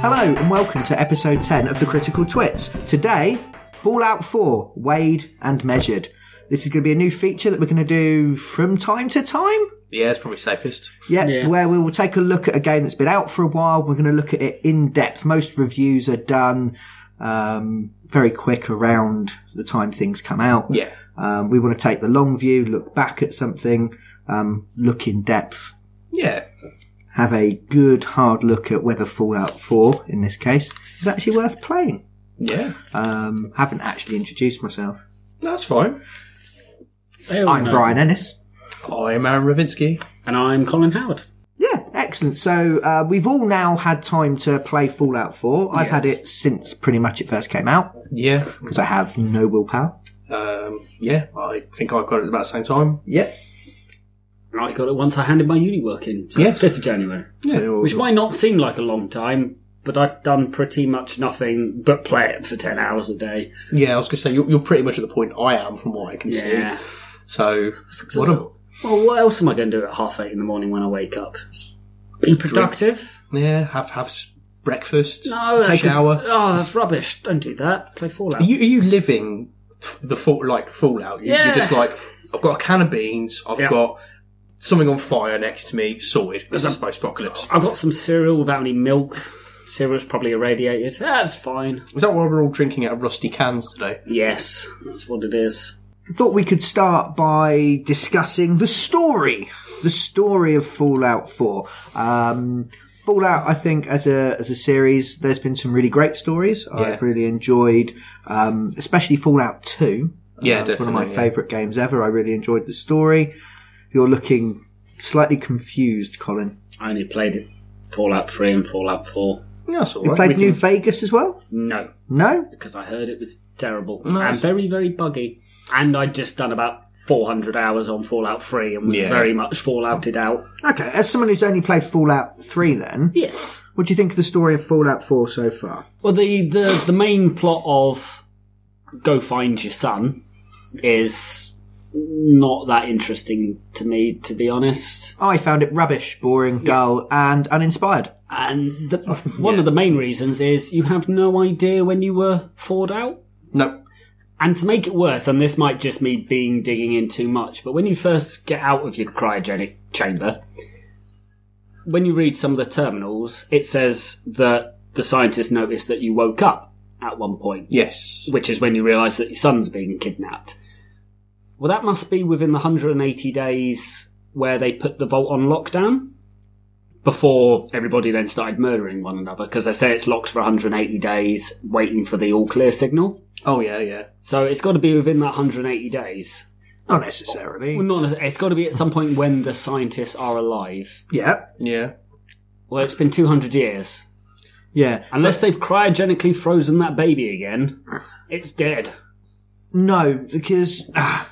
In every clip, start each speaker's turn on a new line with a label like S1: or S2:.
S1: Hello and welcome to episode 10 of the Critical Twits. Today, Fallout 4, Weighed and Measured. This is going to be a new feature that we're going to do from time to time.
S2: Yeah, it's probably safest.
S1: Yeah,
S3: Yeah.
S1: where we will take a look at a game that's been out for a while. We're going to look at it in depth. Most reviews are done um, very quick around the time things come out.
S2: Yeah.
S1: Um, we want to take the long view, look back at something, um, look in depth,
S2: Yeah.
S1: have a good hard look at whether Fallout 4, in this case, is actually worth playing.
S2: Yeah.
S1: Um, haven't actually introduced myself.
S2: That's fine.
S3: They all
S1: I'm
S3: know.
S1: Brian Ennis.
S2: I'm Aaron Ravinsky.
S3: And I'm Colin Howard.
S1: Yeah, excellent. So uh, we've all now had time to play Fallout 4. I've
S2: Yes.
S1: had it since pretty much it first came out.
S2: Yeah.
S1: because I have no willpower.
S2: Um, yeah, I think I got it about the same time.
S1: Yep.
S3: And I got it once I handed my uni work in. So
S2: Yes.
S3: 5th of January.
S2: Yeah.
S3: Which might not seem like a long time, but I've done pretty much nothing but play it for 10 hours a day.
S2: Yeah, I was going to say, you're, you're pretty much at the point I am from what I can
S3: Yeah.
S2: see. So, what a.
S3: Well, what else am I going to do at half eight in the morning when I wake up? Be productive?
S2: Yeah, have, have s- breakfast.
S3: No, that's
S2: Take a shower.
S3: Oh, that's rubbish. Don't do that. Play Fallout.
S2: Are you, are you living the fall, like fallout? You,
S3: Yeah.
S2: You're just like, I've got a can of beans, I've
S3: Yeah.
S2: got something on fire next to me, sorted. This
S3: There's
S2: is
S3: a-
S2: post apocalypse.
S3: I've got some cereal without any milk. Cereal's probably irradiated. That's fine.
S2: Is that why we're all drinking out of rusty cans today?
S3: Yes, that's what it is.
S1: Thought we could start by discussing the story, the story of Fallout 4. Um, Fallout, I think, as a as a series, there's been some really great stories.
S2: Yeah.
S1: I've really enjoyed, um, especially Fallout 2.
S2: Yeah,
S1: it's one of my
S2: definitely, yeah.
S1: favourite games ever. I really enjoyed the story. You're looking slightly confused, Colin.
S3: I only played it Fallout 3 and Fallout 4.
S2: Yeah, that's all
S1: You
S2: right.
S1: played
S2: We
S1: New
S2: can-
S1: Vegas as well?
S3: No,
S1: No?
S3: because I heard it was terrible
S2: No,
S3: and
S2: it's-
S3: very, very buggy. And I'd just done about 400 hours on Fallout 3 and was
S2: Yeah.
S3: very much Fallouted out.
S1: Okay, as someone who's only played Fallout 3 then,
S3: Yes.
S1: what do you think of the story of Fallout 4 so far?
S3: Well, the, the, the main plot of Go Find Your Son is not that interesting to me, to be honest.
S1: I found it rubbish, boring, dull, and uninspired.
S3: And the, one of the main reasons is you have no idea when you were thawed out.
S2: No,
S3: And to make it worse, and this might just me being digging in too much, but when you first get out of your cryogenic chamber, when you read some of the terminals, it says that the scientists noticed that you woke up at one point,
S2: Yes.
S3: which is when you realise that your son's being kidnapped. Well, that must be within the 180 days where they put the vault on lockdown before everybody then started murdering one another, because they say it's locked for 180 days waiting for the all clear signal.
S2: Oh yeah, yeah.
S3: So it's got to be within that 180 days.
S1: Not necessarily.
S3: Well, not it's got to be at some point when the scientists are alive.
S1: yeah,
S2: Yeah.
S3: Well, it's been 200 years.
S1: yeah.
S3: Unless they've cryogenically frozen that baby again, it's dead.
S1: No, because ah,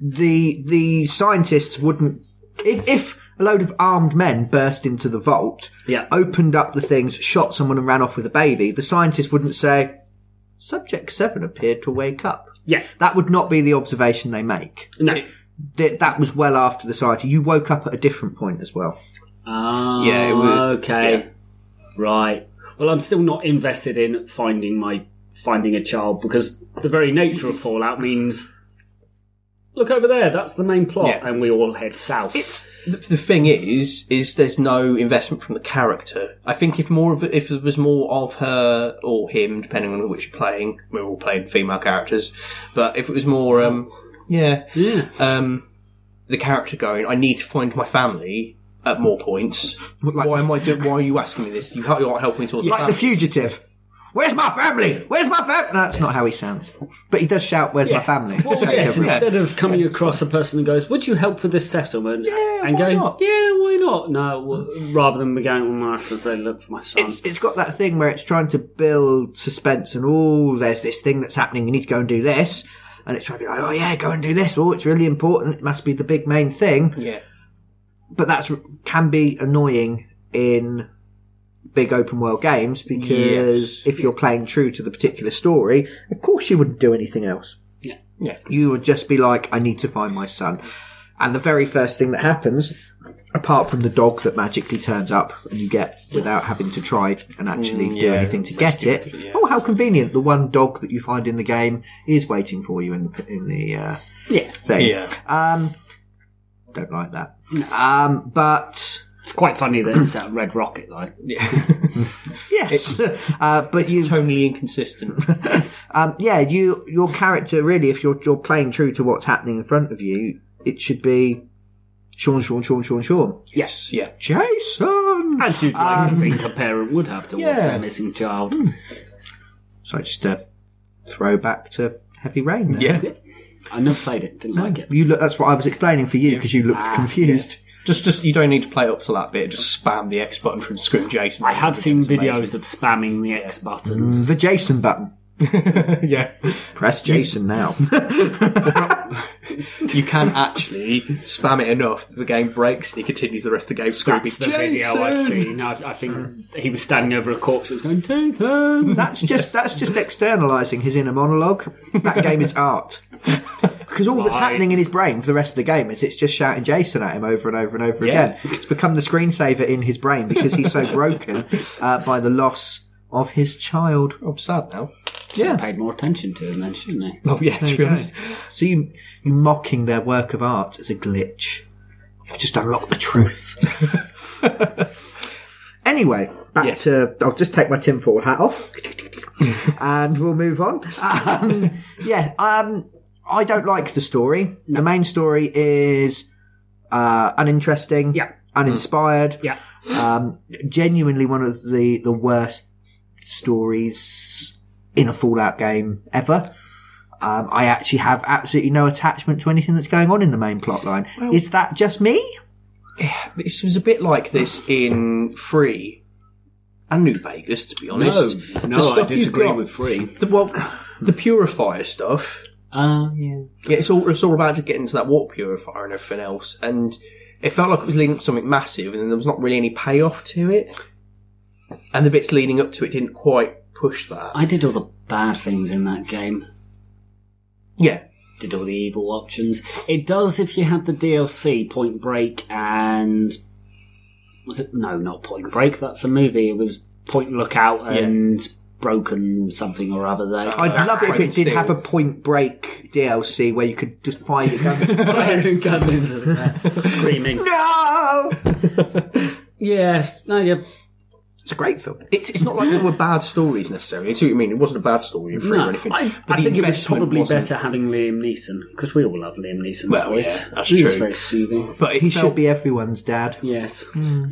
S1: the the scientists wouldn't. If, if a load of armed men burst into the vault,
S3: Yeah.
S1: opened up the things, shot someone, and ran off with a baby, the scientists wouldn't say, "Subject Seven appeared to wake up."
S3: Yeah.
S1: That would not be the observation they make.
S3: No.
S1: That that was well after the scientist. You woke up at a different point as well.
S3: Oh,
S2: Yeah, it would-
S3: okay.
S2: yeah.
S3: Right. Well, I'm still not invested in finding my finding a child because the very nature of Fallout means look over there, that's the main plot
S2: Yeah.
S3: and we all head south.
S2: It's the, the thing is, is there's no investment from the character. I think if more of if there was more of her or him, depending on which you're playing, we're all playing female characters, but if it was more, um, yeah,
S3: yeah.
S2: um, the character going, I need to find my family. At more points,
S1: Like-
S2: why am I doing? Why are you asking me this? You can't, you aren't helping me towards
S1: Like
S2: the
S1: the fugitive. Where's my family? Where's my family? No, that's not how he sounds. But he does shout, "Where's my
S3: Yeah.
S1: family?"
S3: Well,
S1: Shake
S3: yes,
S1: everyone.
S3: instead of coming across a person who goes, "Would you help with this settlement?"
S2: Yeah,
S3: and
S2: why
S3: going,
S2: not?
S3: "Yeah, why not?" No, w- rather than me going, "Well, I should really look for my son."
S1: It's, it's got that thing where it's trying to build suspense and oh, there's this thing that's happening. You need to go and do this, and it's trying to be like, oh yeah, go and do this. Oh, it's really important. It must be the big main thing.
S2: Yeah,
S1: But that's can be annoying in big open world games because
S2: Yes.
S1: if you're playing true to the particular story, of course you wouldn't do anything else.
S2: yeah,
S1: you would just be like, I need to find my son. And the very first thing that happens apart from the dog that magically turns up and you get without having to try and actually
S2: Mm,
S1: do
S2: yeah.
S1: anything to get it.
S2: Stupid, yeah.
S1: Oh, how convenient! The one dog that you find in the game is waiting for you in the in the uh,
S3: Yeah,
S1: thing.
S2: Yeah.
S1: Um, don't like that. Um, but
S3: it's quite funny that it's a red rocket though.
S2: Yeah.
S1: yes, uh, but you
S2: it's totally inconsistent.
S1: um, yeah, you your character really, if you're you're playing true to what's happening in front of you, it should be Sean, Sean, Sean, Sean, Sean,
S2: yes, yeah.
S1: Jason.
S3: As you'd like to think a parent would have towards
S2: Um, yeah.
S3: their missing child.
S1: So I just uh, throw back to Heavy Rain. there.
S2: Yeah.
S3: I never played it, didn't like it.
S1: you look. That's what I was explaining for you because you looked
S3: Ah,
S1: confused.
S2: Just, just you don't need to play up to that bit. Just spam the X button from Scream Jason.
S3: I have seen
S2: It's Mm.
S3: videos of spamming the X button.
S1: The Jason button.
S2: amazing. yeah,
S1: Press Jason now.
S2: you can actually spam it enough that the game breaks and he continues the rest of the game screaming.
S3: That's the
S2: Jason! Mm.
S3: video I've seen. I, I think he was standing over a corpse that was going, take
S2: Oh,
S3: them.
S1: that's just that's just externalizing his inner monologue. That game is art. Because all that's
S3: Right.
S1: happening in his brain for the rest of the game is it's just shouting Jason at him over and over and over
S2: Yeah.
S1: again. It's become the screensaver in his brain because he's so broken uh, by the loss of his child.
S2: I'm sad now.
S3: Should
S1: Yeah.
S3: have paid more attention to him then, shouldn't they?
S2: Oh yeah, to be honest.
S1: So you you mocking their work of art as a glitch. You've just unlocked the truth. anyway, back
S2: Yeah.
S1: to I'll just take my tinfoil hat off, and we'll move on. Um, yeah, um, I don't like the story. The main story is uh, uninteresting,
S3: Yeah. Mm.
S1: uninspired,
S3: Yeah.
S1: um, genuinely one of the the worst stories in a Fallout game ever. Um, I actually have absolutely no attachment to anything that's going on in the main plot line. Is that just me?
S2: This was a bit like this in Free and New Vegas, to be honest.
S3: no,
S2: The stuff
S3: I
S2: you've
S3: disagree
S2: got-
S3: with free.
S2: The, well, the purifier stuff.
S3: Um, yeah.
S2: Uh, Yeah, it's all it's all about just getting to that water purifier and everything else, and it felt like it was leading up to something massive, and there was not really any payoff to it, and the bits leading up to it didn't quite push that.
S3: I did all the bad things in that game.
S2: yeah,
S3: Did all the evil options. It does if you had the DLC, Point Break and was it no, not Point Break, that's a movie. It was Point Lookout
S2: Yeah.
S3: and Broken something or other there.
S1: I'd
S2: Exactly.
S1: love it if it did
S2: Still.
S1: have a Point Break DLC where you could just fire your guns.
S3: Iron gun into the screaming.
S1: no,
S3: Yeah, no, yeah,
S1: it's a great film.
S2: it's it's not like there were bad stories necessarily. You see what you mean? It wasn't a bad story in Free
S3: no.
S2: or anything.
S3: I,
S2: but
S3: I
S2: the
S3: think it was
S2: investment
S3: probably
S2: wasn't-
S3: better having Liam Neeson because we all love Liam Neeson's
S2: Well,
S3: voice.
S2: yeah, that's
S3: He was
S2: true.
S3: very soothing.
S2: But it
S1: He
S2: felt-
S1: should be everyone's dad.
S3: Yes,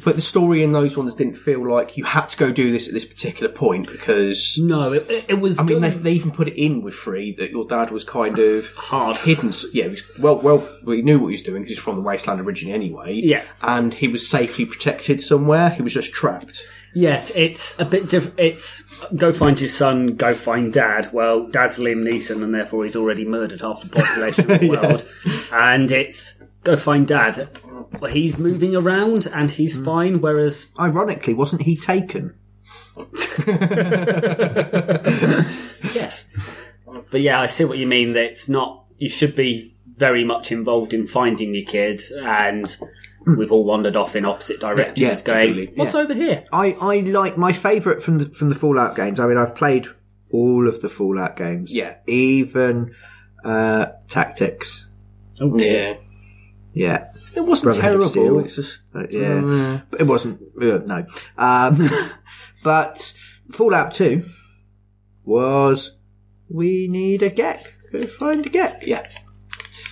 S2: But the story in those ones didn't feel like you had to go do this at this particular point because
S3: no, it, it- it was.
S2: I mean
S3: good.
S2: they, they even put it in with free that your dad was kind of
S3: Hard.
S2: hidden. s- Yeah, he was, well, well, we knew what he was doing because he's from the wasteland originally anyway.
S3: Yeah.
S2: and he was safely protected somewhere. He was just trapped.
S3: Yes, it's a bit different. It's go find your son, go find dad. Well, dad's Liam Neeson, and therefore he's already murdered half the population of the world. And it's go find dad. Well, he's moving around and he's
S2: Mm.
S3: fine, whereas
S1: Ironically, wasn't he taken?
S3: yes. But yeah, I see what you mean. That it's not. You should be very much involved in finding your kid, and we've all wandered off in opposite directions,
S2: Mm. yeah,
S3: going,
S2: totally,
S3: "What's over here?"
S1: I, I like my favourite from the from the Fallout games. I mean, I've played all of the Fallout games.
S2: Yeah.
S1: even uh, Tactics.
S3: Oh dear.
S1: Yeah,
S2: it wasn't
S1: Brotherhood of
S2: terrible.
S1: Steel.
S2: It's just
S1: but
S2: Mm.
S1: yeah, but it wasn't. Uh, no, um, but Fallout Two was we need a Gek. Go find a Gek.
S2: yeah.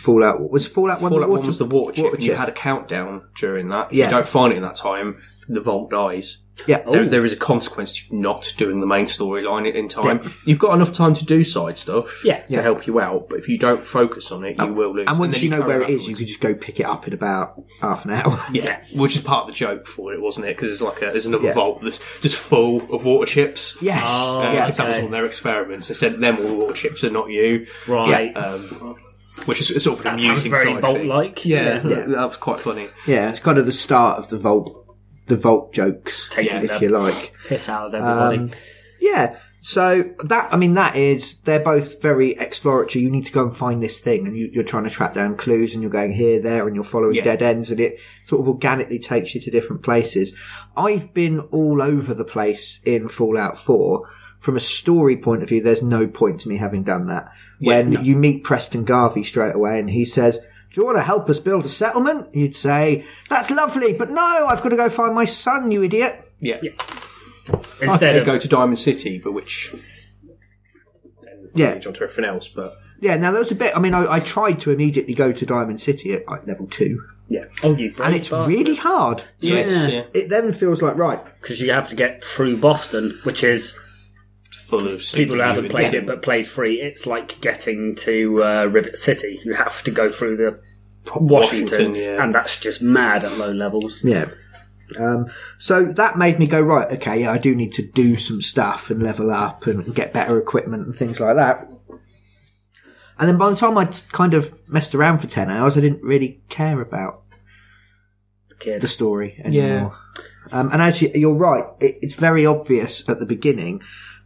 S1: Fallout was Fallout One.
S2: All
S1: the
S2: that
S1: water,
S2: one was the water chip.
S1: water
S2: and You
S1: chip?
S2: had a countdown during that. If
S1: Yeah. Oh.
S2: you don't find it in that time, the vault dies.
S1: yeah.
S2: There, there is a consequence to not doing the main storyline in time. You've got enough time to do side stuff
S3: Yeah.
S2: to help you out, but if you don't focus on it, you will lose.
S1: Uh, And once
S2: then
S1: you know
S2: carry
S1: where
S2: on
S1: it is, you
S2: afterwards.
S1: can just go pick it up in about half an hour.
S2: Yeah, which is part of the joke for it, wasn't it? Because it's like a, there's another
S1: Yeah.
S2: vault that's just full of water chips.
S1: Yes.
S3: Oh,
S2: Uh,
S1: yeah.
S2: because That was
S3: okay.
S2: one of their experiments. They said them all water chips are not you,
S3: Right.
S2: um, which is sort of an
S3: that sounds
S2: amusing
S3: very
S2: side thing.
S3: bolt-like.
S2: Yeah, that- that was quite funny.
S1: Yeah, it's kind of the start of the vault, the vault jokes,
S3: Taking
S1: if
S3: the
S1: you like.
S2: Um,
S3: piss out of everybody.
S1: Yeah, So that, I mean, that is, they're both very exploratory. You need to go and find this thing and you, you're trying to track down clues and you're going here, there, and you're following
S2: Yeah.
S1: dead ends and it sort of organically takes you to different places. I've been all over the place in Fallout 4. From a story point of view, there's no point to me having done that. when
S3: no.
S1: you meet Preston Garvey straight away and he says, do you want to help us build a settlement? You'd say, that's lovely, but no, I've got to go find my son, you idiot.
S2: Yeah.
S3: Instead
S2: They
S3: of
S2: go to Diamond City, but which then
S1: Yeah.
S2: leads on to everything else. But
S1: Yeah, now there was a bit. I mean, I, I tried to immediately go to Diamond City at like, level two,
S2: yeah,
S3: oh, you
S1: and it's really hard. So
S2: yeah,
S1: it's-
S2: it's,
S3: Yeah.
S1: it then feels like right.
S3: because you have to get through Boston, which is
S2: full of
S3: people who haven't
S2: superhuman
S3: played
S2: shit.
S3: it but played free, it's like getting to uh, Rivet City. You have to go through the Washington,
S2: Washington, yeah.
S3: and that's just mad at low levels.
S1: Yeah. Um, so that made me go right. Okay, yeah, I do need to do some stuff and level up and get better equipment and things like that. And then by the time I kind of messed around for ten hours, I didn't really care about
S3: Kid.
S1: the story anymore. Um, and actually, you're right. It, it's very obvious at the beginning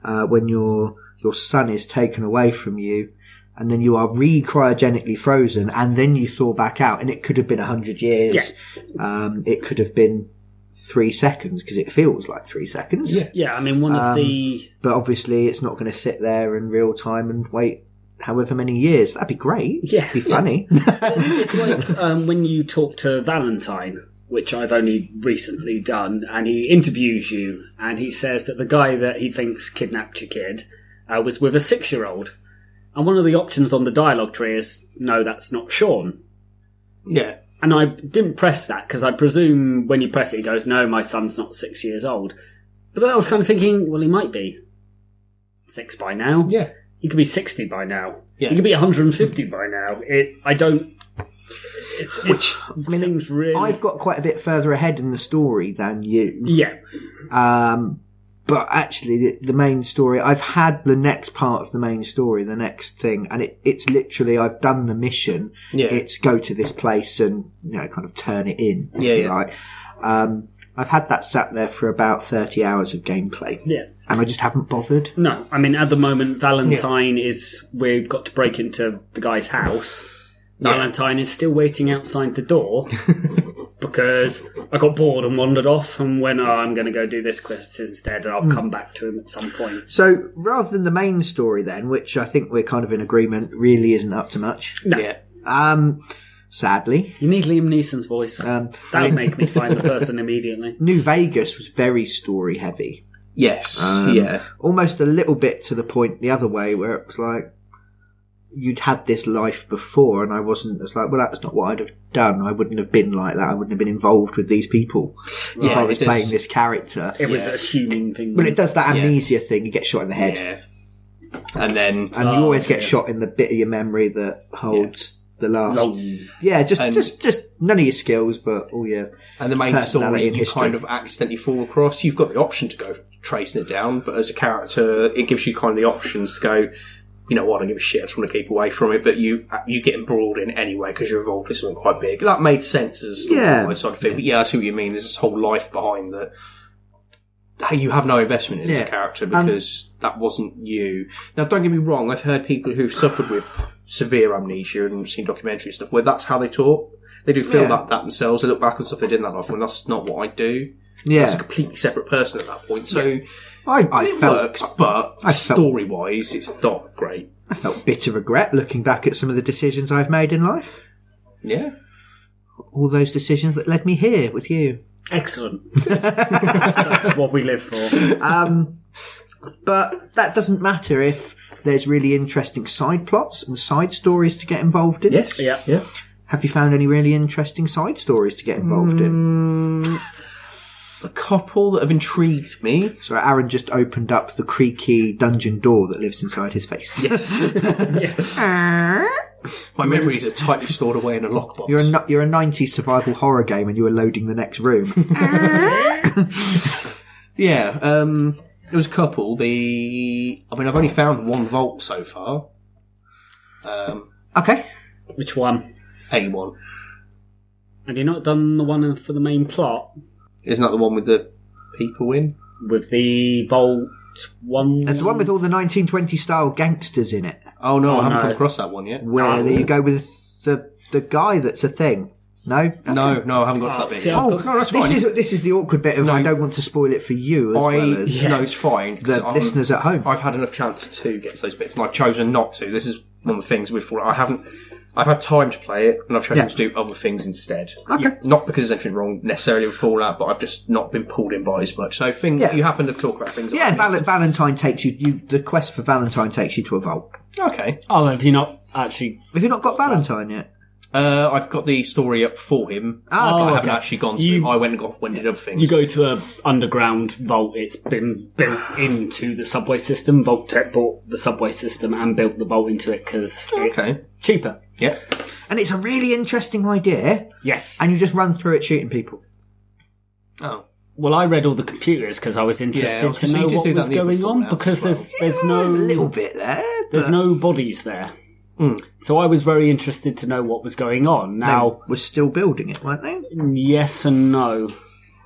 S1: uh, when your your son is taken away from you, and then you are re cryogenically frozen, and then you thaw back out. And it could have been hundred years. Um, it could have been three seconds because it feels like three seconds.
S2: Yeah.
S3: Yeah, I mean, one of the
S1: But obviously, it's not going to sit there in real time and wait however many years. That'd be great.
S3: Yeah.
S1: It'd be funny.
S3: it's like um, when you talk to Valentine, which I've only recently done, and he interviews you, and he says that the guy that he thinks kidnapped your kid uh, was with a six-year-old, and one of the options on the dialogue tree is no, that's not Sean.
S2: Yeah,
S3: And I didn't press that because I presume when you press it, it goes, no, my son's not six years old. But then I was kind of thinking, well, he might be six by now.
S2: yeah,
S3: He could be 60 by now.
S2: Yeah.
S3: He could be 150 by now. It, I don't. It's, Which
S1: mean,
S3: seems really.
S1: I've got quite a bit further ahead in the story than you.
S3: Yeah.
S1: Um, but actually, the, the main story, I've had the next part of the main story, the next thing, and it, it's literally, I've done the mission.
S2: yeah.
S1: It's go to this place and, you know, kind of turn it in, if
S2: Yeah,
S1: you
S2: yeah.
S1: like. Um, I've had that sat there for about 30 hours of gameplay,
S3: Yeah.
S1: and I just haven't bothered.
S3: No, I mean, at the moment, Valentine is. We've got to break into the guy's house. Valentine is still waiting outside the door because I got bored and wandered off and went, oh, I'm going to go do this quest instead and I'll
S1: Hmm.
S3: come back to him at some point.
S1: So, rather than the main story, then, which I think we're kind of in agreement really isn't up to much,
S3: No,
S2: yeah.
S1: um, sadly.
S3: you need Liam Neeson's voice.
S1: Um,
S3: that would make me find the person immediately.
S1: New Vegas was very story heavy.
S2: Yes.
S1: Um,
S2: yeah.
S1: almost a little bit to the point the other way where it was like you'd had this life before and I wasn't it's like well that's not what I'd have done I wouldn't have been like that I wouldn't have been involved with these people if
S2: Yeah,
S1: I was
S2: it is-
S1: playing this character
S3: It was
S2: Yeah.
S3: assuming things.
S1: but it does that
S2: Yeah.
S1: amnesia thing you get shot in the head
S2: Yeah. And then
S1: and you
S3: Oh,
S1: always get
S3: yeah.
S1: shot in the bit of your memory that holds the last
S3: Oh.
S1: yeah just
S2: And-
S1: just just none of your skills but oh, all your
S2: and the main
S1: Personality
S2: story
S1: and
S2: you
S1: history.
S2: kind of accidentally fall across. You've got the option to go tracing it down, but as a character, it gives you kind of the options to go. You know what? I don't give a shit. I just want to keep away from it. But you you get embroiled in anyway because you're involved with something quite big. That made sense as a story
S1: Yeah.
S2: yeah. side of thing. But yeah, I see what you mean. There's this whole life behind that. Hey, you have no investment in
S1: Yeah.
S2: as a character
S1: Um,
S2: because that wasn't you. Now, don't get me wrong. I've heard people who've suffered with severe amnesia and seen documentary and stuff where that's how they talk. They do feel
S1: Yeah.
S2: that that themselves. They look back on stuff they did in that life, and that's not what I do. It's a
S1: yeah
S2: completely separate person at that point. So
S1: I, I
S2: it
S1: felt
S2: works, but
S1: I felt-
S2: story wise, it's not great.
S1: I felt bit of regret looking back at some of the decisions I've made in life
S2: Yeah,
S1: all those decisions that led me here with you
S3: Excellent. That's what we live for.
S1: Um, but that doesn't matter if there's really interesting side plots and side stories to get involved in.
S2: yes,
S3: Yeah.
S2: yeah.
S1: Have you found any really interesting side stories to get involved in?
S2: Mm, a couple that have intrigued me.
S1: So Aaron just opened up the creaky dungeon door that lives inside his face.
S2: Yes, my memories are tightly stored away in a lockbox.
S1: You're a no- you're a '90s survival horror game, and you were loading the next room.
S2: Yeah, um, it was a couple. The I mean, I've only found one vault so far. Um,
S1: okay.
S3: Which one?
S2: a one
S3: Have you not done the one for the main plot
S2: isn't that the one with the people in?
S3: with the vault one.
S1: There's the one with all the 1920 style gangsters in it,
S2: Oh no, I haven't
S3: no.
S2: come across that one yet.
S1: where
S3: Oh.
S1: you go with the the guy that's a thing. No,
S2: No, no, I haven't got to that bit.
S3: see,
S2: yet.
S3: I've
S1: Oh,
S3: got- no, that's
S1: this
S3: fine.
S1: is this is the awkward bit of
S2: No.
S1: I don't want to spoil it for you as
S2: I
S1: well as
S2: no, it's fine. 'cause
S1: the
S2: I'm-
S1: listeners at home.
S2: I've had enough chance to get to those bits, and I've chosen not to. This is one of the things we've fallen. I haven't. I've had time to play it, and I've chosen
S1: Yeah.
S2: to do other things instead.
S1: Okay.
S2: Yeah, Not because there's anything wrong necessarily with Fallout, but I've just not been pulled in by it as much. So, thing
S1: Yeah.
S2: you happen to talk about things.
S1: yeah,
S2: I've
S1: Val-
S2: missed.
S1: Valentine takes you, you. The quest for Valentine takes you to a vault.
S2: Okay.
S3: Oh, have you not actually?
S1: Have you not got Valentine yet?
S2: Uh, I've got the story up for him.
S3: Oh.
S1: Ah,
S2: but I
S1: okay.
S2: haven't actually gone to
S3: You-
S2: him. I went and got when did other things.
S3: You go to a underground vault. It's been built into the subway system. Vault Tech bought the subway system and built the vault into it because
S2: Oh, okay.
S3: cheaper.
S2: Yeah.
S1: And it's a really interesting idea,
S3: Yes.
S1: and you just run through it shooting people.
S2: Oh.
S3: well, I read all the computers because I was interested
S2: Yeah,
S3: to
S2: so you
S3: know
S2: did do that
S3: what was
S2: in the
S3: going
S2: Fallout
S3: on
S2: as
S3: because
S2: well.
S3: there's there's
S1: There's a little
S3: no
S1: bit there.
S3: there's
S1: but Hmm.
S3: no bodies there.
S2: Mm.
S3: So I was very interested to know what was going on. Now,
S1: We're still building it, weren't they?
S3: Mm. Yes and no.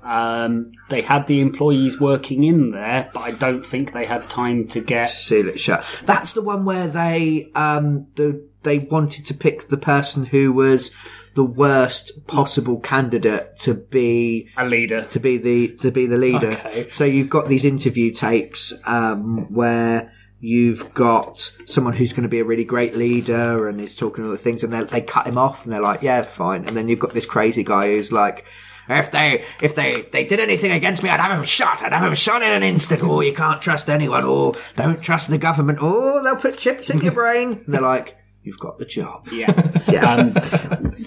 S3: Um, they had the employees working in there, but I don't think they had time to get.
S1: Seal it shut. That's the one where they um the they wanted to pick the person who was the worst possible candidate to be
S3: A leader.
S1: to be the to be the leader.
S2: Okay.
S1: So you've got these interview tapes um, where you've got someone who's going to be a really great leader and is talking all the things, and they they cut him off and they're like, yeah, fine. And then you've got this crazy guy who's like. If they if they they did anything against me, I'd have him shot. I'd have him shot in an instant. Or you can't trust anyone. Or don't trust the government. Or they'll put chips in your brain. And they're like, you've got the job.
S3: Yeah.
S1: Yeah,
S3: Um,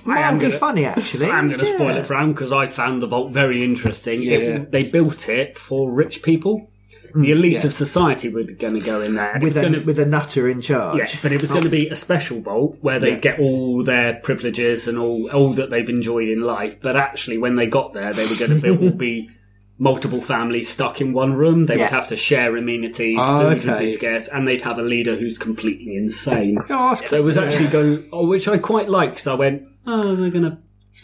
S1: I am
S3: gonna-
S1: funny actually.
S3: I'm going to
S1: Yeah.
S3: spoil it for Am because I found the vault very interesting. It-
S2: Yeah.
S3: they built it for rich people. The elite of society were going to go in there. and it
S1: Hmm. with a
S3: was gonna-
S1: with a nutter in charge.
S3: yeah, but it was going to be a special vault where they get all their privileges and all all that they've enjoyed in life. But actually, when they got there, they were going to be, all be multiple families stuck in one room. They
S1: Yeah.
S3: would have to share amenities,
S2: Oh,
S3: food would
S2: okay.
S3: be scarce, and they'd have a leader who's completely insane.
S2: Oh, that's
S3: So it was actually going, oh, which I quite liked. Because I went, oh, they're going to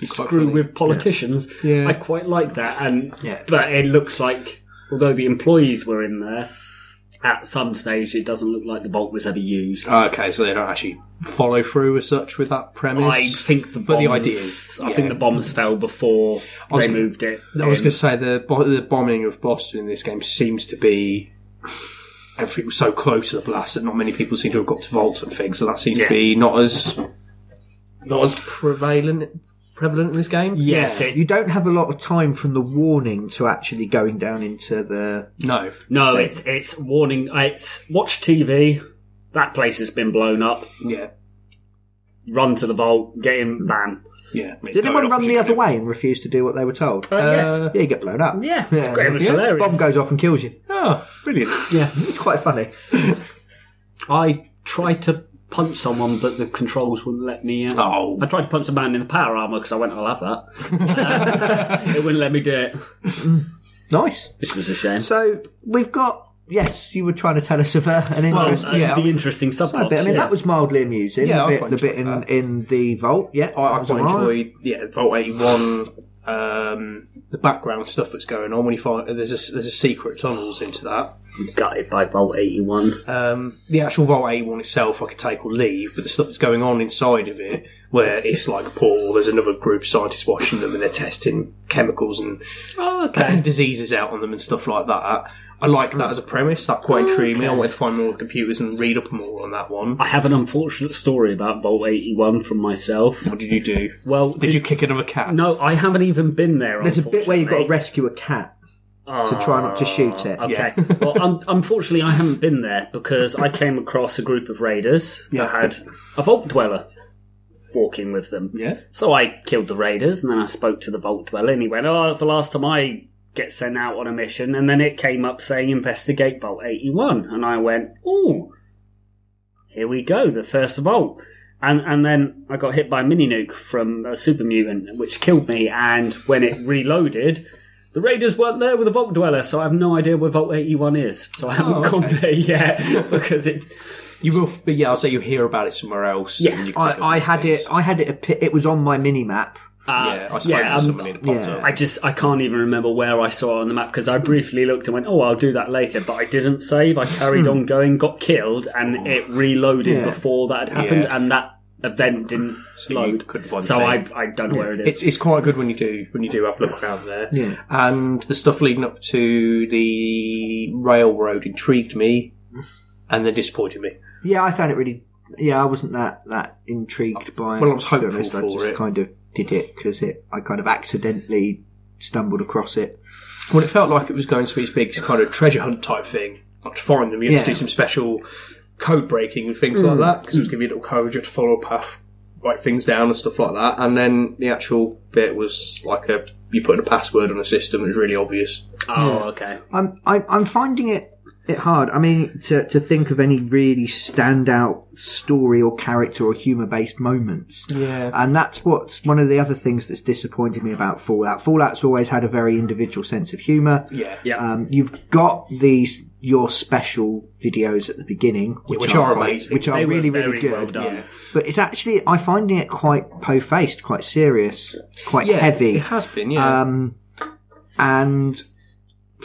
S2: quite
S3: screw
S2: funny.
S3: with politicians.
S2: Yeah.
S3: I quite like that, and
S1: Yeah.
S3: but it looks like although the employees were in there. At some stage, it doesn't look like the vault was ever used.
S2: Okay, so they don't actually follow through as such with that premise.
S3: I think the bombs,
S2: But the idea is-
S3: I
S2: yeah.
S3: think the bombs fell before
S2: was
S3: they
S2: gonna-
S3: moved it.
S2: I was
S3: in.
S2: going to say the bo- the bombing of Boston in this game seems to be everything was so close to the blast that not many people seem to have got to vault and things. So that seems to
S3: Yeah.
S2: be not as not as prevalent prevalent in this game.
S3: yes, it,
S1: You don't have a lot of time from the warning to actually going down into the.
S2: No,
S3: no, it's it's warning. uh, It's watch TV. That place has been blown up.
S2: yeah,
S3: Run to the vault. Get in. Bam.
S2: yeah. It's
S1: Did anyone
S2: going off
S1: run
S2: as
S1: the
S2: you
S1: other
S2: go.
S1: way and refuse to do what they were told?
S3: Uh,
S2: Uh,
S1: yeah, you get blown up.
S3: Yeah, it's great, it was hilarious.
S1: Bomb goes off and kills you.
S2: Oh, brilliant!
S1: Yeah, it's quite funny.
S3: yes, I tried to punch someone, but the controls wouldn't let me. Uh,
S2: Oh,
S3: I tried to punch a man in the power armor because I went, "I'll have that." Uh, it wouldn't let me do it,
S1: Nice.
S3: which was a shame.
S1: So we've got. Yes, you were trying to tell us of uh, an
S3: well,
S1: interest.
S3: uh,
S2: yeah.
S3: the interesting subplot.
S1: I mean,
S3: yeah.
S1: that was mildly amusing.
S2: Yeah, I
S1: the bit,
S2: quite
S1: the bit in,
S2: enjoyed that.
S1: in the vault. Yeah, Um,
S2: I,
S1: that
S2: I
S1: was
S2: quite
S1: alright.
S2: enjoy yeah Vault eighty one. Um, the background stuff that's going on when you find there's a there's a secret tunnels into that.
S3: gutted by Bolt eighty one.
S2: Um, the actual Vault 81 itself, I could take or leave, but the stuff that's going on inside of it, where it's like a portal, there's another group of scientists watching them and they're testing chemicals and
S3: Oh, okay.
S2: diseases out on them and stuff like that. I like that as a premise, that quite intrigued me. I wanted to find more computers and read up more on that one.
S3: I have an unfortunate story about Bolt 81 from myself.
S2: What did you do?
S3: Well,
S2: Did you kick another cat?
S3: No, I haven't even been there.
S1: There's a bit where you've got to
S3: unfortunately. Ah,
S1: rescue a cat to try not to shoot it.
S3: Okay.
S2: Yeah.
S3: well, un unfortunately, I haven't been there because I came across a group of raiders
S2: Yeah.
S3: that had a vault dweller walking with them.
S2: Yeah.
S3: So I killed the raiders, and then I spoke to the vault dweller, and he went, "Oh, that's the last time I get sent out on a mission." And then it came up saying, "Investigate Vault 81," and I went, "Oh, here we go, the first vault." And and then I got hit by a mini nuke from a super mutant, which killed me. And when it reloaded. The raiders weren't there with the vault dweller, so I have no idea where Vault 81 is. So I haven't
S2: Oh, okay.
S3: gone there yet because it.
S2: You will, but yeah, I'll say you hear about it somewhere else.
S3: Yeah.
S2: and you pick up
S1: I, I
S2: on
S1: had
S2: things.
S1: it. I had it. a pi- It was on my mini map,
S2: yeah, I spoke
S3: uh, yeah,
S2: to
S3: um,
S2: somebody that popped
S1: yeah.
S2: up.
S3: I just I can't even remember where I saw it on the map because I briefly looked and went, "Oh, I'll do that later," but I didn't save. I
S2: Hmm.
S3: carried on going, got killed, and it reloaded
S1: Yeah.
S3: before that had happened,
S2: Oh. Yeah.
S3: and that event didn't
S2: So you
S3: load.
S2: couldn't find
S3: so
S2: the
S3: I
S2: thing.
S3: I don't know where it
S2: It's
S3: is.
S2: it's quite good when you do when you do have a look around there.
S1: Yeah.
S2: And the stuff leading up to the railroad intrigued me, and then disappointed me.
S1: Yeah, I found it really. Yeah, I wasn't that that intrigued by.
S2: Well, I was
S1: to be
S2: hopeful
S1: honest. I
S2: for
S1: just
S2: it.
S1: kind of did it because it. I kind of accidentally stumbled across it.
S2: Well, it felt like it was going to be this big kind of treasure hunt type thing. Like to find them, you had
S1: Yeah.
S2: to do some special code breaking and things like that because it was giving you little codes, you had to follow a path, write things down and stuff like that. And then the actual bit was like a you put in a password on a system. It was really obvious.
S3: oh, okay.
S1: I'm I'm, I'm finding it it hard. I mean, to to think of any really standout story or character or humor based moments.
S2: Yeah.
S1: And that's what's one of the other things that's disappointed me about Fallout. Fallout's always had a very individual sense of humor.
S2: Yeah.
S3: Yeah.
S1: Um, you've got these your special videos at the beginning, which,
S2: which are
S1: quite-
S2: amazing.
S1: which are
S3: They were
S1: really
S3: very
S1: really good.
S3: well done.
S2: Yeah.
S1: But it's actually I finding it quite po-faced, quite serious, quite
S2: Yeah,
S1: heavy.
S2: It has been, yeah.
S1: Um, and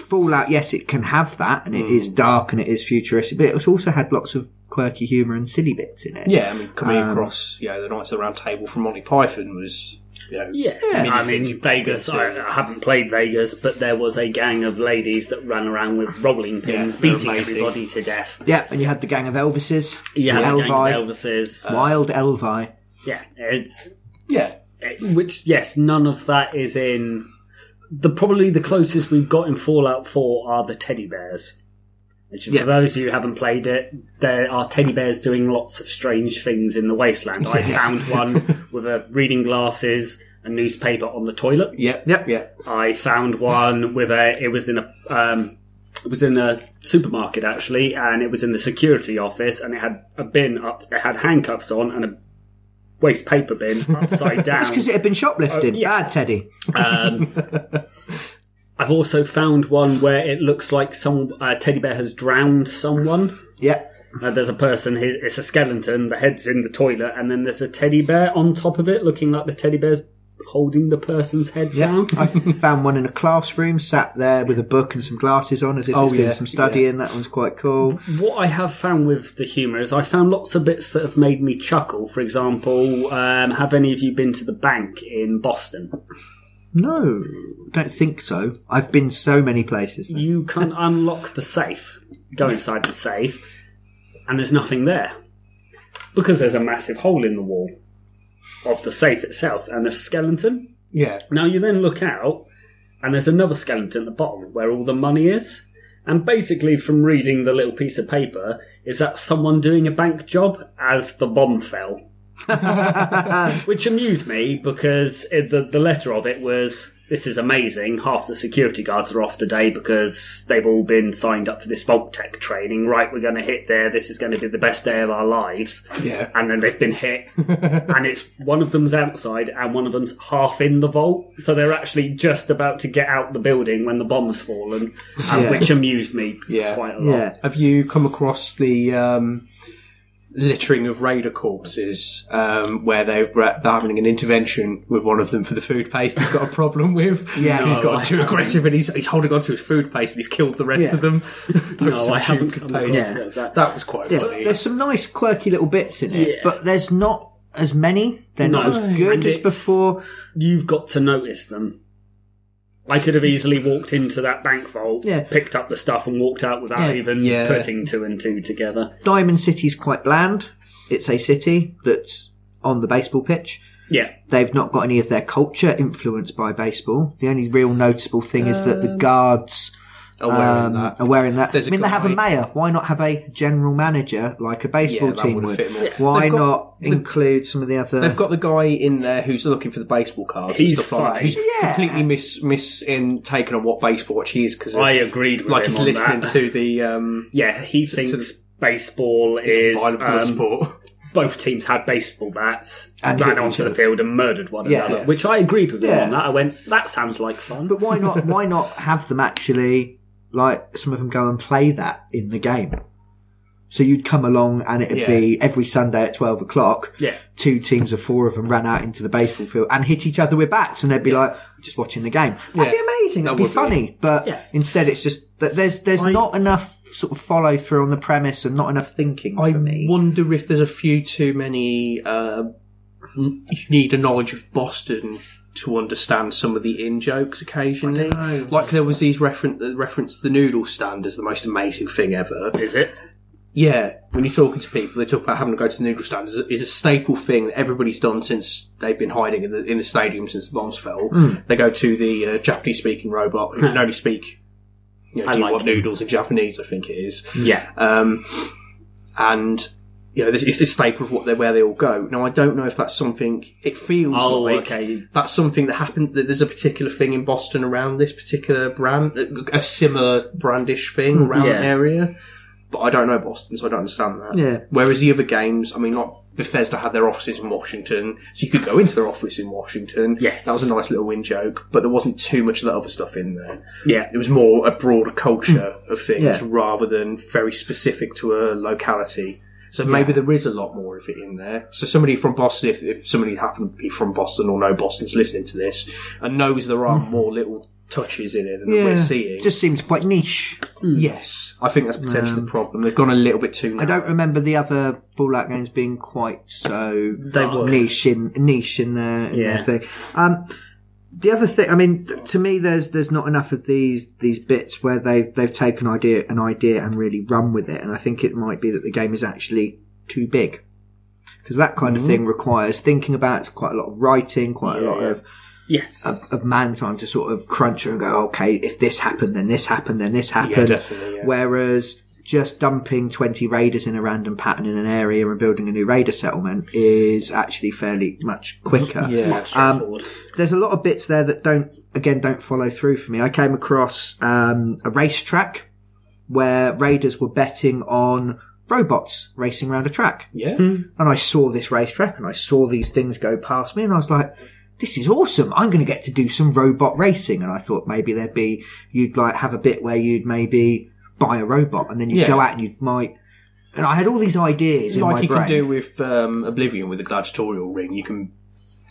S1: Fallout, yes, it can have that, and it is
S2: Mm.
S1: dark and it is futuristic, but it's also had lots of quirky humour and silly bits in it.
S2: yeah, I mean, coming
S1: um,
S2: across, you know, the Knights of the Round Table from Monty Python was, you know,
S3: Yes,
S2: Yeah.
S3: I mean Vegas. I, I haven't played Vegas, but there was a gang of ladies that ran around with rolling pins,
S2: they're
S3: beating
S2: amazing.
S3: everybody to death.
S1: Yeah, and you had the gang of Elvises,
S3: Yeah,
S1: the
S3: the gang
S1: Elvi,
S3: of Elvises.
S2: Uh,
S1: Wild Elvi.
S3: yeah, it's
S2: yeah,
S3: which yes, none of that is in the probably the closest we've got in Fallout Four are the teddy bears. Which
S1: Yeah.
S3: for those who haven't played it, there are teddy bears doing lots of strange things in the wasteland. I found one with a reading glasses, a newspaper on the toilet.
S2: yeah,
S1: Yep.
S2: yeah.
S3: I found one with a. It was in a. Um, it was in a supermarket actually, and it was in the security office, and it had a bin up. It had handcuffs on and a waste paper bin upside down.
S1: Because it had been shoplifted.
S3: Oh, yeah.
S1: Bad Teddy.
S3: Um, I've also found one where it looks like some uh, teddy bear has drowned someone.
S1: Yeah.
S3: Uh, there's a person. His, it's a skeleton. The head's in the toilet, and then there's a teddy bear on top of it, looking like the teddy bear's holding the person's head
S1: Yeah,
S3: down.
S1: I found one in a classroom, sat there with a book and some glasses on, as if he was
S2: Oh, yeah,
S1: doing some studying. That one's quite cool.
S3: What I have found with the humour is I found lots of bits that have made me chuckle. For example, um, have any of you been to the bank in Boston?
S1: No, don't think so. I've been so many places.
S2: Mm.
S1: now.
S3: You can unlock the safe, go inside the safe, and there's nothing there. Because there's a massive hole in the wall of the safe itself and a skeleton.
S2: Yeah.
S3: Now you then look out, and there's another skeleton at the bottom where all the money is. And basically, from reading the little piece of paper, is that someone doing a bank job as the bomb fell? Which amused me because it, the, the letter of it was this is amazing. Half the security guards are off today because they've all been signed up for this Vault Tech training. Right, we're going to hit there. This is going to be the best day of our lives.
S2: Yeah.
S3: And then they've been hit. and it's one of them's outside and one of them's half in the vault. So they're actually just about to get out the building when the bomb's fallen, and
S2: Yeah.
S3: which amused me
S2: Yeah.
S3: quite a lot.
S1: yeah.
S2: Have you come across the um, littering of raider corpses um, where they were they're having an intervention with one of them for the food paste he's got a problem with?
S1: Yeah.
S2: he's
S3: No,
S2: got
S3: I
S2: too aggressive and he's, he's holding on to his food paste and he's killed the rest
S1: Yeah.
S2: of them. Those
S3: No,
S2: subdued
S3: I haven't come across
S2: paste.
S1: Yeah.
S3: that.
S2: That was quite
S1: Yeah,
S2: funny.
S1: there's some nice quirky little bits in it,
S3: Yeah.
S1: but there's not as many. They're not
S3: No,
S1: as good
S3: and
S1: as
S3: it's-
S1: before.
S3: you've got to notice them. I could have easily walked into that bank vault,
S1: Yeah.
S3: picked up the stuff, and walked out without
S1: Yeah.
S3: even
S2: Yeah.
S3: putting two and two together.
S1: Diamond City's quite bland. It's a city that's on the baseball pitch.
S3: Yeah,
S1: They've not got any of their culture influenced by baseball. The only real noticeable thing is that the guards
S2: Oh, Um, wearing
S1: um,
S2: that.
S1: are wearing that. I
S2: There's a
S1: mean, they have a
S2: guy-
S1: mayor. Why not have a general manager like a baseball
S2: Yeah, that
S1: team
S2: would've
S1: would?
S2: fit more. Yeah.
S1: Why
S2: They've got
S1: not include some of the other?
S2: They've got the guy in there who's looking for the baseball cards. and
S3: He's
S2: stuff like that.
S3: funny.
S2: He's
S1: Yeah.
S2: completely miss miss in taken on what baseball watch he is because
S3: I agreed with
S2: like
S3: him
S2: he's
S3: on
S2: listening
S3: that.
S2: to the um,
S3: Yeah, he thinks
S2: to the-
S3: baseball is
S2: violent blood
S3: um,
S2: sport.
S3: both teams had baseball bats
S1: And
S3: and
S1: hit
S3: ran
S1: each
S3: onto the
S1: other.
S3: field and murdered one
S1: Yeah.
S3: another, which I agreed with him
S1: Yeah.
S3: on that. I went, that sounds like fun.
S1: But why not? Why not have them actually like some of them go and play that in the game? So you'd come along and it'd
S2: Yeah.
S1: be every Sunday at 12 o'clock,
S3: Yeah.
S1: two teams of four of them ran out into the baseball field and hit each other with bats and they'd be like, just watching the game. That'd be
S2: Yeah.
S1: amazing. That'd
S2: That
S1: be
S2: would be.
S1: funny. But
S3: Yeah.
S1: instead it's just that there's, there's
S2: I-
S1: not enough sort of follow through on the premise and not enough thinking
S2: I
S1: for me.
S2: wonder if there's a few too many. Uh, n- you need a knowledge of Boston to understand some of the in jokes occasionally.
S1: I don't know.
S2: Like there was these referen the reference to the noodle stand as the most amazing thing ever.
S3: Is it?
S2: Yeah, when you're talking to people, they talk about having to go to the noodle stand. It's a, it's a staple thing that everybody's done since they've been hiding in the, in the stadium since the bombs fell.
S3: Hmm.
S2: They go to the uh, Japanese-speaking robot who can only speak. You know,
S3: I
S2: do you
S3: like
S2: want
S3: it.
S2: noodles in Japanese? I think it is.
S3: Yeah.
S2: Um, and you know, this it's this staple of what they where they all go. Now, I don't know if that's something. It feels
S3: Oh,
S2: like
S3: okay.
S2: that's something that happened. That there's a particular thing in Boston around this particular brand, a similar brandish thing around
S3: Mm, Yeah.
S2: the area. But I don't know Boston, so I don't understand that.
S1: Yeah.
S2: Whereas the other games, I mean, like Bethesda had their offices in Washington, so you could go into their office in Washington.
S3: Yes.
S2: that was a nice little win joke. But there wasn't too much of that other stuff in there
S3: Yeah.
S2: it was more a broader culture of things
S1: Hmm. Yeah.
S2: rather than very specific to a locality. So maybe there is a lot more of it in there. So somebody from Boston, if, if somebody happened to be from Boston or know Boston's listening to this and knows there are more little touches in it than
S1: Hmm. yeah.
S2: we're seeing.
S1: Just seems quite niche.
S2: yes, I think that's potentially the problem. They've gone a little bit too.
S1: I
S2: narrow.
S1: don't remember the other Fallout games being quite so
S3: They were.
S1: niche in niche in their, in
S3: Yeah.
S1: their thing. Um, the other thing, I mean, th- to me, there's there's not enough of these these bits where they they've taken idea an idea and really run with it, and I think it might be that the game is actually too big because that kind
S3: Mm-hmm.
S1: of thing requires thinking about it's quite a lot of writing, quite a lot of
S3: Yes.
S1: of, of man time to sort of crunch and go, okay, if this happened, then this happened, then this happened.
S2: Yeah, definitely, yeah.
S1: Whereas just dumping 20 raiders in a random pattern in an area and building a new raider settlement is actually fairly much quicker. Um,
S2: Yeah.
S3: Much straightforward.
S1: There's a lot of bits there that don't, again, don't follow through for me. I came across um, a racetrack where raiders were betting on robots racing around a track
S2: Yeah.
S1: and I saw this racetrack and I saw these things go past me and I was like, this is awesome. I'm going to get to do some robot racing. And I thought maybe there'd be, you'd like have a bit where you'd maybe buy a robot and then you'd
S2: Yeah.
S1: go out and you might, and I had all these ideas in my
S2: like you
S1: brain.
S2: can do with um, Oblivion with the gladiatorial ring. You can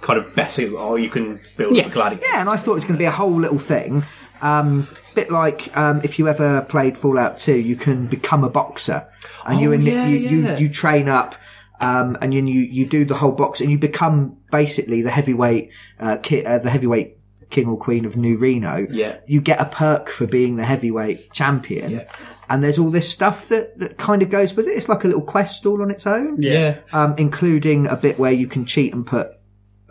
S2: kind of bet it, or you can build
S3: Yeah.
S2: a gladiator.
S1: Yeah, and I thought it was going to be a whole little thing. Um, bit like um, if you ever played Fallout 2, you can become a boxer, and you,
S2: Oh,
S1: in-
S2: yeah,
S1: you,
S2: yeah.
S1: you you train up, um, and then you you do the whole box, and you become basically the heavyweight uh, ki- uh, the heavyweight king or queen of New Reno.
S2: Yeah.
S1: You get a perk for being the heavyweight champion, and there's all this stuff that that kind of goes with it. It's like a little quest all on its own
S2: Yeah.
S1: um, including a bit where you can cheat and put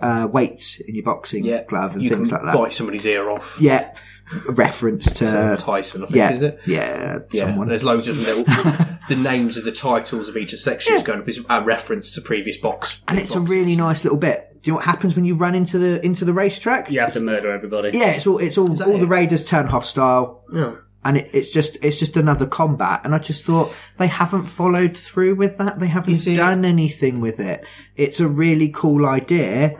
S1: uh, weights in your boxing
S2: yeah.
S1: glove and
S2: you
S1: things
S2: can
S1: like that.
S2: bite somebody's ear off.
S1: Yeah, a reference to
S2: Tyson, I think,
S1: Uh, yeah,
S2: is it?
S1: yeah,
S2: Yeah,
S1: someone.
S2: there's loads of little the names of the titles of each of sections going up is a reference to previous box.
S1: and it's a really nice little bit. Do you know what happens when you run into the into the racetrack?
S3: You have to murder everybody.
S1: Yeah, it's all it's all
S2: that
S1: all the
S2: it?
S1: raiders turn hostile.
S2: Yeah.
S1: And it, it's just it's just another combat, and I just thought they haven't followed through with that. They haven't
S2: Is it-
S1: done anything with it. It's a really cool idea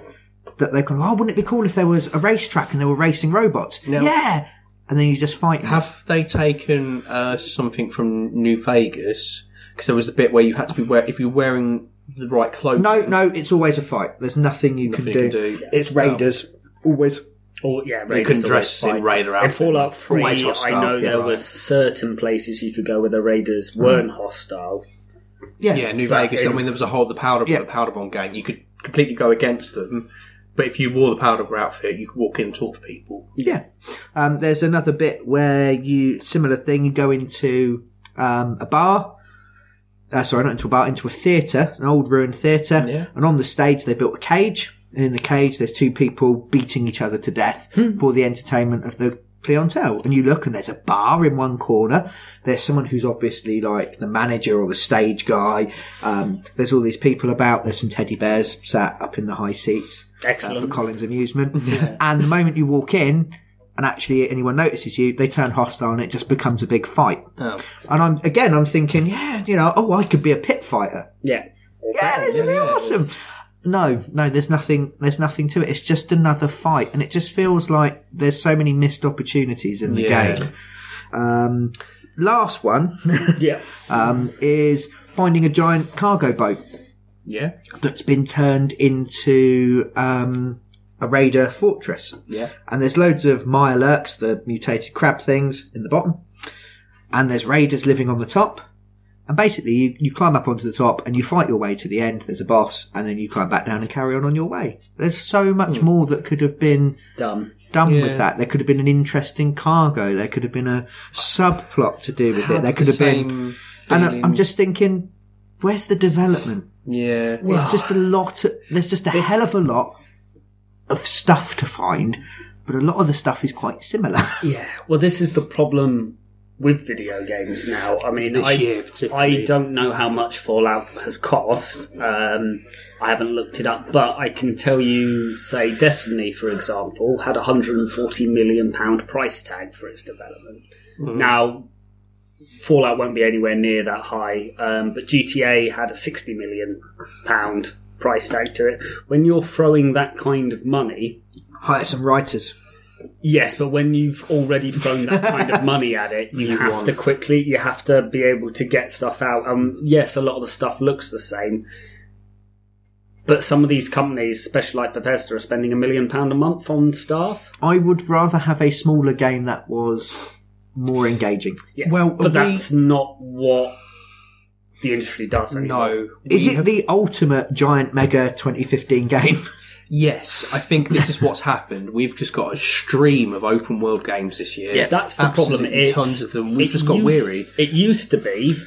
S1: that they can. Oh, wouldn't it be cool if there was a racetrack and they were racing robots?
S2: No.
S1: Yeah, and then you just fight. in it.
S2: Have they taken uh, something from New Vegas? Because there was a bit where you had to be wear if you were wearing the right clothes.
S1: No, no, it's always a fight. There's nothing you,
S2: Nothing
S1: can,
S2: you
S1: do.
S2: can do.
S1: It's Raiders. Always.
S3: Or yeah,
S2: you
S3: Raiders
S2: couldn't
S3: always
S2: dress
S3: fight.
S2: in Raider
S3: In
S2: outfit.
S3: Fallout Three,
S1: Always hostile,
S3: I know
S1: yeah,
S3: there
S1: right. Mm.
S3: was certain places you could go where the Raiders weren't hostile.
S1: Yeah.
S2: Yeah, New
S3: But
S2: Vegas.
S3: in-
S2: I mean, there was a whole the powder
S1: Yeah.
S2: the powder bomb game. You could completely go against them, but if you wore the powder bomb outfit, you could walk in and talk to people.
S1: Yeah. Um, there's another bit where you, similar thing, you go into um, a bar. Uh, sorry, not into a bar, into a theatre, an old ruined theatre.
S2: Yeah.
S1: And on the stage, they built a cage. And in the cage, there's two people beating each other to death for the entertainment of the clientele. And you look, and there's a bar in one corner. There's someone who's obviously like the manager or the stage guy. Um, there's all these people about. There's some teddy bears sat up in the high seats uh, for
S3: Excellent.
S1: Collins Amusement. And the moment you walk in, and actually anyone notices you, they turn hostile, and it just becomes a big fight.
S2: Oh.
S1: And I'm again, I'm thinking, yeah, you know, oh, I could be a pit fighter.
S3: yeah.
S1: Yeah, this would be
S2: yeah, yeah,
S1: awesome. No, no, there's nothing. There's nothing to it. It's just another fight, and it just feels like there's so many missed opportunities in the
S2: Yeah.
S1: game. Um, last one
S3: Yeah.
S1: um, is finding a giant cargo boat
S2: Yeah,
S1: that's been turned into um, a raider fortress.
S2: yeah.
S1: And there's loads of myalurks, the mutated crab things, in the bottom. And there's raiders living on the top. And basically, you, you climb up onto the top and you fight your way to the end. There's a boss, and then you climb back down and carry on on your way. There's so much more that could have been
S3: Done.
S1: done
S2: Yeah.
S1: with that. There could have been an interesting cargo. There could have been a subplot to do with it. There could have been. And I- I'm just thinking, where's the development?
S2: yeah.
S1: It's just a lot. Of, there's just a hell of a lot of stuff to find, but a lot of the stuff is quite similar.
S3: Yeah. Well, this is the problem with video games now. I mean, I,
S4: year
S3: I
S4: particularly.
S3: don't know how much Fallout has cost. Um, I haven't looked it up, but I can tell you, say, Destiny, for example, had a £140 million price tag for its development. Now, Fallout won't be anywhere near that high, um, but GTA had a £60 million price tag to it. When you're throwing that kind of money,
S1: Hire some writers.
S3: Yes, but when you've already thrown that kind of money at it, you, have to quickly, you have to be able to get stuff out. Um, yes, a lot of the stuff looks the same, but some of these companies, especially like Bethesda, are spending a million pound a month on staff.
S1: I would rather have a smaller game that was more engaging.
S3: Yes,
S2: Well,
S3: but
S2: are we-
S3: that's not what the industry does anymore.
S2: No.
S1: Is
S2: we
S1: it
S2: have-
S1: the ultimate giant mega 2015 game?
S2: Yes, I think this is what's happened. We've just got a stream of open world games this year.
S3: Yeah, that's the problem.
S2: Absolutely
S3: It's-
S2: tons of them. We've
S3: it
S2: just got
S3: used-
S2: weary.
S3: It used to be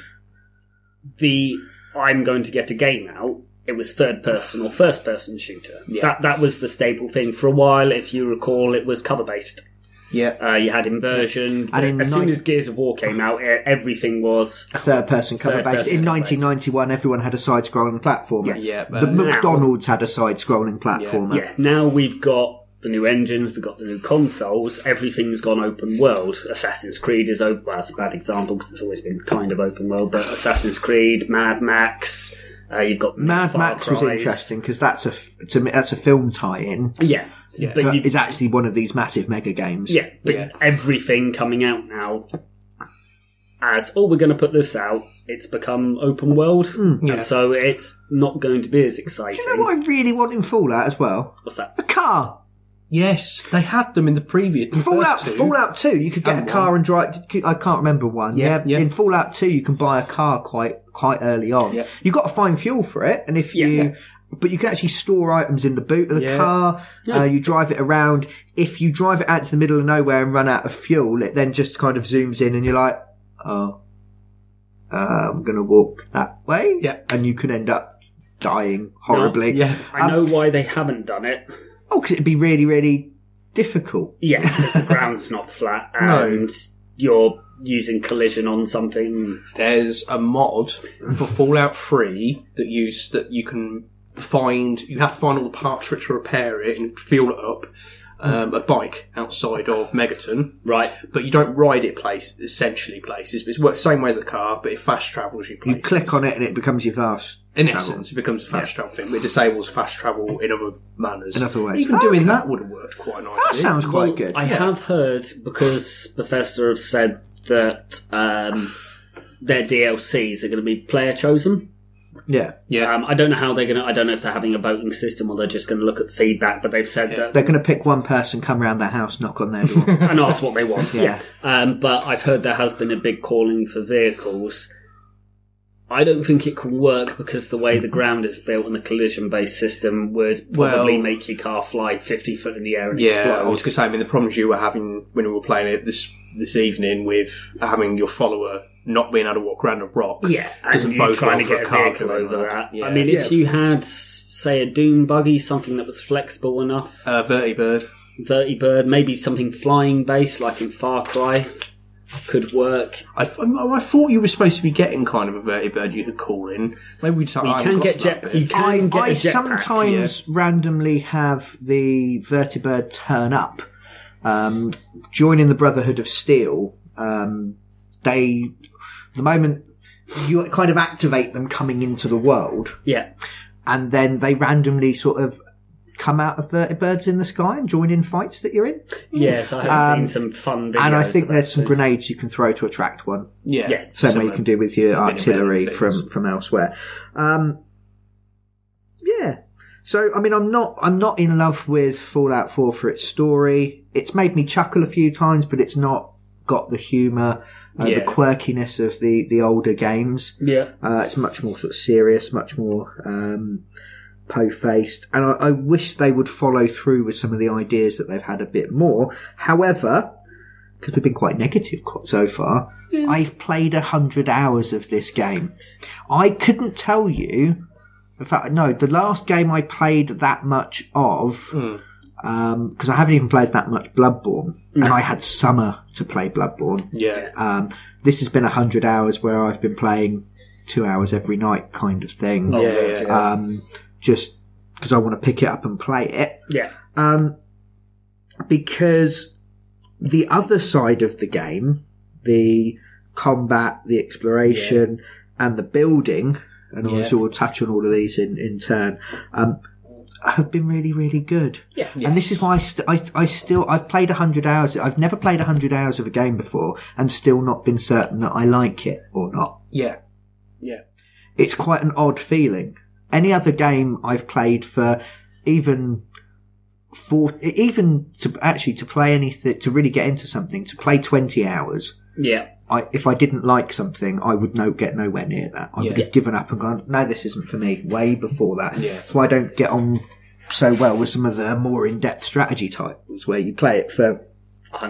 S3: the I'm going to get a game out. It was third person or first person shooter.
S2: Yeah.
S3: That that was the stable thing for a while. If you recall, it was cover based.
S2: Yeah,
S3: Uh, you had inversion.
S1: And in
S3: as soon
S1: nine-
S3: as Gears of War came out, e- everything was
S1: A third person cover
S3: Third-person
S1: based. In
S3: cover
S1: 1991, everyone had a side scrolling platformer.
S2: yeah. but-
S1: The McDonald's had a side scrolling platformer.
S3: yeah. Now we've got the new engines, we've got the new consoles. Everything's gone open world. Assassin's Creed is open. Well, that's a bad example because it's always been kind of open world. But Assassin's Creed, Mad Max. Uh, you've got
S1: Mad
S3: Far
S1: Max was
S3: Cry's.
S1: interesting because that's a f- to me that's a film tie-in.
S3: Yeah, yeah. But
S1: that
S3: you,
S1: is actually one of these massive mega games.
S3: yeah, but
S2: Yeah.
S3: everything coming out now as oh, we're going to put this out. It's become open world,
S2: yeah.
S3: and so it's not going to be as exciting.
S1: Do Hmm. you know what I really want in Fallout as well?
S3: What's that?
S1: A car.
S2: Yes, they had them in the previous the
S1: Fallout,
S2: first two.
S1: Fallout Two. You could get
S2: And
S1: a car and drive. I can't remember one.
S2: Yeah, yeah.
S1: In Fallout Two, you can buy a car quite quite early on.
S2: Yeah.
S1: You got to find fuel for it, and if
S3: Yeah,
S1: you.
S3: yeah.
S1: But you can actually store items in the boot of the
S2: Yeah.
S1: car.
S3: Yeah.
S1: Uh, you drive it around. If you drive it out to the middle of nowhere and run out of fuel, it then just kind of zooms in, and you're like, "Oh, uh, I'm gonna walk that way."
S2: Yeah.
S1: and you can end up dying horribly.
S2: Yeah,
S3: I know
S1: Um,
S3: why they haven't done it.
S1: Oh, because it'd be really, really difficult.
S3: Yeah, because the ground's not flat
S2: No.
S3: and you're using collision on something.
S2: there's a mod for Fallout Three that use that you can find. You have to find all the parts for it to repair it and fuel it up. Um, a bike outside of Megaton,
S3: Right.
S2: but you don't ride it place essentially places. It's works same way as a car, but it fast travels you.
S1: You
S2: Places.
S1: click on it and it becomes your vast.
S2: In
S1: travel.
S2: essence, it becomes a fast travel thing. but It disables fast travel in other manners.
S1: In other ways.
S2: Even
S1: Oh,
S2: doing
S1: okay.
S2: that would have worked quite nicely.
S1: That sounds quite
S3: Well,
S1: good.
S3: I have heard because Bethesda have said that um, their DLCs are going to be player chosen.
S1: yeah,
S2: Yeah.
S3: Um, I don't know how they're going to. I don't know if they're having a voting system or they're just going to look at feedback. But they've said that
S1: they're going to pick one person, come round their house, knock on their door.
S3: and ask what they want.
S1: Yeah.
S3: Um, but I've heard there has been a big calling for vehicles. I don't think it can work because the way the ground is built and the collision based system would probably
S2: Well-
S3: make your car fly 50 foot in the air and
S2: Yeah, I
S3: explode.
S2: was going to say. I mean, the problems you were having when we were playing it this this evening with having your follower not being able to walk around a rock.
S3: Yeah,
S2: Doesn't
S3: and you're
S2: bode
S3: trying to
S2: well for
S3: get
S2: a
S3: a
S2: car
S3: vehicle
S2: to
S3: over
S2: remember.
S3: that. I
S2: Yeah.
S3: mean, if you had, s- say, a dune buggy, something that was flexible enough,
S2: Uh, Vertibird.
S3: vertibird, maybe something flying based like in Far Cry, could work.
S2: I, I, I thought you were supposed to be getting kind of a Vertibird you could call in. Maybe we decide.
S3: Well, you can get jet. You can
S1: I,
S3: get
S1: I
S3: a jetpack.
S1: sometimes randomly have the vertibird turn up. Um, joining the Brotherhood of Steel, um, they the moment you kind of activate them coming into the world,
S3: Yeah.
S1: and then they randomly sort of come out of the birds in the sky and join in fights that you're in.
S3: Yes, I have
S1: Um,
S3: seen some fun videos.
S1: And I
S3: of
S1: think
S3: that
S1: there's some
S3: too.
S1: grenades you can throw to attract one.
S2: Yeah.
S3: Yes,
S1: Same way you can do with your
S2: many
S1: artillery
S2: things.
S1: from from elsewhere. Um, yeah. So I mean, I'm not I'm not in love with Fallout 4 for its story. It's made me chuckle a few times, but it's not got the humour, uh,
S3: Yeah.
S1: the quirkiness of the the older games.
S3: Yeah,
S1: Uh, it's much more sort of serious, much more um, po-faced, and I, I wish they would follow through with some of the ideas that they've had a bit more. However, because we've been quite negative qu- so far, I've played a hundred hours of this game. I couldn't tell you. In fact, no, the last game I played that much of.
S2: Hmm.
S1: Um 'cause because I haven't even played that much Bloodborne, and I had summer to play Bloodborne.
S2: Yeah.
S1: Um, this has been 100 hours where I've been playing two hours every night, kind of thing.
S3: Oh,
S2: Yeah, Uh,
S3: God,
S2: yeah.
S1: Um, just because I want to pick it up and play it.
S3: yeah,
S1: Um, because the other side of the game, the combat, the exploration, and the building, and
S2: Yeah.
S1: obviously we'll touch on all of these in, in turn, um, have been really, really good.
S3: yes.
S1: And this is why I, st- I, I still I've played hundred hours. I've never played hundred hours of a game before, and still not been certain that I like it or not.
S2: Yeah.
S1: It's quite an odd feeling. Any other game I've played for even for even to actually to play anything to really get into something to play twenty hours.
S3: yeah,
S1: I, if I didn't like something, I would no get nowhere near that. I would
S2: Yeah.
S1: have given up and gone, no, this isn't for me. Way before that,
S2: Yeah.
S1: so I don't get on so well with some of the more in-depth strategy titles where you play it for
S3: 100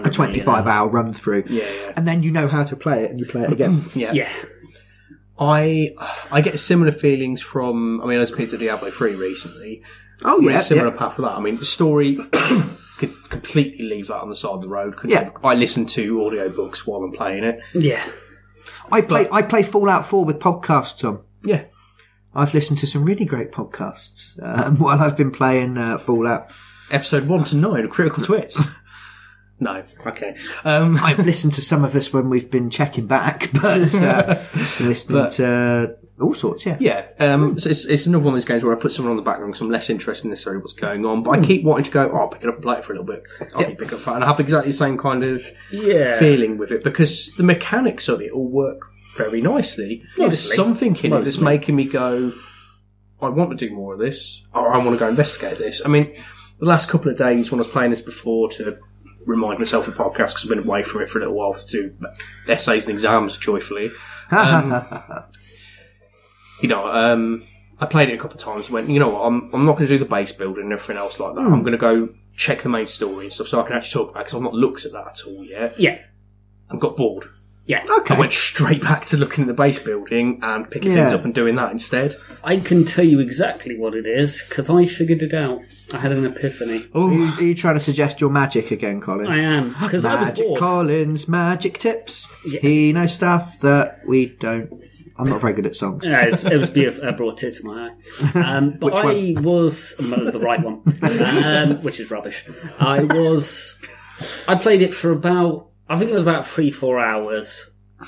S1: a
S3: million
S1: 25 hour run through.
S2: Yeah, yeah.
S1: And then you know how to play it and you play it again.
S2: Yeah.
S3: Yeah,
S2: I I get similar feelings from. I mean, I was playing Diablo three recently.
S1: oh,
S2: We're
S1: yeah.
S2: a similar
S1: yeah.
S2: path for that. I mean, the story could completely leave that on the side of the road. Couldn't
S1: Yeah.
S2: I listen to audiobooks while I'm playing it.
S3: yeah.
S1: I play I play Fallout 4 with podcasts on.
S2: Yeah.
S1: I've listened to some really great podcasts um, while I've been playing uh, Fallout.
S2: Episode one to nine of Critical Twits. no. Okay. Um,
S1: I've listened to some of us when we've been checking back, but uh, listening to all sorts, yeah.
S2: Yeah, um, so it's, it's another one of those games where I put someone on the background because I'm less interested in necessarily what's going on,
S1: Hmm.
S2: but I keep wanting to go, oh, I'll pick it up and play it for a little bit. I'll keep picking it up. And I have exactly the same kind of
S3: Yeah.
S2: feeling with it because the mechanics of it all work very nicely. There's
S3: Mostly.
S2: something in it that's
S3: Mostly.
S2: making me go, I want to do more of this, or I want to go investigate this. I mean, the last couple of days when I was playing this before to remind myself of the podcast because I've been away from it for a little while to do essays and exams joyfully you know, um, I played it a couple of times. Went, you know, what, I'm I'm not going to do the base building and everything else like that.
S3: Hmm.
S2: I'm going to go check the main story and stuff, so I can actually talk about because I've not looked at that at all yet.
S3: Yeah,
S2: I got bored.
S3: yeah.
S1: okay.
S2: I went straight back to looking at the base building and picking
S1: Yeah.
S2: things up and doing that instead.
S3: I can tell you exactly what it is because I figured it out. I had an epiphany.
S1: Are you, are you trying to suggest your magic again, Colin?
S3: I am because I was
S1: Magic
S3: bored.
S1: Collins, magic tips.
S3: Yes.
S1: He knows stuff that we don't. I'm not very good at songs.
S3: Yeah, it was, it was beautiful. I brought tears to my eye. Um, but
S1: Which
S3: I was well, the right one, um, which is rubbish. I was. I played it for about. I think it was about three, four hours.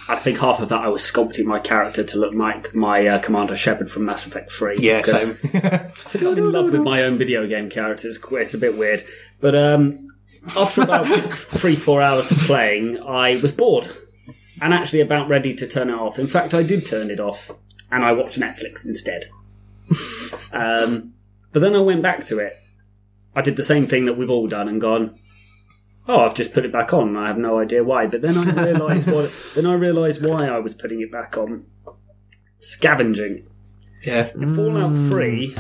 S3: I think half of that I was sculpting my character to look like my uh, Commander Shepard from Mass Effect Three. because I think I'm in love with my own video game characters. It's- It's a bit weird, but um, after about three, four hours of playing, I was bored and actually about ready to turn it off. In fact, I did turn it off and I watched Netflix instead. um, but then I went back to it. I did the same thing that we've all done and gone. Oh, I've just put it back on. I have no idea why. But then I realised what. Then I realised why I was putting it back on. Scavenging.
S2: yeah,
S3: In Fallout 3,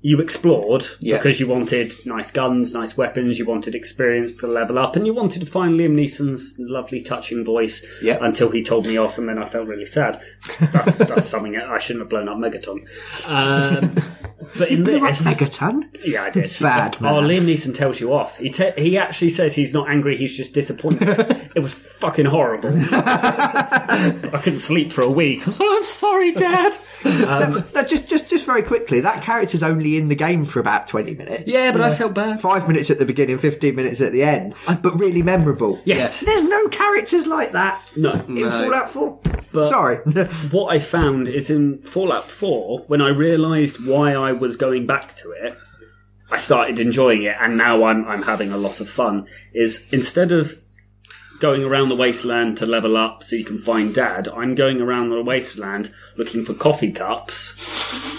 S3: you explored
S2: Yeah.
S3: because you wanted nice guns, nice weapons, you wanted experience to level up, and you wanted to find Liam Neeson's lovely, touching voice
S2: Yeah.
S3: until he told me off, and then I felt really sad. That's, that's something I shouldn't have blown up Megaton. Um, but in
S1: Blew up
S3: this.
S1: Megaton.
S3: Yeah, I did.
S1: Bad
S3: Oh,
S1: man.
S3: Liam Neeson tells you off. He te- he actually says he's not angry. He's just disappointed. it was fucking horrible. I couldn't sleep for a week. I was like, I'm sorry, Dad.
S1: No, just, just, just very quickly. That character's only in the game for about 20 minutes.
S3: Yeah, but I felt bad.
S1: Five minutes at the beginning, 15 minutes at the end, but really memorable.
S3: Yes.
S1: There's no characters like that
S3: No.
S1: in Fallout 4. Sorry.
S3: What I found is in Fallout 4, when I realised why I was going back to it, I started enjoying it, and now I'm I'm having a lot of fun. Is instead of going around the wasteland to level up so you can find dad, I'm going around the wasteland looking for coffee cups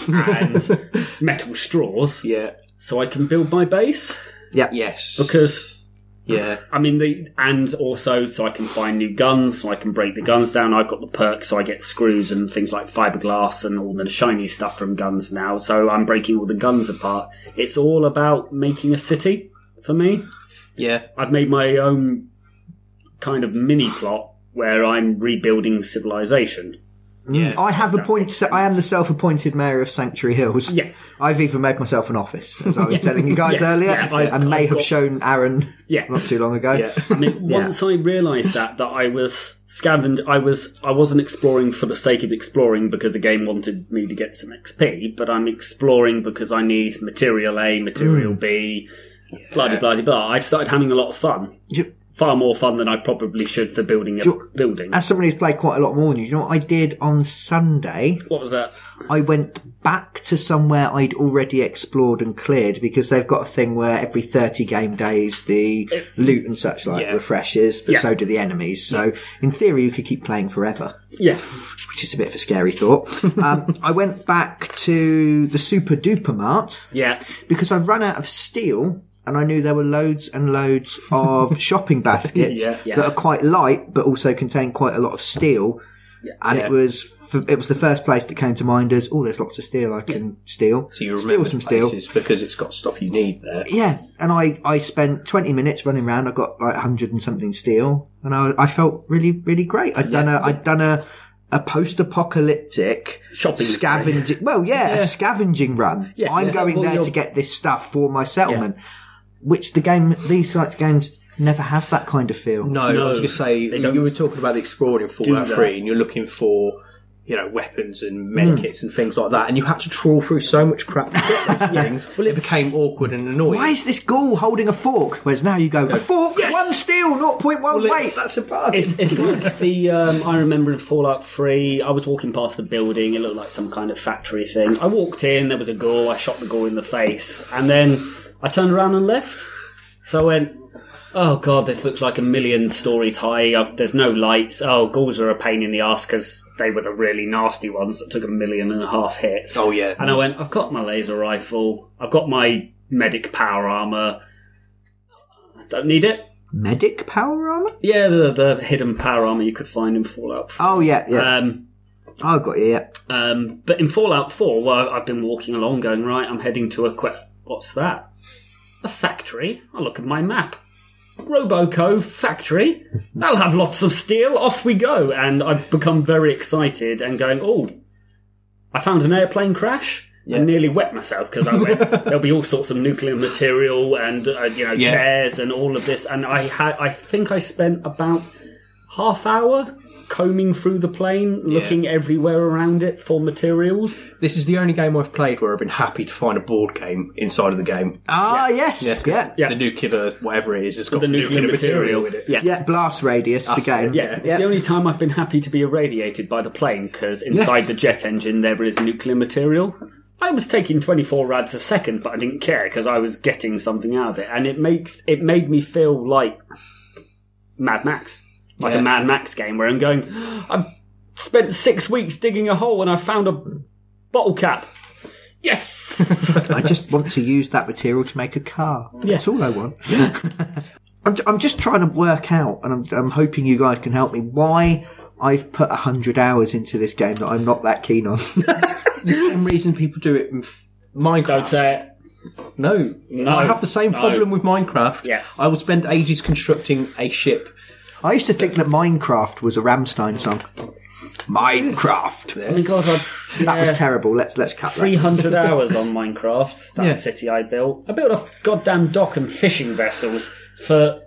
S3: and metal straws
S1: Yeah.
S3: so I can build my base
S2: Yes.
S3: because
S2: Yeah.
S3: I mean, the and also so I can find new guns, so I can break the guns down. I've got the perk, so I get screws and things like fiberglass and all the shiny stuff from guns now. So I'm breaking all the guns apart. It's all about making a city for me.
S2: Yeah.
S3: I've made my own kind of mini plot where I'm rebuilding civilization.
S2: Yeah.
S1: I have
S3: that
S1: appointed.
S3: makes
S1: I am
S3: sense.
S1: the self-appointed mayor of Sanctuary Hills.
S3: Yeah,
S1: I've even made myself an office, as I was telling you guys
S3: Yes,
S1: earlier,
S3: yeah, I-
S1: and may
S3: I've
S1: have
S3: got-
S1: shown Aaron
S3: yeah.
S1: not too long ago.
S2: Yeah.
S3: I mean, once I realised that that I was scavenged, I was I wasn't exploring for the sake of exploring because the game wanted me to get some XP, but I'm exploring because I need material A,
S1: Mm.
S3: material B, blah de blah de blah. I've started having a lot of fun,
S1: Do-
S3: far more fun than I probably should for building a
S1: Do-
S3: building.
S1: As somebody who's played quite a lot more than you, you know what I did on Sunday?
S3: What was that?
S1: I went back to somewhere I'd already explored and cleared because they've got a thing where every 30 game days the loot and such like
S2: Yeah.
S1: refreshes, but
S3: Yeah.
S1: so do the enemies. So in theory, you could keep playing forever,
S3: Yeah,
S1: which is a bit of a scary thought. um, I went back to the Super Duper Mart
S3: yeah,
S1: because I ran out of steel and I knew there were loads and loads of shopping baskets
S2: Yeah,
S3: yeah.
S1: that are quite light but also contain quite a lot of steel. And
S2: Yeah.
S1: it was it was the first place that came to mind as oh, there's lots of steel I can steal.
S2: So you
S1: steal
S2: remember
S1: some steel.
S2: places because it's got stuff you need there.
S1: Yeah, and I, I spent 20 minutes running around. I got like 100 and something steel, and I, I felt really, really great. I'd done a, I'd done a, a post apocalyptic
S3: shopping
S1: scavenging. Well, yeah, a scavenging run.
S3: Yeah,
S1: I'm
S3: yeah.
S1: going
S3: Well,
S1: there
S3: you're-
S1: to get this stuff for my settlement, which the game, these sorts of games, never have that kind of feel.
S2: No, I was going to say
S3: They don't
S2: you were talking about the exploring Fallout
S3: that.
S2: Three, and you're looking for you know weapons and medkits and things like that, and you had to trawl through so much crap to get those things. Well, it became awkward and annoying.
S1: Why is this ghoul holding a fork? Whereas now you go, a fork, one steel, 0.1 weight,
S3: it's-
S1: that's a bargain.
S3: It's, it's like the um, I remember in Fallout Three. I was walking past a building. It looked like some kind of factory thing. I walked in. There was a ghoul. I shot the ghoul in the face, and then I turned around and left. So I went. Oh god, this looks like a million stories high. I've, there's no lights. Oh, ghouls are a pain in the ass because they were the really nasty ones that took a million and a half hits.
S2: Oh yeah,
S3: And I went, I've got my laser rifle. I've got my medic power armor. I don't need it.
S1: Medic power armor?
S3: Yeah, the the hidden power armor you could find in Fallout. 4.
S1: Oh, yeah, yeah.
S3: Um,
S1: I got you, yeah.
S3: um, but in Fallout Four, well, I've been walking along, going right. I'm heading to a que- what's that? A factory. I look at my map. Roboco factory. That'll have lots of steel. Off we go. And I've become very excited and going, oh, I found an airplane crash. And nearly wet myself because I went. There'll be all sorts of nuclear material and uh, you know
S2: Yeah.
S3: chairs and all of this. And I had, I think I spent about half hour combing through the plane, looking everywhere around it for materials.
S2: this is the only game I've played where I've been happy to find a board game inside of the game.
S1: Ah, yes, yeah. Yeah.
S3: Yeah.
S2: The nuclear, whatever it is, it's got
S3: the nuclear material.
S2: in it.
S3: Yeah.
S1: Blast Radius, the game.
S3: Yeah, it's the only time I've been happy to be irradiated by the plane because inside the jet engine there is nuclear material. I was taking 24 rads a second, but I didn't care because I was getting something out of it, and it makes it made me feel like Mad Max, like
S2: Yeah.
S3: a Mad Max game where I'm going. I've spent six weeks digging a hole and I found a bottle cap. Yes.
S1: I just want to use that material to make a car. That's all I want. I'm, I'm just trying to work out, and I'm, I'm hoping you guys can help me, why I've put 100 hours into this game that I'm not that keen on.
S2: The same reason people do it in f- Minecraft.
S3: Don't say it.
S2: No.
S3: No.
S2: I have the same
S3: No.
S2: problem with Minecraft.
S3: Yeah.
S2: I will spend ages constructing a ship.
S1: I used to think that Minecraft was a Ramstein song. Minecraft.
S3: I mean, God, I,
S1: That
S3: yeah.
S1: was terrible. Let's let's cut that.
S3: 300 hours on Minecraft, that
S2: Yeah.
S3: city I built. I built a goddamn dock and fishing vessels for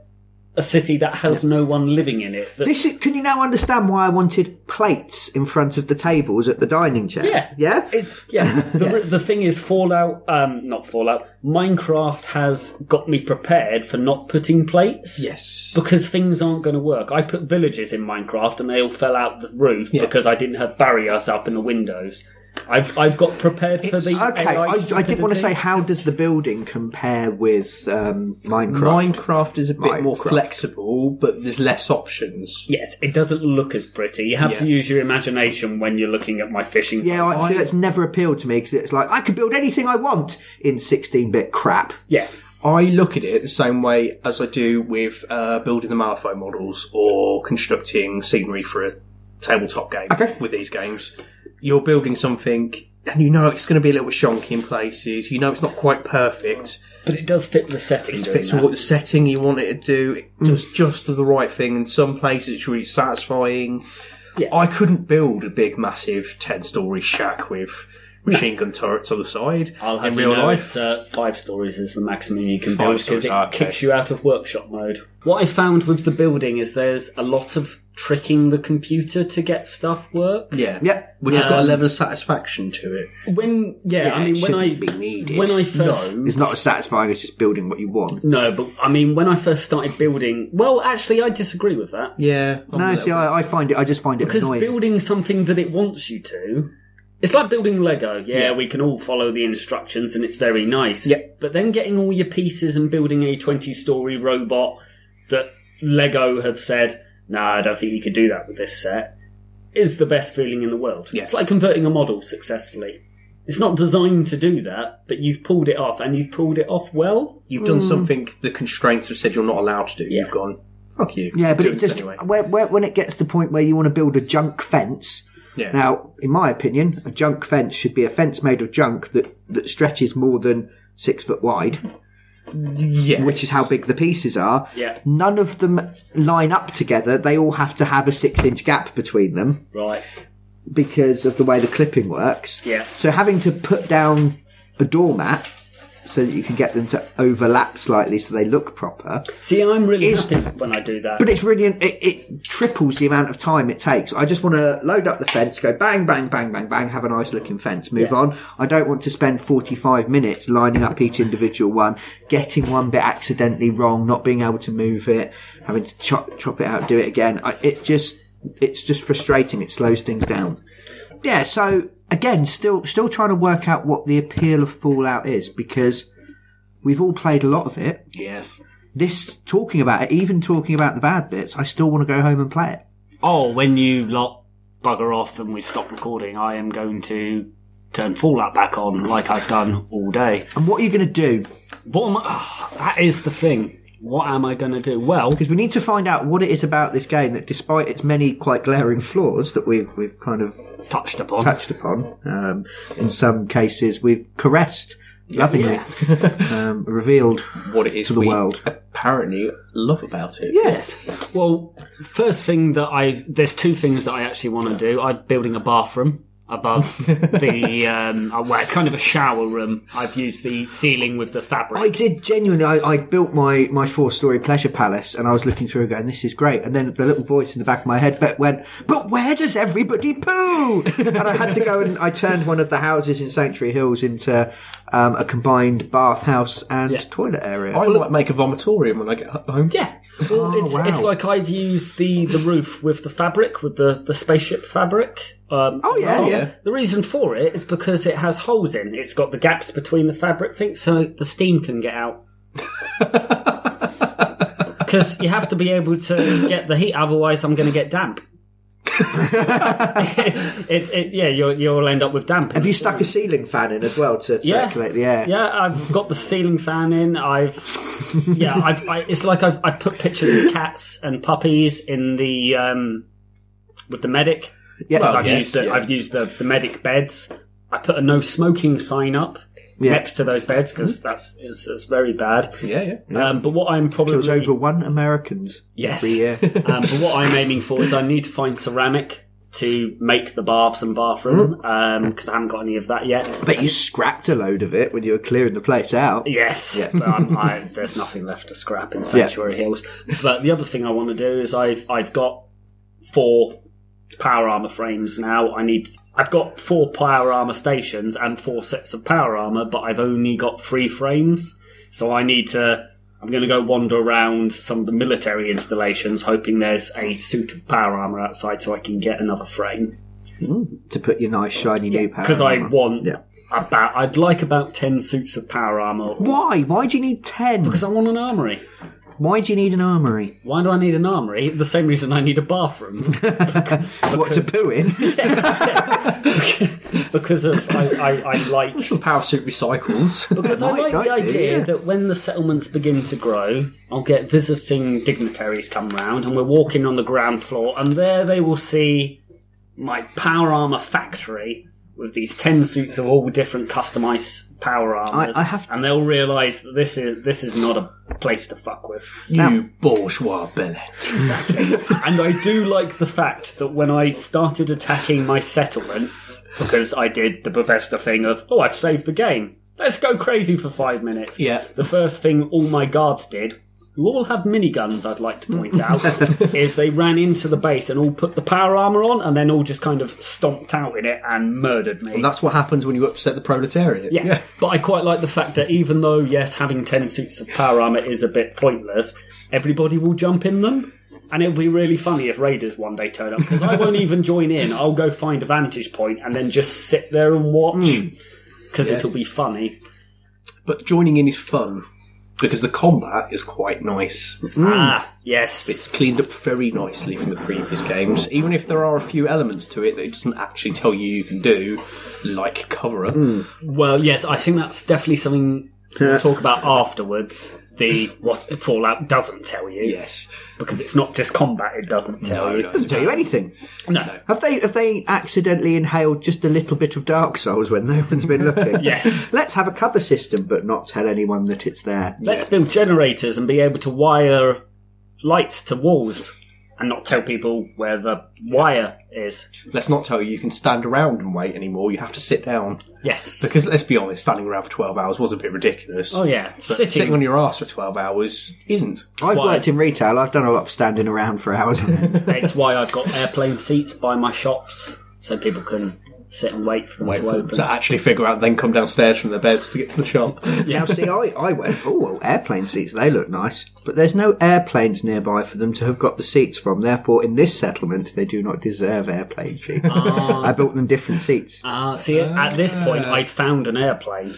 S3: a city that has no one living in it. That-
S1: This is, can you now understand why I wanted plates in front of the tables at the dining chair?
S3: yeah.
S1: Yeah?
S3: It's, yeah. The, the thing is, Fallout, um, not Fallout, Minecraft has got me prepared for not putting plates.
S2: Yes.
S3: Because things aren't going to work. I put villages in Minecraft and they all fell out the roof because I didn't have barriers up in the windows. I've I've got prepared for the
S1: Okay,
S3: AI
S1: I, I did want to
S3: stupidity.
S1: say, how does the building compare with um, Minecraft?
S2: Minecraft is a bit more
S1: Minecraft.
S2: flexible, but there's less options.
S3: Yes, it doesn't look as pretty. You have to
S2: Yeah.
S3: use your imagination when you're looking at my fishing.
S1: yeah, I, see,
S3: I-
S1: that's never appealed to me because it's like I can build anything I want in 16-bit crap.
S3: yeah.
S2: I look at it the same way as I do with uh, building the Malifaux models or constructing scenery for a tabletop game.
S1: Okay.
S2: With these games, you're building something, and you know it's going to be a little bit shonky in places. You know it's not quite perfect.
S3: But it does fit the setting.
S2: It
S3: Oh, doing
S2: fits
S3: that. Mm.
S2: what setting you want it to do. It does just the right thing. In some places, it's really satisfying.
S3: Yeah.
S2: I couldn't build a big, massive ten-story shack with machine gun turrets on the side
S3: I'll have
S2: in
S3: you
S2: real
S3: know
S2: life.
S3: it's, uh, five stories is the maximum you can
S2: Five
S3: build because
S2: stories,
S3: it
S2: okay.
S3: kicks you out of workshop mode. What I found with the building is there's a lot of tricking the computer to get stuff work.
S2: Yeah.
S1: Yeah,
S2: Which has got a
S3: Um,
S2: level of satisfaction to it.
S3: When yeah, I mean when
S1: shouldn't
S3: I
S1: be needed.
S3: when I first
S1: It's not as satisfying as just building what you want.
S3: no, but I mean when I first started building. Well, actually, I disagree with that
S2: Yeah.
S1: No, see, I, I find it. I just find it
S3: because
S1: annoying.
S3: building something that it wants you to. It's like building Lego. Yeah, we can all follow the instructions and it's very nice.
S2: Yeah.
S3: But then getting all your pieces and building a 20 story robot that Lego have said, nah, I don't think you can do that with this set, is the best feeling in the world.
S2: Yeah.
S3: It's like converting a model successfully. It's not designed to do that, but you've pulled it off and you've pulled it off well.
S2: You've done
S1: Mm.
S2: something the constraints have said you're not allowed to do.
S3: Yeah.
S2: You've gone, fuck you.
S1: yeah, but
S2: do
S1: it just where, where, when it gets to the point where you want to build a junk fence.
S2: Yeah.
S1: Now, in my opinion, a junk fence should be a fence made of junk that that stretches more than six foot wide,
S2: Yes.
S1: which is how big the pieces are.
S3: Yeah.
S1: None of them line up together. They all have to have a six inch gap between them
S3: Right.
S1: because of the way the clipping works.
S3: Yeah.
S1: So having to put down a doormat so that you can get them to overlap slightly so they look proper.
S3: See, I'm really
S1: Is-
S3: happy when I do that.
S1: But it's really it, it triples the amount of time it takes. I just want to load up the fence, go bang, bang, bang, bang, bang, have a nice looking fence, move on. I don't want to spend forty-five minutes lining up each individual one, getting one bit accidentally wrong, not being able to move it, having to chop chop it out, do it again. I, it just it's just frustrating. It slows things down. Yeah. So again, still still trying to work out what the appeal of Fallout is because we've all played a lot of it
S5: Yes.
S1: this talking about it, even talking about the bad bits, I still want to go home and play it.
S5: Oh, when you lot bugger off and we stop recording, I am going to turn Fallout back on like I've done all day.
S1: And what are you going to do?
S5: What am I? ah, that is the thing. What am I going to do? Well,
S1: Because we need to find out what it is about this game that, despite its many quite glaring flaws that we've we've kind of
S5: touched upon.
S1: touched upon, um, in some cases we've caressed lovingly, um, revealed.
S2: what it is
S1: to the
S2: we
S1: world.
S2: apparently love about it.
S1: Yes.
S5: Well, first thing that I there's two things that I actually want to do. I'm building a bathroom above the um, uh, well, it's kind of a shower room. I've used the ceiling with the fabric.
S1: I did genuinely. I, I built my, my four story pleasure palace, and I was looking through, going, "This is great." And then the little voice in the back of my head but went, "But where does everybody poo?" and I had to go and I turned one of the houses in Sanctuary Hills into um, a combined bathhouse and toilet area.
S2: I might make a vomitorium when I get ho- home.
S3: Yeah. Well,
S1: Oh,
S3: it's, it's
S1: wow.
S3: like I've used the, the roof with the fabric, with the, the spaceship fabric. Um,
S1: oh yeah,
S2: Oh,
S1: yeah.
S2: yeah.
S3: The reason for it is because it has holes in. It's got the gaps between the fabric things, so the steam can get out. Because you have to be able to get the heat, otherwise I'm going to get damp. it, it, it, yeah, you'll, you'll end up with damp.
S1: Have you stuck a ceiling fan in as well to
S3: Yeah.
S1: circulate the air?
S3: Yeah, I've got the ceiling fan in. I've yeah, I've, I, it's like I've I put pictures of cats and puppies in the um with the medic.
S1: Oh, Yeah.
S3: So I've
S2: yes,
S3: used the,
S2: yeah.
S3: I've used the, the medic beds. I put a no smoking sign up
S1: Yeah. Mm-hmm.
S3: next to those beds because that's it's, it's very bad.
S2: Yeah, yeah.
S3: Um, but what I'm probably
S1: Kills over one Americans
S3: yes,
S1: every year.
S3: um, but what I'm aiming for is I need to find ceramic to make the baths and
S1: Mm-hmm.
S3: bathroom because I haven't got any of that yet.
S1: But you scrapped a load of it when you were clearing the place out.
S3: Yes,
S1: Yeah.
S3: but I'm, I, there's nothing left to scrap in Sanctuary Hills. But the other thing I want to do is I've I've got four power armor frames now. I need I've got four power armor stations and four sets of power armor, but I've only got three frames. So I need to. I'm going to go wander around some of the military installations, hoping there's a suit of power armor outside so I can get another frame.
S1: to put your nice shiny new power.
S3: because I
S1: armor.
S3: want
S1: Yeah.
S3: about I'd like about ten suits of power armor
S1: Why? Why do you need ten?
S3: because I want an armory.
S1: Why do you need an armory?
S3: Why do I need an armory? The same reason I need a bathroom
S1: What to poo in?
S3: because of I, I, I like
S2: The power suit recycles.
S3: Because I
S1: Might,
S3: like the
S1: don't you?
S3: idea
S1: Yeah.
S3: that when the settlements begin to grow, I'll get visiting dignitaries come round and we're walking on the ground floor and there they will see my power armor factory with these 10 suits of all different customized power armors
S1: I have to-
S3: and they'll realize that this is this is not a place to fuck with.
S2: you bourgeois belly.
S3: and I do like the fact that when I started attacking my settlement, because I did the Bethesda thing of, oh, I've saved the game. Let's go crazy for five minutes.
S2: Yeah.
S3: The first thing all my guards did, who all have miniguns, I'd like to point out, is they ran into the base and all put the power armor on and then all just kind of stomped out in it and murdered me.
S2: And that's what happens when you upset the proletariat.
S3: Yeah. But I quite like the fact that even though, yes, having 10 suits of power armor is a bit pointless, everybody will jump in them. And it'll be really funny if raiders one day turn up because I won't even join in. I'll go find a vantage point and then just sit there and watch because it'll be funny.
S2: But joining in is fun because the combat is quite nice.
S3: Ah, yes.
S2: It's cleaned up very nicely from the previous games, even if there are a few elements to it that it doesn't actually tell you you can do, like cover up.
S3: Hmm. well, yes, I think that's definitely something we'll talk about afterwards. The what Fallout doesn't tell you
S2: Yes.
S3: because it's not just combat; it doesn't tell you.
S1: Doesn't tell you anything.
S3: No.
S1: Have they have they accidentally inhaled just a little bit of Dark Souls when no one's been looking?
S3: Yes.
S1: Let's have a cover system, but not tell anyone that it's there.
S3: Let's build generators and be able to wire lights to walls and not tell people where the wire is.
S2: Let's not tell you you can stand around and wait anymore. You have to sit down.
S3: Yes.
S2: Because let's be honest, standing around for 12 hours was a bit ridiculous.
S3: oh yeah,
S2: But
S3: sitting.
S2: on your ass for 12 hours isn't.
S1: I've
S3: why-
S1: worked in retail. I've done a lot of standing around for hours. on end.
S3: That's why I've got airplane seats by my shops so people can sit and wait for them
S2: Wait
S3: to
S2: for them
S3: open.
S2: to actually figure out, then come downstairs from their beds to get to the shop.
S1: Now, see, I, I went, oh, well, airplane seats, they look nice. But there's no airplanes nearby for them to have got the seats from. Therefore, in this settlement, they do not deserve airplane seats. I built them different seats.
S3: Ah, see, at this point,
S2: Ah.
S3: I'd found an airplane.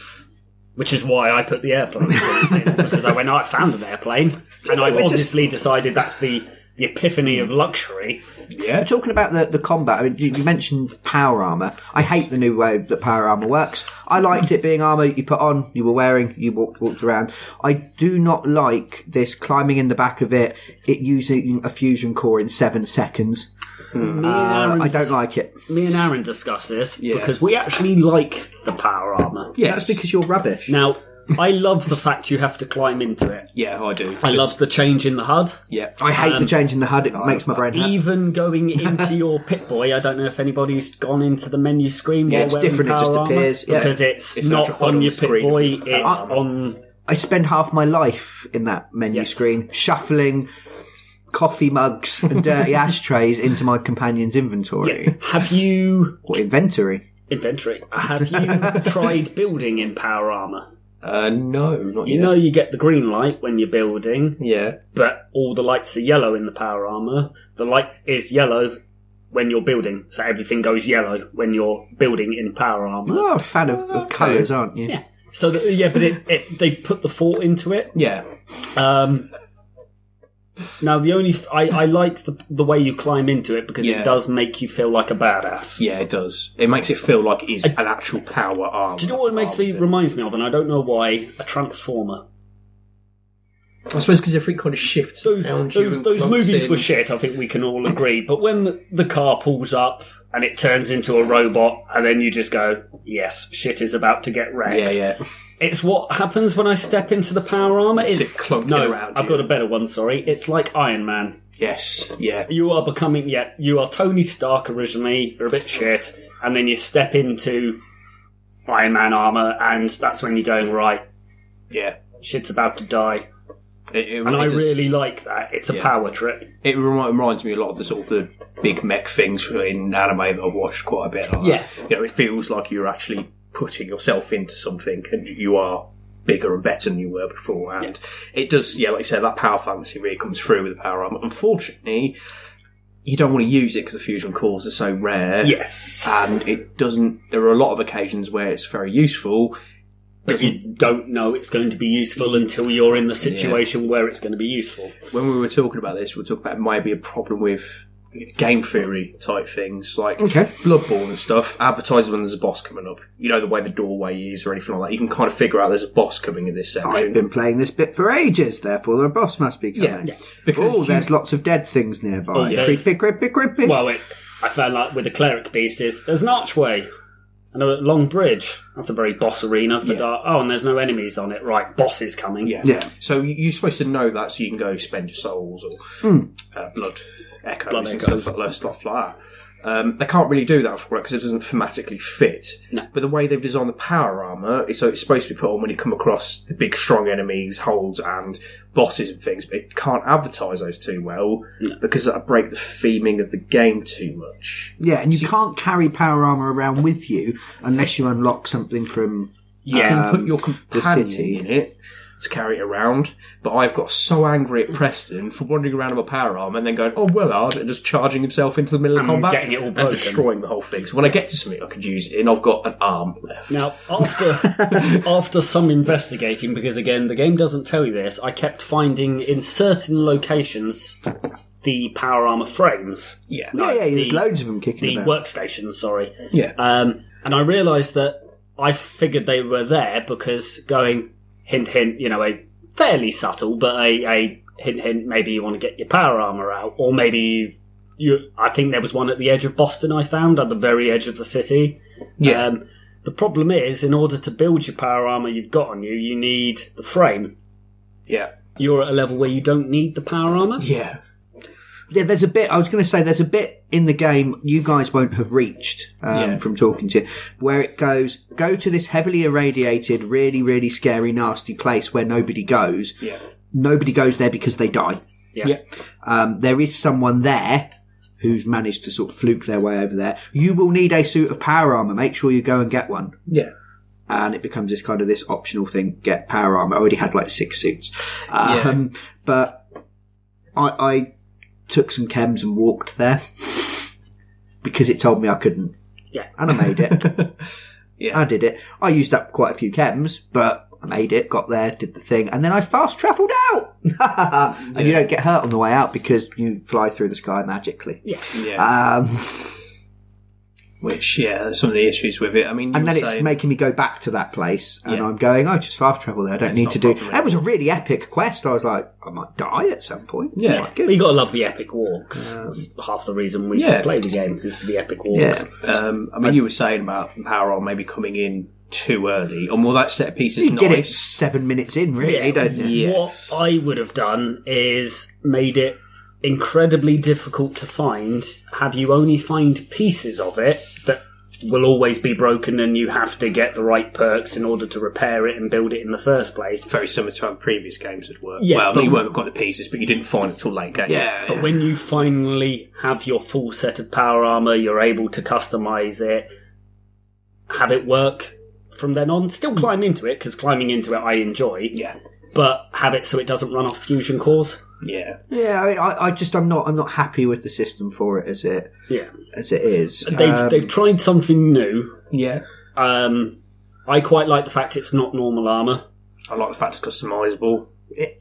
S3: Which is why I put the airplane seats in, because I went, "Oh, I found an airplane. And I've
S1: we're just-
S3: obviously decided that's the, the epiphany of luxury.
S2: yeah.
S1: Talking about the, the combat, I mean, you, you mentioned power armor. I hate the new way that power armor works. I liked it being armor you put on, you were wearing, you walked walked around. I do not like this climbing in the back of it, it using a fusion core in seven seconds. Uh,
S3: Me and Aaron
S1: I don't
S3: just-
S1: like it.
S3: me and Aaron discuss this
S2: Yeah.
S3: because we actually like the power armor.
S2: Yes.
S1: That's because you're rubbish.
S3: Now, I love the fact you have to climb into it.
S2: Yeah, I do.
S3: I love the change in the HUD.
S2: Yeah.
S1: I hate the change in the HUD. It makes my brain hurt.
S3: Even going into your Pit Boy, I don't know if anybody's gone into the menu screen.
S1: Yeah,
S3: while
S1: it's
S3: wearing
S1: different, it
S3: power
S1: just
S3: armor,
S1: appears, yeah.
S3: because it's,
S2: It's not
S3: not
S2: just on
S3: on
S2: the
S3: your Pit
S2: screen.
S3: Boy. It's
S1: Ah.
S3: on.
S1: I spend half my life in that menu
S3: Yeah.
S1: screen shuffling coffee mugs and dirty ashtrays into my companion's inventory
S3: Have you
S1: or inventory.
S3: inventory? Have you tried building in power armor?
S2: Uh, no, not
S3: You
S2: yet.
S3: know, you get the green light when you're building.
S2: Yeah.
S3: but all the lights are yellow in the power armor. The light is yellow when you're building, so everything goes yellow when you're building in power armor.
S1: You're a fan of, of colours, aren't you?
S3: Yeah. So the, yeah, but it, it they put the thought into it.
S2: Yeah.
S3: Um, now the only I, I like the the way you climb into it because
S2: Yeah.
S3: it does make you feel like a badass.
S2: Yeah, it does. It makes it feel like it's an actual power arm.
S3: Do you know what it makes me reminds me of, and I don't know why, a transformer.
S2: I suppose because everything kind of shifts.
S3: those,
S2: around you
S3: those,
S2: and
S3: those
S2: clumps
S3: movies
S2: in.
S3: were shit. I think we can all agree. But when the- the car pulls up and it turns into a robot, and then you just go, "Yes, shit is about to get wrecked."
S2: Yeah, yeah.
S3: It's what happens when I step into the power armor. Is
S2: It's clunking
S3: no,
S2: around
S3: I've
S2: you.
S3: got a better one. Sorry, it's like Iron Man.
S2: Yes, yeah.
S3: You are becoming, yeah, you are Tony Stark originally. You're a bit shit, and then you step into Iron Man armor, and that's when you're going right.
S2: Yeah.
S3: Shit's about to die,
S2: It, it
S3: and I
S2: does-
S3: really like that. It's a
S2: Yeah.
S3: power trip.
S2: It remi- reminds me a lot of the sort of the big mech things in anime that I've watched quite a bit. Like,
S3: Yeah.
S2: You know, it feels like you're actually putting yourself into something and you are bigger and better than you were before. And it does, yeah, like you said, that power fantasy really comes through with the power armor. Unfortunately, you don't want to use it because the fusion cores are so rare.
S3: Yes.
S2: And it doesn't. There are a lot of occasions where it's very useful.
S3: But you don't know it's going to be useful until you're in the situation where it's going to be useful.
S2: When we were talking about this, we were talking about it might be a problem with game theory type things like
S1: Okay.
S2: Bloodborne and stuff. Advertises when there's a boss coming up. You know the way the doorway is or anything like that. You can kind of figure out there's a boss coming in this
S1: I've
S2: section.
S1: been playing this bit for ages, therefore the boss must be
S2: yeah.
S1: coming.
S2: Because
S1: Oh,
S2: you-
S1: there's lots of dead things nearby.
S3: Oh, yeah.
S1: Creepy, creepy, creepy.
S3: Well, it, I found like with the cleric beast is there's an archway and a long bridge. That's a very boss arena for dark. Oh, and there's no enemies on it. Right, boss is coming.
S2: yeah.
S1: yeah.
S2: So you- you're supposed to know that, so you can go spend your souls or uh, blood echoes
S3: Blood
S2: and
S3: echoes.
S2: stuff like, stuff like that. Um, they can't really do that for it because it doesn't thematically fit.
S3: No.
S2: But the way they've designed the power armor, so it's supposed to be put on when you come across the big, strong enemies, holds, and bosses and things. But it can't advertise those too well because that break the theming of the game too much.
S1: Yeah, and you can't carry power armor around with you unless you unlock something from.
S2: You
S3: yeah.
S2: can put your
S1: the
S2: companion
S1: city.
S2: in it to carry it around, but I've got so angry at Preston for wandering around with a power arm and then going, oh, Willard, and just charging himself into the middle of
S3: And
S2: combat
S3: getting it all
S2: and
S3: broken.
S2: destroying the whole thing. So when I get to something I could use it in, I've got an arm left.
S3: Now, after after some investigating, because again the game doesn't tell you this, I kept finding in certain locations the power armor frames,
S2: Yeah.
S1: Yeah, oh, yeah, there's
S3: the-
S1: loads of them
S3: the
S1: kicking about.
S3: workstations. Sorry,
S2: Yeah.
S3: um, and I realised that I figured they were there because going hint hint, you know, a fairly subtle but a, a hint hint. Maybe you want to get your power armor out, or maybe you. I think there was one at the edge of Boston. I found at the very edge of the city.
S2: Yeah.
S3: Um, the problem is, in order to build your power armor you've got on you, you need the frame.
S2: Yeah.
S3: You're at a level where you don't need the power armor.
S2: Yeah.
S1: Yeah, there's a bit. I was going to say there's a bit in the game you guys won't have reached um,
S2: Yeah.
S1: from talking to you, where it goes go to this heavily irradiated, really, really scary, nasty place where nobody goes.
S2: Yeah.
S1: Nobody goes there because they die.
S3: Yeah.
S2: Yeah.
S1: Um, there is someone there who's managed to sort of fluke their way over there. You will need a suit of power armor. Make sure you go and get one.
S2: Yeah.
S1: and it becomes this kind of this optional thing. Get power armor. I already had like six suits, um, but I, I took some chems and walked there because it told me I couldn't.
S3: Yeah.
S1: and I made it.
S2: Yeah.
S1: I did it. I used up quite a few chems, but I made it. Got there, did the thing, and then I fast travelled out. and you don't get hurt on the way out because you fly through the sky magically.
S2: Yeah.
S1: Um,
S2: Which, yeah, that's some of the issues with it. I mean, you
S1: and then
S2: were
S1: it's
S2: saying-
S1: making me go back to that place, and
S2: Yeah.
S1: I'm going, I just fast travel there. I don't
S2: It's
S1: need
S2: not
S1: to do.
S2: proper,
S1: That was a really epic quest. I was like, I might die at some point.
S2: Yeah.
S1: Quite
S3: But
S1: good.
S3: you got to love the epic walks. That's half the reason we
S2: Yeah.
S3: play the game is for the epic walks.
S1: Yeah.
S2: Um, I mean, you were saying about power arm maybe coming in too early, and well, that set of pieces
S1: You
S2: nice.
S1: get it seven minutes in, really, don't you?
S2: Yeah.
S3: What I would have done is made it incredibly difficult to find. Have you only find pieces of it that will always be broken and you have to get the right perks in order to repair it and build it in the first place?
S2: Very similar to how the previous games had worked.
S3: Yeah,
S2: well, I
S3: but-
S2: mean, you weren't got the pieces, but you didn't find it till late game.
S1: Yeah,
S3: But when you finally have your full set of power armor, you're able to customize it, have it work from then on. Still climb into it, because climbing into it I enjoy,
S2: Yeah.
S3: but have it so it doesn't run off fusion cores.
S2: Yeah.
S1: Yeah, I, mean, I, I just, I'm not, I'm not happy with the system for it as it,
S3: Yeah.
S1: as it is.
S3: They've,
S1: Um,
S3: they've tried something new
S2: Yeah.
S3: Um, I quite like the fact it's not normal armor.
S2: I like the fact it's customizable.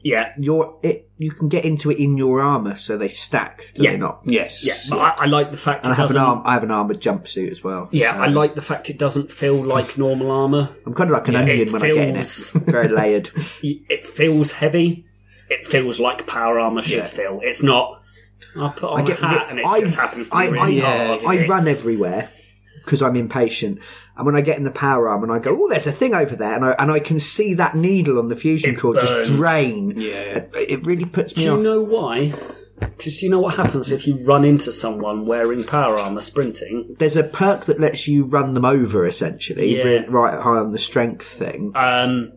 S3: Yeah,
S1: your, it, you can get into it in your armor, so they stack. Do
S3: Yeah.
S1: they not?
S2: Yes.
S3: yeah. But I, I like the fact
S1: And I
S3: it
S1: have an
S3: doesn't.
S1: arm, I have an armored jumpsuit as well.
S3: Yeah, I
S1: Um,
S3: like the fact it doesn't feel like normal armor.
S1: I'm kind of like an
S2: Yeah,
S1: onion
S3: it
S1: when I get in
S3: feels-
S1: it. Very layered.
S3: Y- It feels heavy. It feels like power armor should
S2: Yeah.
S3: feel. It's not. I put on
S1: I get
S3: a hat
S1: re-
S3: and it
S1: I-
S3: just happens to be
S1: I, I,
S3: really
S2: yeah,
S3: hard.
S1: I
S3: It's-
S1: run everywhere because I'm impatient. And when I get in the power arm and I go, oh, there's a thing over there, and I, and I can see that needle on the fusion
S3: It
S1: core just
S3: burns.
S1: drain,
S2: Yeah.
S1: it, it really puts
S3: Do
S1: me
S3: you
S1: off.
S3: know why? Because you know what happens if you run into someone wearing power armor sprinting.
S1: There's a perk that lets you run them over, essentially,
S3: Yeah.
S1: re- right high on the strength thing.
S3: Um,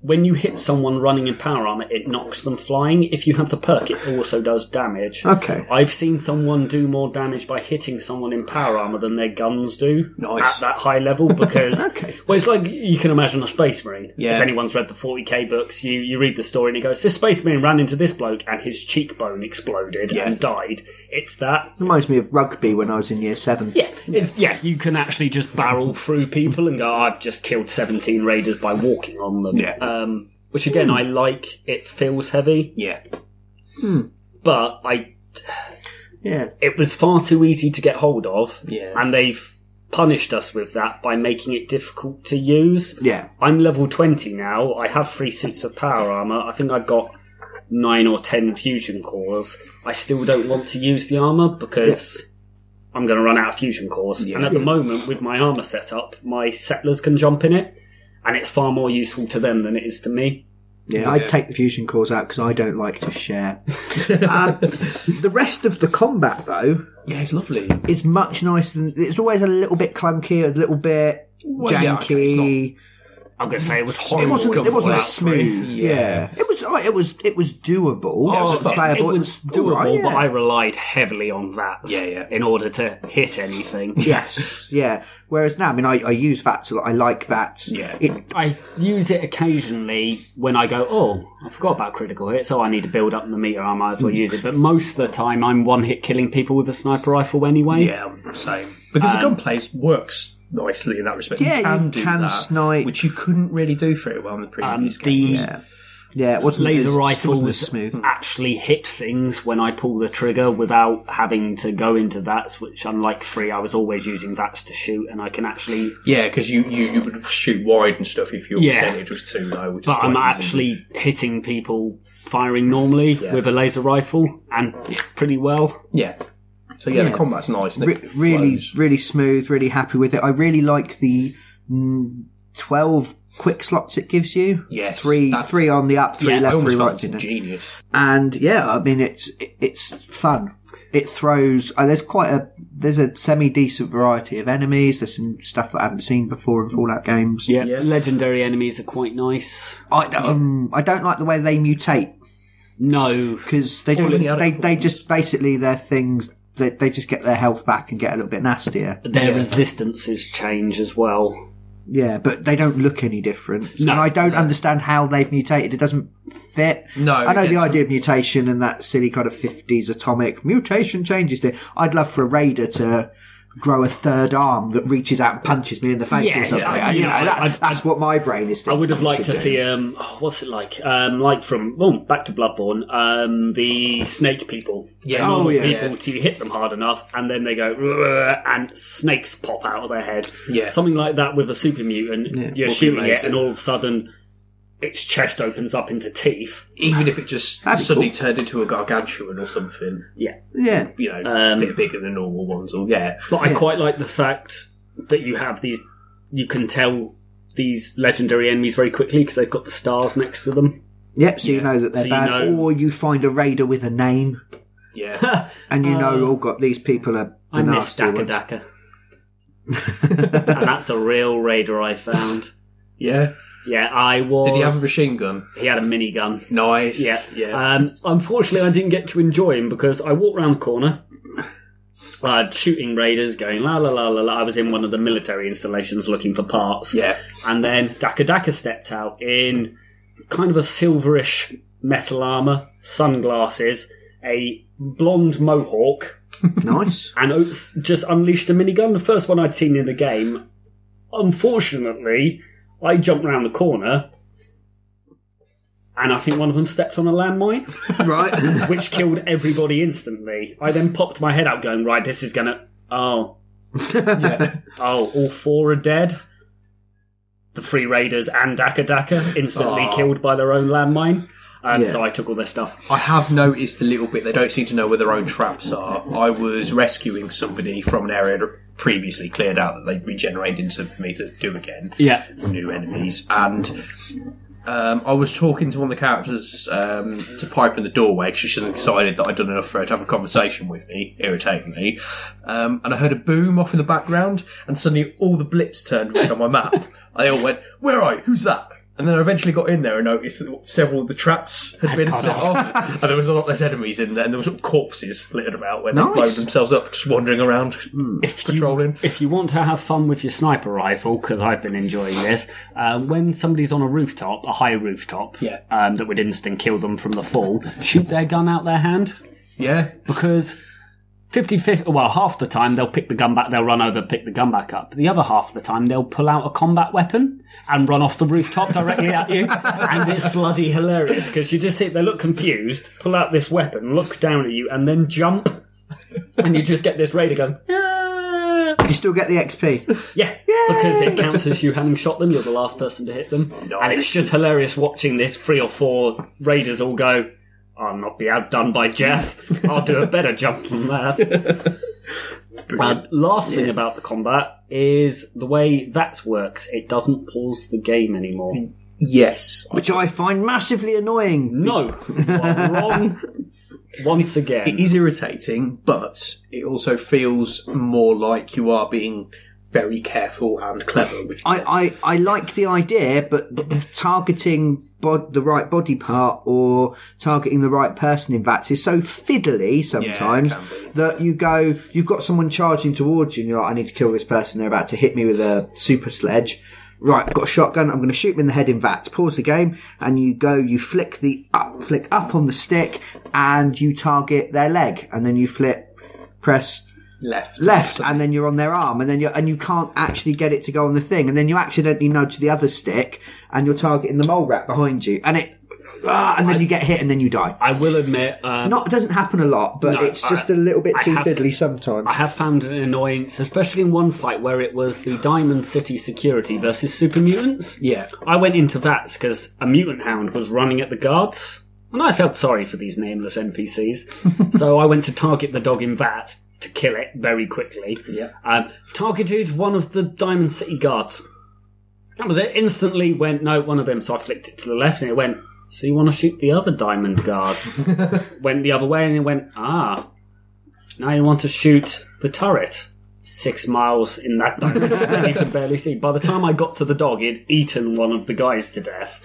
S3: when you hit someone running in power armor, it knocks them flying. If you have the perk, it also does damage.
S1: Okay.
S3: I've seen someone do more damage by hitting someone in power armor than their guns do
S2: Nice.
S3: at that high level because
S1: Okay.
S3: well, it's like you can imagine a space marine.
S2: Yeah.
S3: If anyone's read the 40k books, you you read the story and it goes, this space marine ran into this bloke and his cheekbone exploded
S2: Yeah.
S3: and died. It's that.
S1: Reminds me of rugby when I was in year seven.
S3: Yeah, it's yeah. You can actually just barrel through people and go, "I've just killed seventeen raiders by walking on them."
S2: Yeah.
S3: Um, which again, I like. It feels heavy,
S2: Yeah.
S3: but I
S1: Yeah.
S3: it was far too easy to get hold of.
S2: Yeah.
S3: And they've punished us with that by making it difficult to use.
S1: Yeah.
S3: I'm level 20 now. I have three suits of power armor. I think I've got nine or ten fusion cores. I still don't want to use the armor because I'm going to run out of fusion cores. And at the moment, with my armor setup, my settlers can jump in it, and it's far more useful to them than it is to me.
S1: Yeah, I'd take the fusion cores out because I don't like to share. um, the rest of the combat, though,
S2: Yeah, it's lovely.
S1: is much nicer than. It's always a little bit clunky, a little bit janky.
S2: yeah, okay, it's not
S3: I'm going to say it was
S1: it
S3: horrible.
S1: wasn't. It
S2: comfortable
S1: wasn't
S2: out
S1: smooth.
S2: three.
S1: Yeah. it was. oh, It was. It was doable.
S2: it was fun.
S1: playable,
S3: it was doable,
S1: alright, yeah.
S3: but I relied heavily on that
S2: Yeah, yeah.
S3: in order to hit anything.
S1: Yes, yeah. Whereas now, I mean, I, I use VATS a lot. I like VATS.
S2: Yeah.
S1: It,
S3: I use it occasionally when I go, oh, I forgot about critical hits, oh, I need to build up the meter arm, I might as well use it. But most of the time, I'm one hit killing people with a sniper rifle anyway.
S2: Yeah, I'm same. Um, Because the gunplay works nicely in that respect.
S1: Yeah,
S2: you can
S1: you
S2: do
S1: can
S2: that,
S1: snipe.
S2: which you couldn't really do very well in the
S3: Um,
S2: previous
S3: the
S2: game.
S1: yeah, Hmm. it wasn't
S3: laser
S1: as, still wasn't as
S3: rifles
S1: smooth.
S3: actually hit things when I pull the trigger without having to go into VATS, which unlike 3, I was always using VATS to shoot, and I can actually.
S2: Yeah, because you, you, you would shoot wide and stuff if your
S3: Yeah.
S2: percentage was too low. Which is
S3: But I'm
S2: quite easy.
S3: actually hitting people firing normally with a laser rifle, and pretty well.
S2: yeah. So yeah,
S1: Yeah.
S2: the combat's nice. And
S1: Re-
S2: it
S1: really,
S2: flows.
S1: really smooth. Really happy with it. I really like the mm, twelve quick slots it gives you.
S2: Yes,
S1: three,
S2: that-
S1: three on the up, three
S2: yeah, I
S1: left,
S2: almost
S1: three right.
S2: felt it was
S1: didn't it?
S2: genius.
S1: And yeah, I mean, it's it, it's fun. It throws. Uh, there's quite a there's a semi decent variety of enemies. There's some stuff that I haven't seen before in Fallout games.
S3: Yeah. Legendary enemies are quite nice.
S1: I don't, um, I don't like the way they mutate
S3: No.
S1: because they don't.
S2: in the other
S1: They, they just basically their things. They, they just get their health back and get a little bit nastier.
S3: Their resistances change as well.
S1: Yeah, but they don't look any different.
S3: No.
S1: and I don't understand how they've mutated. It doesn't fit.
S2: No,
S1: I know
S2: it
S1: the
S2: doesn't.
S1: idea of mutation and that silly kind of fifties atomic mutation changes thing. I'd love for a raider to grow a third arm that reaches out and punches me in the face
S3: Yeah,
S1: or something.
S3: yeah,
S1: you know,
S3: yeah,
S1: that-
S3: I- I-
S1: that's what my brain is
S3: I
S1: thinking.
S3: would have liked
S1: should
S3: to
S1: do.
S3: see um oh, what's it like? Um like from well, back to Bloodborne, um the snake people.
S2: Yeah.
S3: They're
S2: Oh,
S3: normal
S1: yeah.
S3: people till you hit them hard enough and then they go "Rrrr," and snakes pop out of their head.
S2: Yeah.
S3: Something like that with a super mutant.
S1: Yeah.
S3: You're
S2: Would be
S3: shooting it
S2: amazing.
S3: and all of a sudden its chest opens up into teeth.
S2: Even if it just
S1: That'd be
S2: suddenly
S1: cool.
S2: turned into a gargantuan or something,
S1: Yeah,
S2: you know,
S3: Um,
S2: a bit bigger than normal ones, or yeah,
S3: But I
S1: Yeah.
S3: quite like the fact that you have these you can tell these legendary enemies very quickly because they've got the stars next to them.
S1: yep. So you know that
S3: So
S1: they're
S3: you
S1: bad,
S3: know-
S1: or you find a raider with a name.
S2: yeah.
S1: and you know, oh god, these people are. The
S3: I miss
S1: nasty
S3: Daka
S1: ones.
S3: Daka. and that's a real raider I found.
S2: Yeah.
S3: Yeah, I was.
S2: Did he have a machine gun?
S3: He had a minigun.
S2: Nice.
S3: Yeah,
S2: Yeah.
S3: Um, unfortunately, I didn't get to enjoy him because I walked round the corner, uh, shooting raiders, going la la la la la. I was in one of the military installations looking for parts.
S2: yeah.
S3: and then Daka Daka stepped out in kind of a silverish metal armor, sunglasses, a blonde mohawk,
S1: Nice.
S3: and Oates just unleashed a minigun. The first one I'd seen in the game. Unfortunately, I jumped round the corner, and I think one of them stepped on a landmine,
S1: right.
S3: which killed everybody instantly. I then popped my head out, going, "Right, this is gonna oh." Oh, all four are dead. The three raiders and Daka Daka instantly
S2: Aw.
S3: killed by their own landmine. Um,
S1: Yeah.
S3: So I took all their stuff.
S2: I have noticed a little bit. They don't seem to know where their own traps are. I was rescuing somebody from an area previously cleared out that they regenerated into for me to do again.
S3: Yeah.
S2: New enemies and. Um, I was talking to one of the characters um, to pipe in the doorway because she suddenly decided that I'd done enough for her to have a conversation with me, irritatingly. Um, and I heard a boom off in the background, and suddenly all the blips turned red on my map. I all went, "Where are you? Who's that?" And then I eventually got in there and noticed that several of the traps had been set off. and there was a lot less enemies in there, and there were sort of corpses littered about where they'd
S1: Nice.
S2: blown themselves up, just wandering around, patrolling.
S3: If you want to have fun with your sniper rifle, because I've been enjoying this, um, when somebody's on a rooftop, a high rooftop,
S2: Yeah.
S3: um, that would instant kill them from the fall, shoot their gun out their hand.
S2: Yeah.
S3: because 50, 50 well half the time they'll pick the gun back they'll run over pick the gun back up the other half of the time they'll pull out a combat weapon and run off the rooftop directly at you
S4: and it's bloody hilarious because you just sit there, look confused, pull out this weapon, look down at you, and then jump, and you just get this raider going. "Ah."
S1: You still get the XP.
S4: Yeah, because it counts as you having shot them. You're the last person to hit
S2: Oh,
S4: them, and it's just hilarious watching this three or four raiders all go. I'll not be outdone by Jeff. I'll do a better jump than that. And last thing about the combat is the way that works. It doesn't pause the game anymore.
S2: Yes.
S1: Which I find massively annoying.
S4: No, you are wrong. Once again,
S2: It is irritating, but it also feels more like you are being very careful and clever with
S1: I, I, I like the idea, but targeting bod- the right body part or targeting the right person in VATS is so fiddly sometimes
S2: Yeah, it can
S1: that you go, you've got someone charging towards you and you're like, I need to kill this person, they're about to hit me with a super sledge. Right, I've got a shotgun, I'm going to shoot him in the head in VATS. Pause the game and you go, you flick the up, flick up on the stick and you target their leg and then you flip, press
S2: left.
S1: left, and then you're on their arm, and then you and you can't actually get it to go on the thing, and then you accidentally nudge the other stick, and you're targeting the mole rat behind you, and it, ah, and then you get hit, and then you die.
S3: i will admit um,
S1: Not it doesn't happen a lot, but
S3: No,
S1: it's just
S3: I-
S1: a little bit
S3: I
S1: too
S3: have-
S1: fiddly sometimes.
S3: i have found an annoyance especially in one fight where it was the diamond city security versus super mutants
S2: Yeah.
S3: i went into that because a mutant hound was running at the guards and i felt sorry for these nameless npcs so i went to target the dog in that to kill it very quickly
S2: Yeah.
S3: um, targeted one of the Diamond City guards. That was it. Instantly went, no, one of them. So I flicked it to the left and it went, so you want to shoot the other Diamond guard? went the other way and it went, ah, now you want to shoot the turret. Six miles in that direction, you can barely see. By the time I got to the dog, it'd eaten one of the guys to death.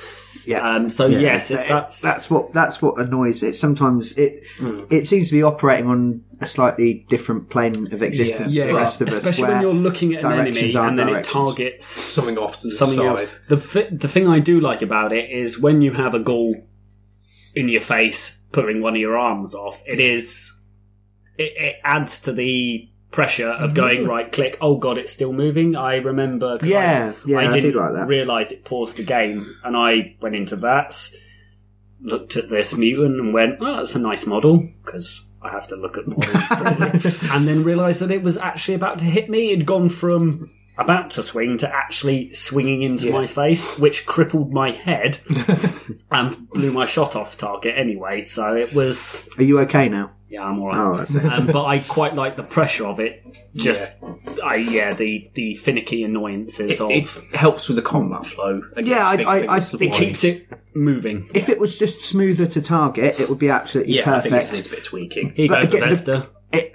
S1: Yeah.
S3: Um, so yes, if
S1: That-
S3: that's Hmm.
S1: that's what that's what annoys me. Sometimes it it seems to be operating on a slightly different plane of existence.
S2: Yeah.
S1: to the
S2: Yeah.
S1: rest of us,
S3: especially when
S1: where-
S3: you're looking at an enemy
S1: directions aren't
S3: and then it
S1: directions.
S3: targets
S2: Something off to the
S3: something
S2: side.
S3: else. The thi- the thing I do like about it is when you have a goal in your face, pulling one of your arms off. It is it, it adds to the pressure
S1: Mm-hmm.
S3: of going right click. Oh god, it's still moving. I remember. 'cause I-
S1: Yeah, yeah, I do
S3: didn't
S1: like that.
S3: realize it paused the game, and I went into that, looked at this mutant, and went, "Oh, that's a nice model," because. I have to look at models, probably. and then realised that it was actually about to hit me. It'd gone from about to swing to actually swinging into my face, which crippled my head and blew my shot off target anyway. So it was,
S1: Are you okay now?
S3: yeah, I'm alright.
S1: Oh, that's it.
S3: Um, but I quite like the pressure of it. Just, I yeah, the the finicky annoyances
S2: It,
S3: of
S2: it helps with the combat flow. Again,
S1: Yeah, I-
S2: big
S1: I-
S2: thing
S1: I
S2: is the
S1: think
S2: wide.
S3: keeps it moving.
S1: If it was just smoother to target, it would be absolutely
S2: Yeah, I
S1: perfect.
S2: think it just needs a bit of tweaking.
S3: Here you go,
S1: But again, the-
S3: Bethesda.
S2: Eh.
S1: it-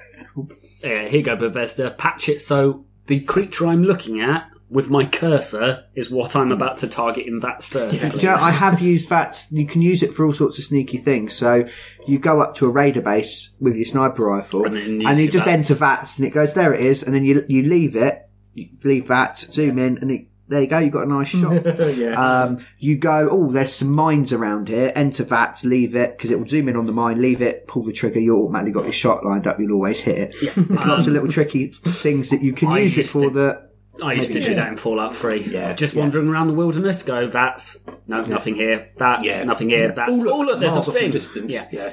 S3: Yeah, here you go, Bethesda. Patch it so the creature I'm looking at with my cursor is what I'm about to target in that first.
S1: Do you know, I have used that. You can use it for all sorts of sneaky things. So you go up to a raider base with your sniper riful,
S3: And
S1: and,
S3: then use
S1: you
S3: your
S1: just
S3: VATS.
S1: enter VATS, and it goes there. It is, and then you you leave it, you leave VATS, zoom in, and it, there you go. You've got a nice shot.
S2: yeah.
S1: um, you go, oh, there's some mines around here. Enter VATS, leave it because it will zoom in on the mine. Leave it, pull the trigger. You automatically got your shot lined up. You'll always hit it. There's lots of little tricky things that you can
S3: Um, I
S1: use it
S3: used
S1: for.
S3: it.
S1: That
S3: I used to
S1: Maybe.
S3: do that in Fallout 3.
S2: Yeah.
S3: Just wandering around the wilderness, go, that's, no, nothing here, that's,
S2: Yeah.
S3: nothing here, that's,
S2: Oh, look,
S3: oh look, there's a
S2: miles off in
S3: thing.
S2: Distance.
S3: Yeah.
S2: yeah.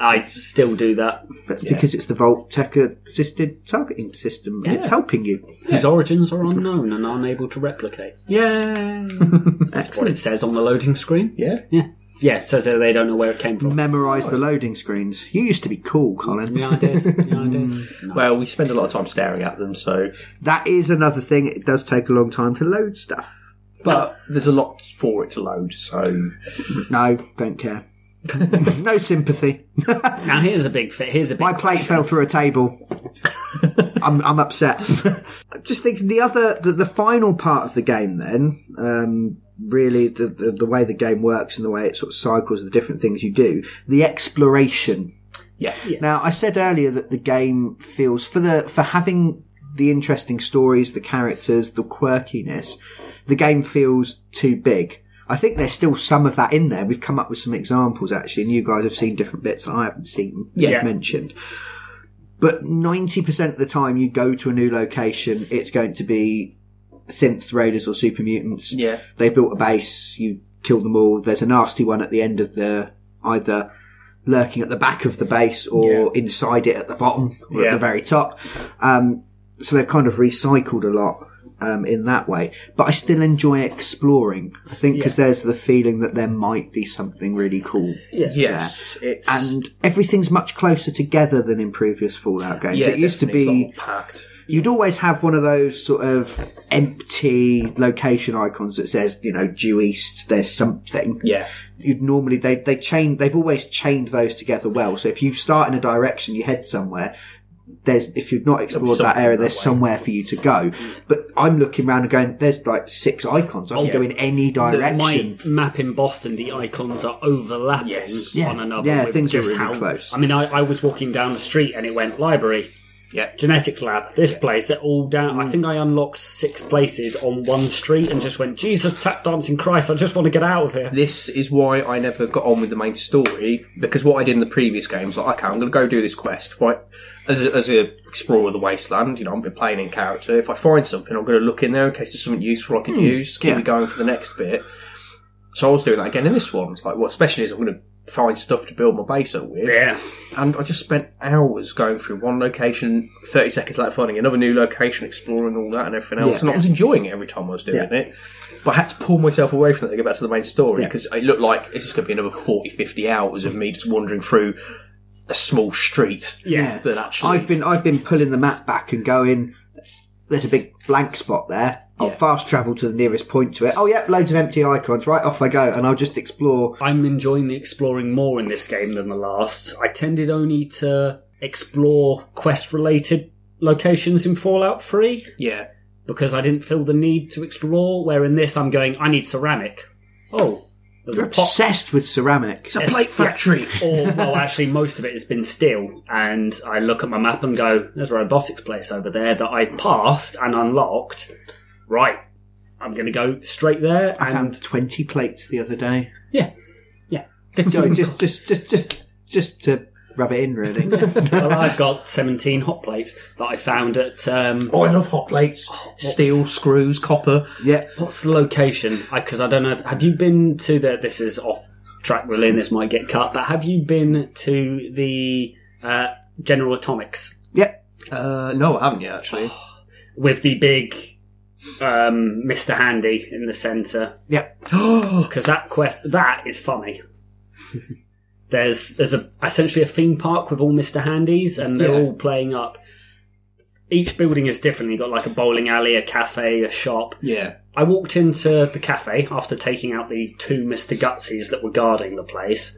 S3: I still do that.
S1: but because it's the Vault Tech assisted targeting system, it's helping you.
S3: Whose origins are unknown and unable to replicate.
S2: Yeah.
S3: That's what it says on the loading screen.
S2: yeah.
S3: Yeah. Yeah, it says that they don't know where it came from.
S1: memorize the loading screens. You used to be cool, Colin.
S3: Yeah, I did. Yeah, I did.
S2: Well, we spend a lot of time staring at them, so.
S1: That is another thing. It does take a long time to load stuff.
S2: But there's a lot for it to load, so.
S1: No, don't care. no sympathy.
S3: Now here's a big fit. Here's a big.
S1: My plate fell through a table. I'm, I'm upset. I'm Just thinking the other, the, the final part of the game then, um, really the, the the way the game works and the way it sort of cycles the different things you do. The exploration
S2: Yeah.
S1: now, I said earlier that the game feels for the for having the interesting stories, the characters, the quirkiness, the game feels too big. I think there's still some of that in there. We've come up with some examples actually, and you guys have seen different bits that I haven't seen
S2: Yeah.
S1: mentioned. But ninety percent of the time, you go to a new location, it's going to be synth raiders or super mutants
S2: Yeah.
S1: they built a base, you kill them all. There's a nasty one at the end of the either lurking at the back of the base or inside it at the bottom or at
S4: Yeah.
S1: the very top. Um, so they've kind of recycled a lot um, in that way. But I still enjoy exploring. I think because there's the feeling that there might be something really cool.
S2: Yes. It's
S1: And everything's much closer together than in previous Fallout games.
S2: yeah,
S1: it used to
S2: definitely.
S1: be
S2: It's not packed.
S1: you'd always have one of those sort of empty location icons that says, you know, due east, there's something.
S2: Yeah.
S1: You'd normally they they chain they've always chained those together well. So if you start in a direction, you head somewhere. There's if you've not explored that
S2: something
S1: area,
S2: that
S1: there's
S2: way.
S1: somewhere for you to go. But I'm looking around and going, there's like six icons. I can
S2: Oh, yeah.
S1: go in any direction.
S3: My map in Boston, the icons are overlapping
S2: Yes.
S1: Yeah.
S3: one another.
S1: Yeah,
S3: with
S1: things are
S3: just
S1: really
S3: how,
S1: close.
S3: I mean, I, I was walking down the street and it went library,
S2: Yeah.
S3: genetics lab, this place. They're all down. I think I unlocked six places on one street and just went, Jesus, tap dancing Christ! I just want to get out of here.
S2: This is why I never got on with the main story because what I did in the previous games, like okay, I'm going to go do this quest. Right, as a, as a explorer of the wasteland, you know, I'm playing in character. If I find something, I'm going to look in there in case there's something useful I can use. Keep
S1: yeah.
S2: me going for the next bit. So I was doing that again in this one. It's like, what especially is I'm going to find stuff to build my base up with.
S4: Yeah.
S2: And I just spent hours going through one location, 30 seconds later finding another new location, exploring all that and everything else.
S1: Yeah.
S2: and I was enjoying it every time I was doing
S1: Yeah.
S2: it. But I had to pull myself away from that to get back to the main story
S1: Yeah.
S2: because it looked like this is going to be another 40, 50 hours of me just wandering through a small street.
S1: Yeah.
S2: That actually.
S1: I've been I've been pulling the map back and going. There's a big blank spot there. I'll
S2: Yeah.
S1: fast travel to the nearest point to it. Oh yeah, loads of empty icons. Right off I go, and I'll just explore.
S3: I'm enjoying the exploring more in this game than the last. I tended only to explore quest related locations in Fallout 3
S2: Yeah.
S3: because I didn't feel the need to explore, where in this I'm going, I need ceramic. Oh, there's
S1: You're
S3: a pot.
S1: obsessed with ceramic.
S2: It's a plate factory.
S3: or, well, actually, most of it has been steel. And I look at my map and go, there's a robotics place over there that I passed and unlocked. Right, I'm going to go straight there
S1: I
S3: and.
S1: found twenty plates the other day.
S3: Yeah.
S1: Joe, just just just just just to rub it in, really.
S3: well, I've got 17 hot plates that I found at. Um,
S2: Oh, I love hot plates, steel, screws, copper.
S1: yeah,
S3: What's the location? Because I, don't know. If, have you been to the? This is off track, really, and this might get cut. But have you been to the uh, General Atomics
S1: yeah.
S2: Uh, no, I haven't yet, actually.
S3: with the big um, Mr. Handy in the centre?
S1: Yeah,
S3: Because that quest that is funny. there's there's a essentially a theme park with all Mr. Handies, and they're
S2: Yeah.
S3: all playing up. Each building is different. You've got like a bowling alley, a cafe, a shop,
S2: yeah.
S3: I walked into the cafe after taking out the two Mr. Gutsies that were guarding the place.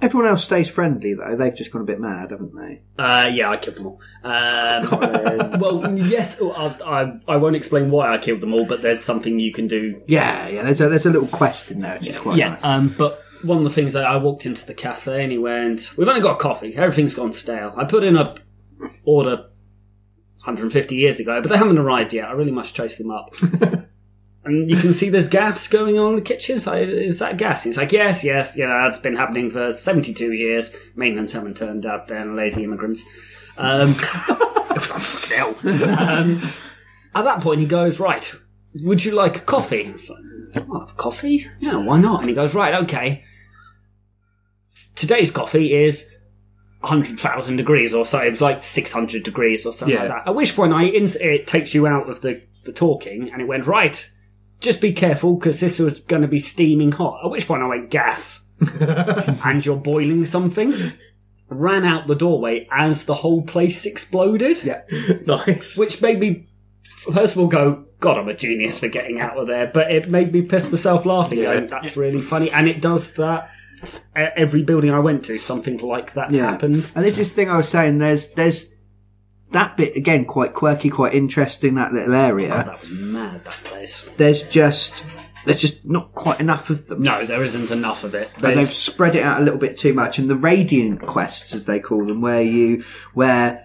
S1: Everyone else stays friendly though. They've just gone a bit mad, haven't they?
S3: Uh, yeah, I killed them all. Um, well, yes, I, I, I won't explain why I killed them all, but there's something you can do.
S1: Yeah, yeah. There's a there's a little quest in there, which is quite
S3: yeah,
S1: nice.
S3: um, but one of the things that I walked into the cafe and he went, We've only got coffee, everything's gone stale. I put in a order 150 years ago, but they haven't arrived yet. I really must chase them up. and you can see there's gas going on in the kitchen. So is that gas? He's like, yes, yes, yeah, that's been happening for 72 years. Mainland haven't turned up, and lazy immigrants. Um, it was like, fucking hell. Um, at that point, he goes, right, would you like a coffee? I was like, "Oh, coffee? Yeah, why not? And he goes, right, okay. Today's coffee is 100,000 degrees or so. It was like 600 degrees or something
S2: Yeah.
S3: like that. At which point, I ins- it takes you out of the, the talking and it went, right, just be careful because this was going to be steaming hot. At which point, I went, gas. and you're boiling something. Ran out the doorway as the whole place exploded.
S1: Yeah.
S2: Nice.
S3: Which made me, first of all, go, God, I'm a genius for getting out of there. But it made me piss myself laughing.
S2: Yeah.
S3: going, That's really funny. And it does that. at Every building I went to, something like that
S1: Yeah.
S3: happens.
S1: And this is the thing I was saying. There's there's that bit again,
S3: Oh,
S1: quite quirky, quite interesting. That little area.
S3: That was mad, that place.
S1: there's just there's just not quite enough of them.
S6: No, there isn't enough of it.
S1: And they've
S6: There's-
S1: spread it out a little bit too much. And the radiant quests, as they call them, where you, where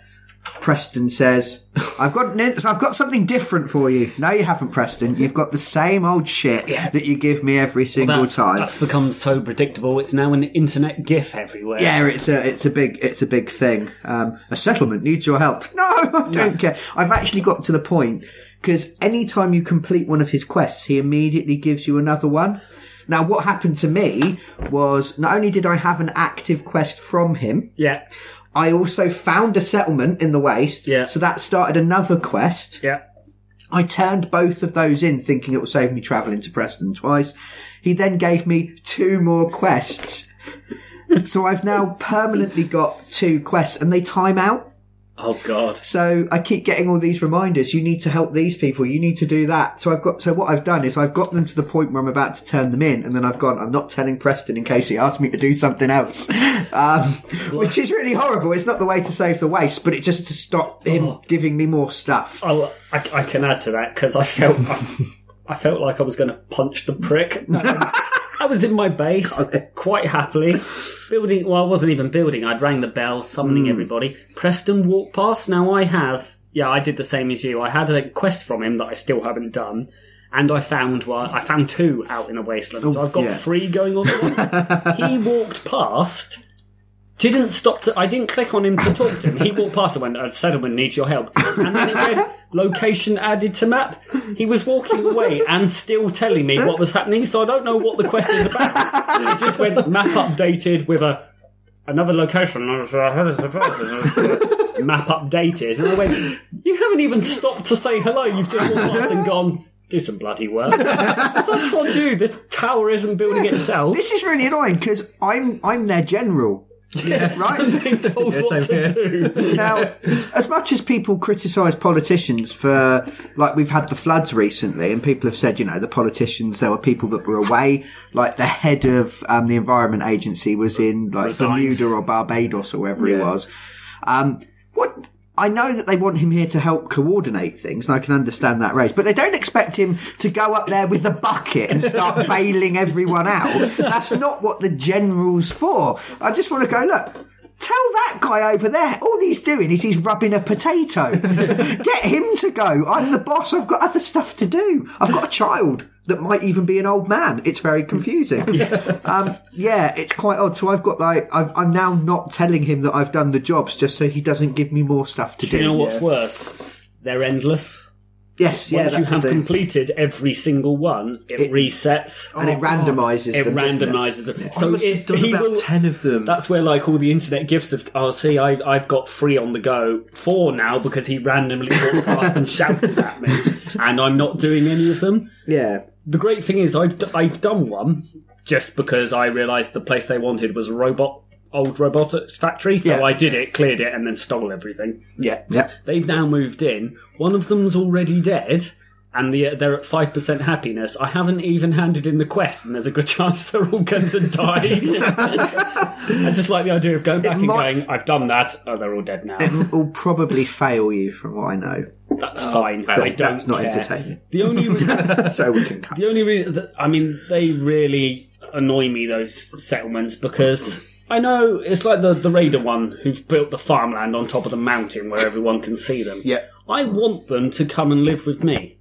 S1: Preston says, "I've got, an in- I've got something different for you." No, you haven't, Preston. You've got the same old shit that you give me every single
S6: that's,
S1: time.
S6: that's become so predictable. It's now an internet GIF everywhere.
S1: yeah, it's a it's a big it's a big thing. Um, a settlement needs your help. No, I don't care. I've actually got to the point because anytime you complete one of his quests, he immediately gives you another one. Now, what happened to me was not only did I have an active quest from him,
S3: Yeah,
S1: I also found a settlement in the waste.
S3: Yeah.
S1: So that started another quest.
S3: yeah.
S1: I turned both of those in thinking it would save me travelling to Preston twice. He then gave me two more quests. so I've now permanently got two quests and they time out.
S3: Oh God.
S1: So I keep getting all these reminders. You need to help these people. You need to do that. So I've got, so what I've done is I've got them to the point where I'm about to turn them in and then I've gone, I'm not telling Preston in case he asks me to do something else. Um, which is really horrible. It's not the way to save the waste, but it's just to stop him giving me more stuff.
S3: I'll, I, I can add to that because I felt I, I felt like I was going to punch the prick. Um, I was in my base quite happily building. Well, I wasn't even building. I'd rang the bell, summoning everybody. Preston walked past. Now I have. Yeah, I did the same as you. I had a quest from him that I still haven't done, and I found one. I found two out in the wasteland, so I've got
S1: yeah.
S3: three going on. at once. he walked past. Didn't stop. To, I didn't click on him to talk to him. He walked past and went, "A settlement needs your help." And then it went, "Location added to map." He was walking away and still telling me what was happening, so I don't know what the quest is about. It just went map updated with a another location. I was, "I had a surprise." map updated, and I went, "You haven't even stopped to say hello. You've just walked past and gone." Do some bloody work. That's not you. This tower isn't building itself.
S1: This is really annoying because I'm I'm their general, right?
S3: Being told
S7: Yeah,
S3: what
S7: same
S3: to do.
S1: now, as much as people criticise politicians for, like, we've had the floods recently, and people have said, you know, the politicians, there were people that were away. Like the head of um, the Environment Agency was in like Bermuda or Barbados or wherever he was. Um, what I know that they want him here to help coordinate things, and I can understand that rage, but they don't expect him to go up there with the bucket and start bailing everyone out. That's not what the general's for. I just want to go, look, tell that guy over there, all he's doing is he's rubbing a potato. Get him to go. I'm the boss, I've got other stuff to do. I've got a child. That might even be an old man. It's very confusing. Yeah, um, yeah it's quite odd. So I've got like I've, I'm now not telling him that I've done the jobs just so he doesn't give me more stuff to do.
S3: You know what's worse? They're endless.
S1: Yes, yeah,
S3: Once you
S1: that's
S3: have
S1: the,
S3: completed every single one, it, resets.
S1: Oh, and it randomizes.
S3: it
S1: them, doesn't
S3: randomizes them. So
S2: must have
S3: it,
S2: done
S3: he
S2: about
S3: will.
S2: ten of them.
S3: That's where like all the internet gifts of oh see I I've got three on the go four now because he randomly walked past and shouted at me and I'm not doing any of them.
S1: Yeah,
S3: The great thing is I've d- I've done one just because I realised the place they wanted was a robot old robotics factory so
S1: Yeah.
S3: I did it cleared it and then stole everything.
S1: yeah, yeah.
S3: They've now moved in. One of them's already dead, and the, they're at five percent happiness. I haven't even handed in the quest, and there's a good chance they're all going to die. I just like the idea of going back and
S1: might-
S3: going, "I've done that. Oh, they're all dead now.
S1: It will probably fail you, from what I know.
S3: That's fine. I don't
S1: that's not
S3: care."
S1: entertaining.
S3: The only re-
S1: So we can cut.
S3: the only reason, I mean, they really annoy me those settlements because I know it's like the the raider one who's built the farmland on top of the mountain where everyone can see them.
S2: yeah,
S3: I want them to come and live with me.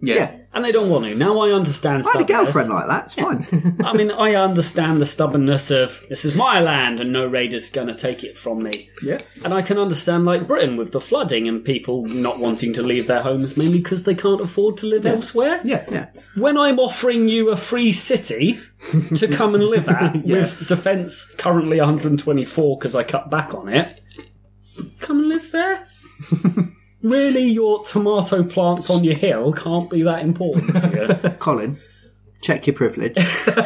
S2: yeah.
S1: Yeah,
S3: And they don't want to. Now I understand
S1: I had a
S3: stubbornness.
S1: girlfriend like that. It's fine.
S3: I mean, I understand the stubbornness of this is my land and no raider's going to take it from me.
S1: yeah,
S3: And I can understand, like, Britain with the flooding and people not wanting to leave their homes mainly because they can't afford to live elsewhere.
S1: yeah, yeah.
S3: When I'm offering you a free city to come and live at with defence currently 124 because I cut back on it, come and live there. really, your tomato plants on your hill can't be that important to you.
S1: Colin, check your privilege.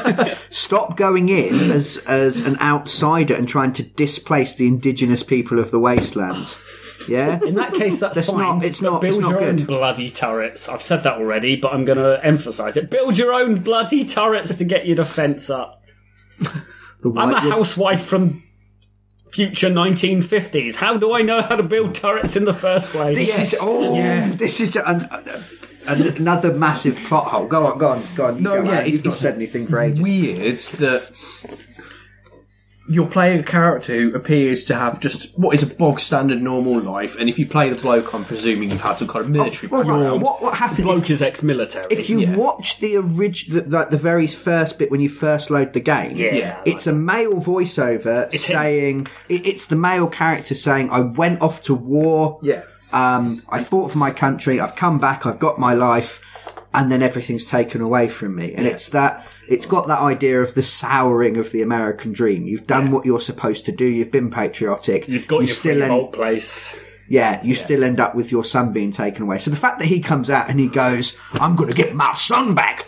S1: Stop going in as as an outsider and trying to displace the indigenous people of the wastelands. Yeah.
S3: In that case, that's,
S1: That's
S3: fine.
S1: not- it's
S3: But
S1: not-
S3: Build
S1: it's not
S3: your own
S1: good.
S3: bloody turrets. I've said that already, but I'm going to emphasise it. Build your own bloody turrets to get your defence up.
S1: The
S3: I'm a
S1: white-
S3: housewife from future 1950s. How do I know how to build turrets in the first place?
S1: This is oh, this is and, uh, An- Another massive plot hole. Go on, go on, go on. You
S2: No,
S1: go
S2: yeah,
S1: out. You've
S2: it's-
S1: not
S2: it's-
S1: said anything for ages.
S2: weird that you're playing a character who appears to have just what is a bog standard normal life, and if you play the bloke, I'm presuming you've had some kind of military
S1: Well, Oh, right,
S2: background.
S1: what, what happened?
S3: Bloke is ex-military.
S1: If you
S2: Yeah.
S1: watch the original, like the very first bit when you first load the game,
S2: Yeah.
S1: it's a male voiceover saying it, it's the male character saying, "I went off to war.
S2: Yeah.
S1: um, I fought for my country. I've come back. I've got my life, and then everything's taken away from me." And it's that. It's got that idea of the souring of the American dream. You've done what you're supposed to do. You've been patriotic.
S4: You've got
S1: you
S4: your
S1: still
S4: still
S1: end-
S4: vault place.
S1: yeah, you still end up with your son being taken away. So the fact that he comes out and he goes, "I'm going to get my son back,"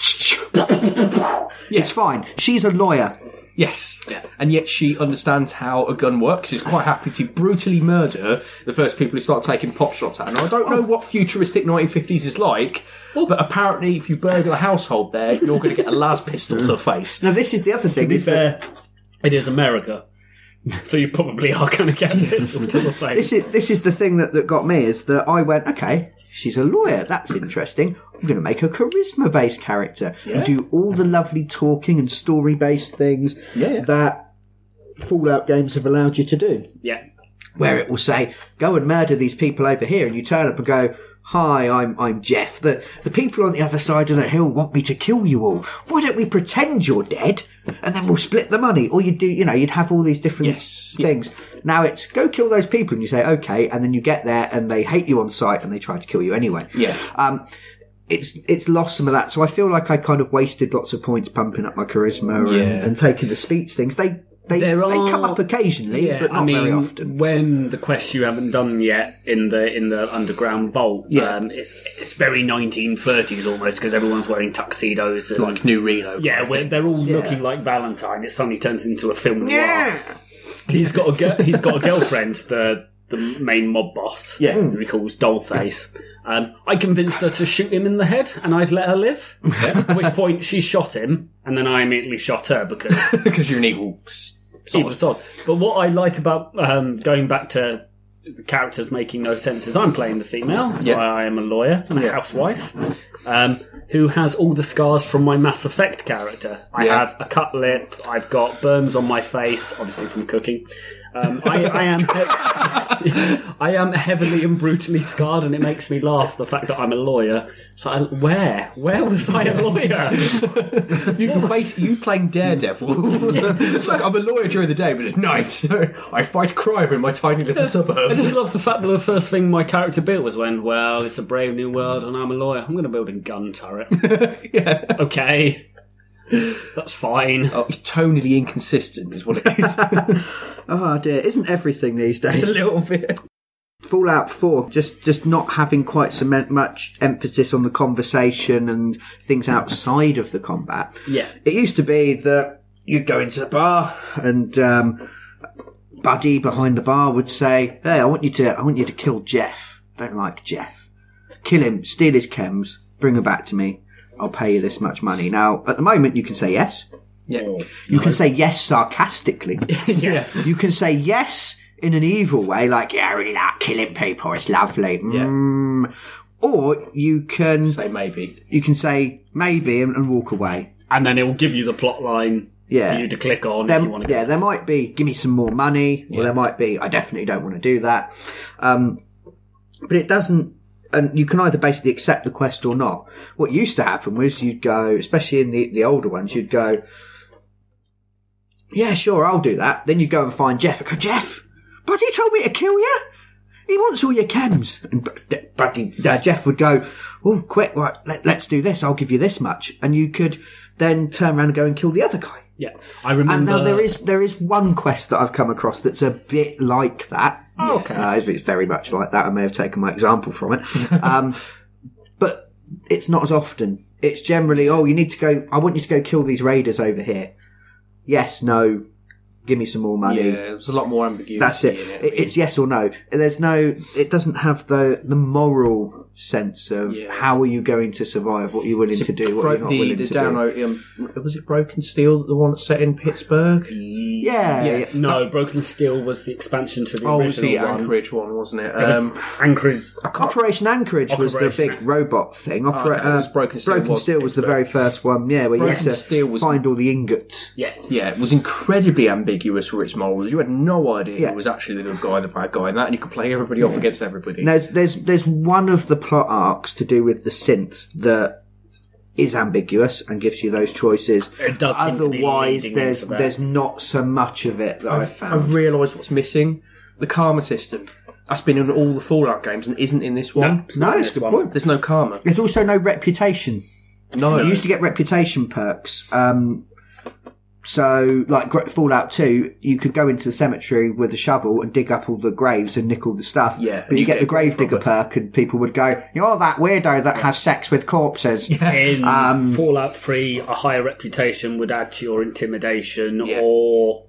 S1: it's fine. She's a lawyer.
S2: Yes. And yet she understands how a gun works, is quite happy to brutally murder the first people who start taking pot shots at her. Now, I
S1: Oh.
S2: don't know what futuristic 1950s is like, but apparently if you burgle a household there, you're going to get a las pistol to the face.
S1: Now this is the other thing. Is that,
S4: Fair. It is America. So you probably are going to get this to the
S1: this
S4: face.
S1: is this is the thing that, that got me is that I went, okay, she's a lawyer. That's interesting. I'm going to make a charisma based character and do all the lovely talking and story based things
S2: Yeah.
S1: that Fallout games have allowed you to do.
S4: Yeah.
S1: where it will say, "Go and murder these people over here," and you turn up and go, "Hi, I'm I'm Jeff. The the people on the other side of the hill want me to kill you all. Why don't we pretend you're dead, and then we'll split the money?" Or you do, you know, you'd have all these different
S2: Yes, yeah.
S1: things. Now it's go kill those people, and you say, "Okay," and then you get there and they hate you on sight and they try to kill you anyway.
S2: Yeah.
S1: Um, it's it's lost some of that, so I feel like I kind of wasted lots of points pumping up my charisma and,
S2: Yeah.
S1: and taking the speech things. They they,
S3: There
S1: they come
S3: are-
S1: up occasionally,
S3: Yeah,
S1: but not
S3: I mean,
S1: very often.
S3: when the quest you haven't done yet in the in the underground vault,
S2: Yeah.
S3: um, it's it's very 1930s almost because everyone's wearing tuxedos and
S2: Like New Reno.
S3: yeah, we're, they're all looking like Valentine. It suddenly turns into a film noir.
S1: Yeah.
S3: He's got a girl, he's got a girlfriend, the the main mob boss.
S2: Yeah.
S3: who he calls Dollface. Um, I convinced her to shoot him in the head, and I'd let her live. At which point she shot him, and then I immediately shot her because
S2: Because you're an evil s-
S3: it
S2: sort of
S3: was odd. But what I like about um, going back to the characters making no sense is I'm playing the female, so
S2: Yeah.
S3: I am a lawyer and a housewife um, who has all the scars from my Mass Effect character. I
S2: Yeah.
S3: have a cut lip, I've got burns on my face, obviously from cooking. Um, I, I am I am heavily and brutally scarred, and it makes me laugh the fact that I'm a lawyer. So I, where where was I a lawyer?
S2: You you bas- you playing Daredevil? it's like I'm a lawyer during the day, but at night I fight crime in my tiny little
S3: I
S2: suburb.
S3: just love the fact that the first thing my character built was when, well, it's a brave new world and I'm a lawyer. I'm going to build a gun turret.
S2: yeah.
S3: okay. That's fine.
S2: Oh, it's tonally inconsistent, is what it is.
S1: Oh dear, isn't everything these
S2: a
S1: days?
S2: little bit.
S1: Fallout 4 just just not having quite so men- much emphasis on the conversation and things outside of the combat.
S3: Yeah.
S1: It used to be that you'd go into the bar and um, Buddy behind the bar would say, "Hey, I want you to I want you to kill Jeff. Don't like Jeff. Kill him, steal his chems, bring him back to me. I'll pay you this much money." Now, at the moment you can say yes.
S2: Yeah.
S1: You can say yes sarcastically.
S3: yes.
S1: You can say yes in an evil way, like, yeah, I really like killing people, it's lovely. Mm. Or you can
S2: Say maybe.
S1: you can say maybe and, and walk away.
S3: And then it will give you the plot line
S1: Yeah.
S3: for you to click on
S1: There-
S3: if you want to
S1: yeah, there might be, give me some more money, or there might be, I definitely don't want to do that. Um, but it doesn't, and you can either basically accept the quest or not. What used to happen was you'd go, especially in the, the older ones, you'd go, yeah, sure, I'll do that. Then you go and find Jeff. I go, Jeff, Buddy told me to kill you. He wants all your chems. And Bu- D- Buddy, uh, Jeff would go, oh, quick, right, let, let's do this. I'll give you this much. And you could then turn around and go and kill the other guy.
S3: Yeah. I remember.
S1: And now there is there is one quest that I've come across that's a bit like that.
S2: Oh,
S3: okay.
S1: Uh, it's- it's very much like that. I may have taken my example from it, um, but it's not as often. It's generally, oh, you need to go. I want you to go kill these raiders over here. Yes, no, give me some more money.
S2: Yeah, there's a lot more ambiguity.
S1: That's it.
S2: in
S1: It- It's yes or no. There's no. It doesn't have the the moral sense of
S2: Yeah.
S1: how are you going to survive, what you're willing to do, what you're not
S2: the,
S1: willing
S2: the
S1: to
S2: down,
S1: do.
S2: Um, was it Broken Steel, the one that's set in Pittsburgh?
S1: Yeah, Uh, yeah.
S4: No, Broken Steel was the expansion to the
S2: Oh, it was the
S4: original one.
S2: Anchorage one, wasn't it?
S4: It was
S2: Um,
S4: Anchorage.
S1: Operation Anchorage was the
S4: Operation
S1: big robot thing. Opera- uh,
S2: Oh, Okay, it was Broken Steel was
S1: was the very first one, yeah, where
S2: Broken
S1: you had to
S2: Steel was-
S1: find all the ingots.
S4: Yes.
S2: yeah, it was incredibly ambiguous for its morals. You had no idea
S1: Yeah.
S2: who was actually the good guy, the bad guy, and that, and you could play everybody off against everybody.
S1: There's there's there's one of the plot arcs to do with the synths that is ambiguous and gives you those choices.
S4: It does seem to be
S1: Otherwise,
S4: leading
S1: there's
S4: into that.
S1: there's not so much of it that I've, found.
S2: I've realised what's missing: the karma system. That's been in all the Fallout games and isn't in this one.
S1: no, it's a good point.
S2: There's no karma.
S1: There's also no reputation.
S2: No,
S1: You used to get reputation perks. Um, so, like Gr- Fallout 2, you could go into the cemetery with a shovel and dig up all the graves and nick all the stuff.
S2: Yeah,
S1: But you, get, the grave digger perk, and people would go, You're that weirdo that has sex with corpses.
S4: in
S1: Um,
S4: Fallout 3, a higher reputation would add to your intimidation
S2: Yeah.
S4: or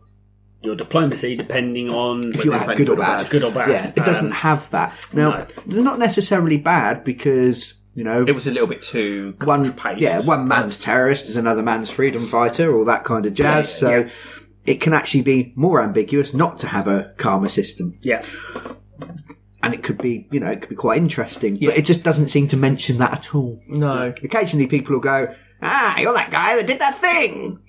S4: your diplomacy, depending on
S1: If you
S2: Whether
S1: are
S2: they're
S1: good or
S2: good or
S1: bad.
S4: good or bad.
S1: Yeah, it doesn't
S4: Um,
S1: have that. Now, they're not necessarily bad because, you know,
S2: it was a little bit too
S1: one
S2: paste. Um,
S1: yeah one man's terrorist is another man's freedom fighter all that kind of jazz so it can actually be more ambiguous not to have a karma system
S4: yeah.
S1: and it could be you know it could be quite interesting but it just doesn't seem to mention that at all
S2: No,
S1: occasionally people will go ah you're that guy that did that thing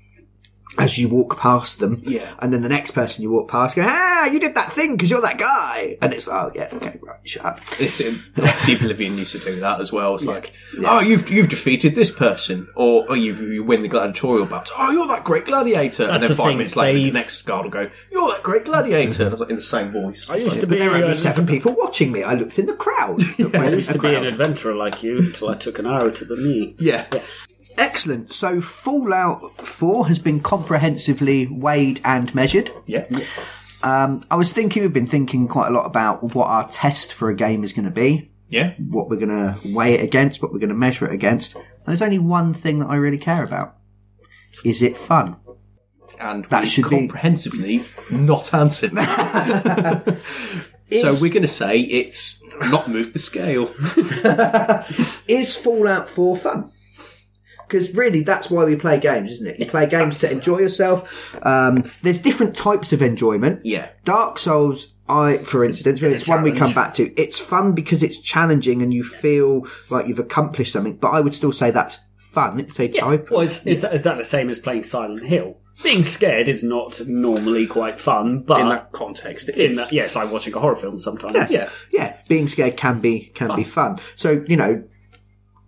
S1: as you walk past them
S2: Yeah.
S1: and then the next person you walk past go ah you did that thing because you're that guy and it's oh yeah okay right shut up
S2: It's, uh, the Oblivion used to do that as well. It's like, oh, you've you've defeated this person, or, or you, you win the gladiatorial battle. Oh, you're that great gladiator, and
S4: That's
S2: then
S4: the
S2: five
S4: thing,
S2: minutes later,
S4: they've-
S2: the next guard will go, "You're that great gladiator," and I was like, in the same voice.
S4: I used to
S1: but
S4: be,
S1: there were
S4: a-
S1: only seven people watching me. I looked in the crowd.
S4: I used to be an adventurer like you until I took an arrow to the knee.
S2: yeah,
S1: Excellent. So Fallout 4 has been comprehensively weighed and measured.
S2: yeah,
S1: Um, I was thinking, we've been thinking quite a lot about what our test for a game is going to be,
S2: yeah.
S1: what we're going to weigh it against, what we're going to measure it against. And there's only one thing that I really care about. Is it fun?
S2: And
S1: That
S2: we
S1: should be-
S2: comprehensively not answered. So we're going to say it's not moved the scale.
S1: Is Fallout 4 fun? Because really, that's why we play games, isn't it? You play games to enjoy yourself. Um, there's different types of enjoyment.
S2: Yeah,
S1: Dark Souls, I, for instance, it's, one we come back to. It's fun because it's challenging and you feel like you've accomplished something. But I would still say that's fun. It's a type.
S4: Well, is, is, that, is that the same as playing Silent Hill? Being scared is not normally quite fun, but
S2: in that context, it
S4: in
S2: is.
S4: that- yeah, it's like watching a horror film sometimes.
S1: yes.
S4: Yeah.
S1: yeah, Being scared can be can be fun. So you know,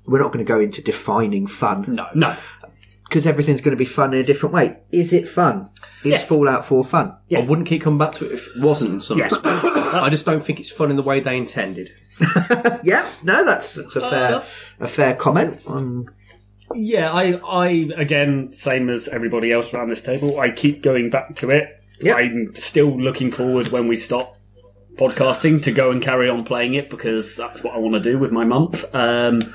S1: we're not going to go into defining fun
S2: No,
S4: No.
S1: because everything's going to be fun in a different way. Is it fun? Is Fallout Four fun?
S4: Yes.
S2: I wouldn't keep coming back to it if it wasn't in some
S4: Yes.
S2: respect. I just don't think it's fun in the way they intended.
S1: Yeah, no, that's, that's a fair a fair comment. Um,
S4: Yeah, I, I
S3: again, same as everybody else around this table, I keep going back to it.
S1: Yeah.
S3: I'm still looking forward when we stop podcasting to go and carry on playing it because that's what I want to do with my month. Um,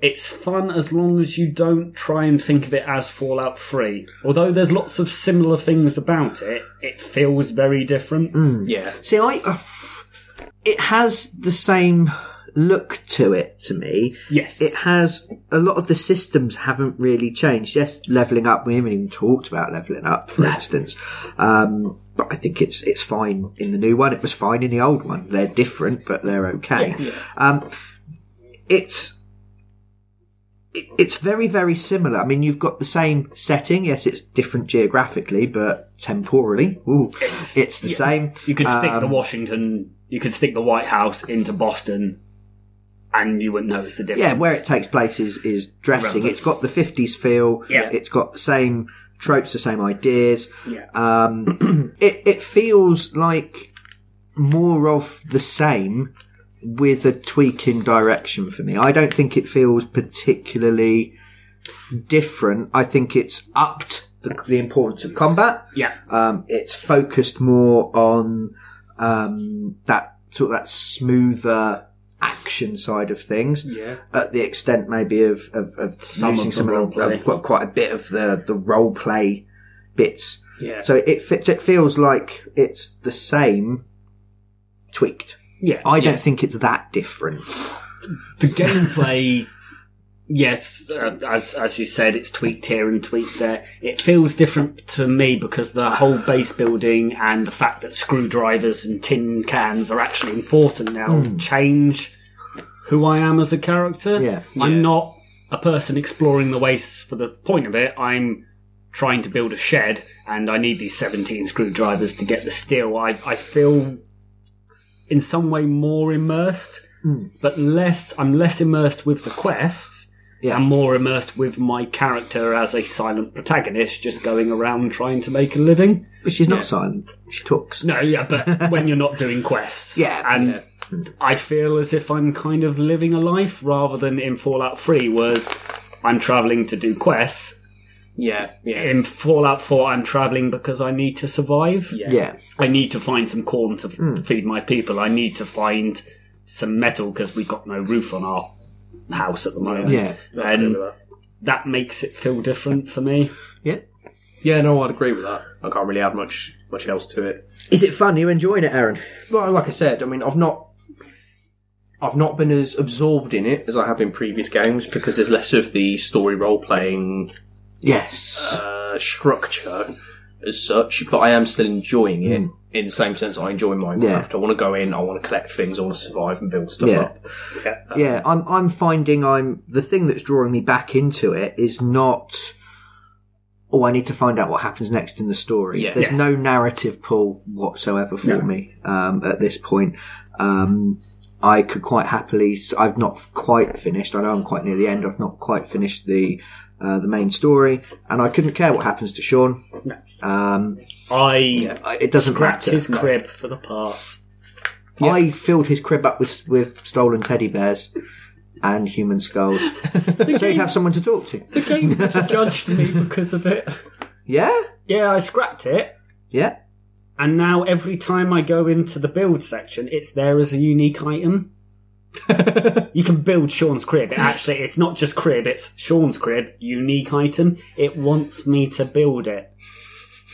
S4: it's fun as long as you don't try and think of it as Fallout 3. Although there's lots of similar things about it, it feels very different.
S1: Mm.
S2: Yeah,
S1: See, I uh, it has the same look to it to me.
S4: Yes.
S1: it has a lot of the systems haven't really changed. Yes, leveling up. We haven't even talked about leveling up, for instance. Um, but I think it's it's fine in the new one. It was fine in the old one. They're different, but they're okay. Um, it's it, it's very very similar. I mean, you've got the same setting. Yes, it's different geographically, but temporally, ooh, it's, the same.
S3: you could stick the
S1: Um,
S3: Washington, you could stick the White House into Boston, and you wouldn't notice the difference.
S1: Yeah, where it takes place is, is dressing. It's got the 50s feel.
S3: Yeah.
S1: It's got the same tropes, the same ideas.
S3: Yeah.
S1: Um, it, it feels like more of the same with a tweak in direction for me. I don't think it feels particularly different. I think it's upped the, the importance of combat.
S3: Yeah.
S1: Um, it's focused more on um, that sort of that smoother action side of things
S2: yeah.
S1: at the extent maybe of, of, of losing
S4: of the
S1: some
S4: role
S1: of the, uh,
S4: play.
S1: of quite, quite a bit of the, the role play bits.
S2: Yeah.
S1: So it fits, it feels like it's the same, tweaked.
S8: Yeah.
S1: I don't think it's that different.
S8: The gameplay
S3: Yes, uh, as as you said, it's tweaked here and tweaked there. It feels different to me because the whole base building and the fact that screwdrivers and tin cans are actually important now change who I am as a character.
S1: Yeah.
S3: I'm not a person exploring the wastes for the point of it. I'm trying to build a shed, and I need these 17 screwdrivers to get the steel. I I feel in some way more immersed, but less. I'm less immersed with the quests.
S1: Yeah.
S3: And more immersed with my character as a silent protagonist, just going around trying to make a living.
S1: But she's not silent. She talks.
S3: No, yeah, but when you're not doing quests,
S1: Yeah,
S3: and I feel as if I'm kind of living a life rather than in Fallout Three, was I'm traveling to do quests.
S2: Yeah. Yeah.
S3: In Fallout Four, I'm traveling because I need to survive.
S1: Yeah. Hmm.
S3: I need to find some corn to f- feed my people. I need to find some metal because we've got no roof on our house at the moment.
S1: Yeah.
S3: and that makes it feel different for me.
S1: Yeah.
S2: Yeah, no, I'd agree with that. I can't really add much much else to it.
S1: Is it fun? Are you enjoying it, Aaron?
S2: Well, like I said, I mean, I've not, I've not been as absorbed in it as I have in previous games because there's less of the story role playing
S1: Yes.
S2: uh, structure as such. But I am still enjoying it in the same sense I enjoy Minecraft.
S1: Hmm. Yeah.
S2: I want to go in, I want to collect things, I want to survive and build stuff
S1: Yeah.
S2: up.
S1: yeah, I'm I'm finding I'm the thing that's drawing me back into it is not oh I need to find out what happens next in the story.
S2: Yeah.
S1: There's
S2: Yeah.
S1: no narrative pull whatsoever for me um, at this point. Um, I could quite happily I've not quite finished. I know I'm quite near the end. I've not quite finished the uh, the main story, and I couldn't care what happens to Sean. Um,
S3: I
S1: I- it doesn't
S3: scrapped
S1: matter.
S3: his crib for the parts.
S1: I filled his crib up with with stolen teddy bears and human skulls, so he'd have someone to talk to.
S3: The game judged me because of it.
S1: Yeah,
S3: Yeah, I scrapped it,
S1: yeah,
S3: and now every time I go into the build section, it's there as a unique item. you can build Sean's crib. It actually, it's not just crib; it's Sean's crib, unique item. It wants me to build it.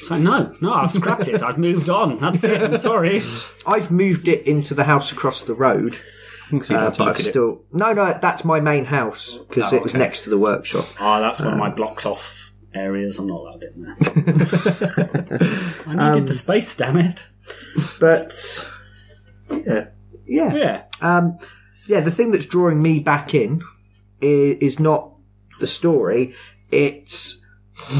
S3: So no, no, I've scrapped it. I've moved on. That's it. I'm sorry.
S1: I've moved it into the house across the road.
S2: See how
S1: uh, but I've
S2: targeted it.
S1: still no, no. That's my main house because
S2: Oh,
S1: it was
S2: okay.
S1: next to the workshop.
S3: Ah, that's one of
S1: Um,
S3: my blocked off areas. I'm not allowed in there. I needed
S1: Um,
S3: the space, damn it.
S1: But yeah, yeah.
S3: Yeah.
S1: Um, yeah, the thing that's drawing me back in is, is not the story. It's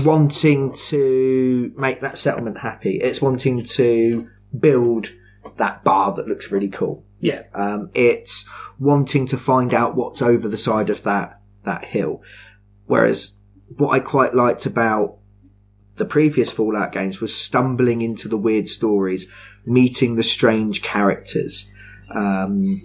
S1: wanting to make that settlement happy. It's wanting to build that bar that looks really cool.
S3: Yeah.
S1: Um, it's wanting to find out what's over the side of that that hill. Whereas what I quite liked about the previous Fallout games was stumbling into the weird stories, meeting the strange characters. Um,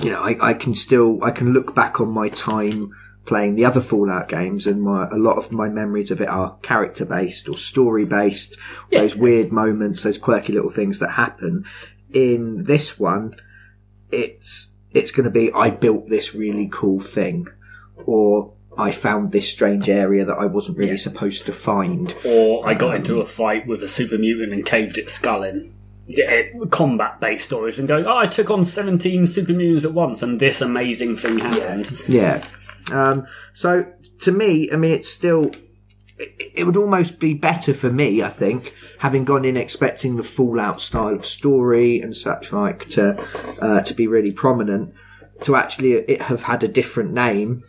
S1: you know, I, I can still I can look back on my time playing the other Fallout games, and my, a lot of my memories of it are character based or story based. Those weird moments, those quirky little things that happen. In this one, it's it's going to be I built this really cool thing, or I found this strange area that I wasn't really supposed to find.
S3: Or I
S1: um,
S3: got into a fight with a super mutant and caved its skull in. Yeah, combat based stories and going, oh, I took on 17 super mutants at once and this amazing thing happened.
S1: Yeah. Um, so to me, I mean, it's still. It, it would almost be better for me, I think, having gone in expecting the Fallout style of story and such like to uh, to be really prominent, to actually uh, it have had a different name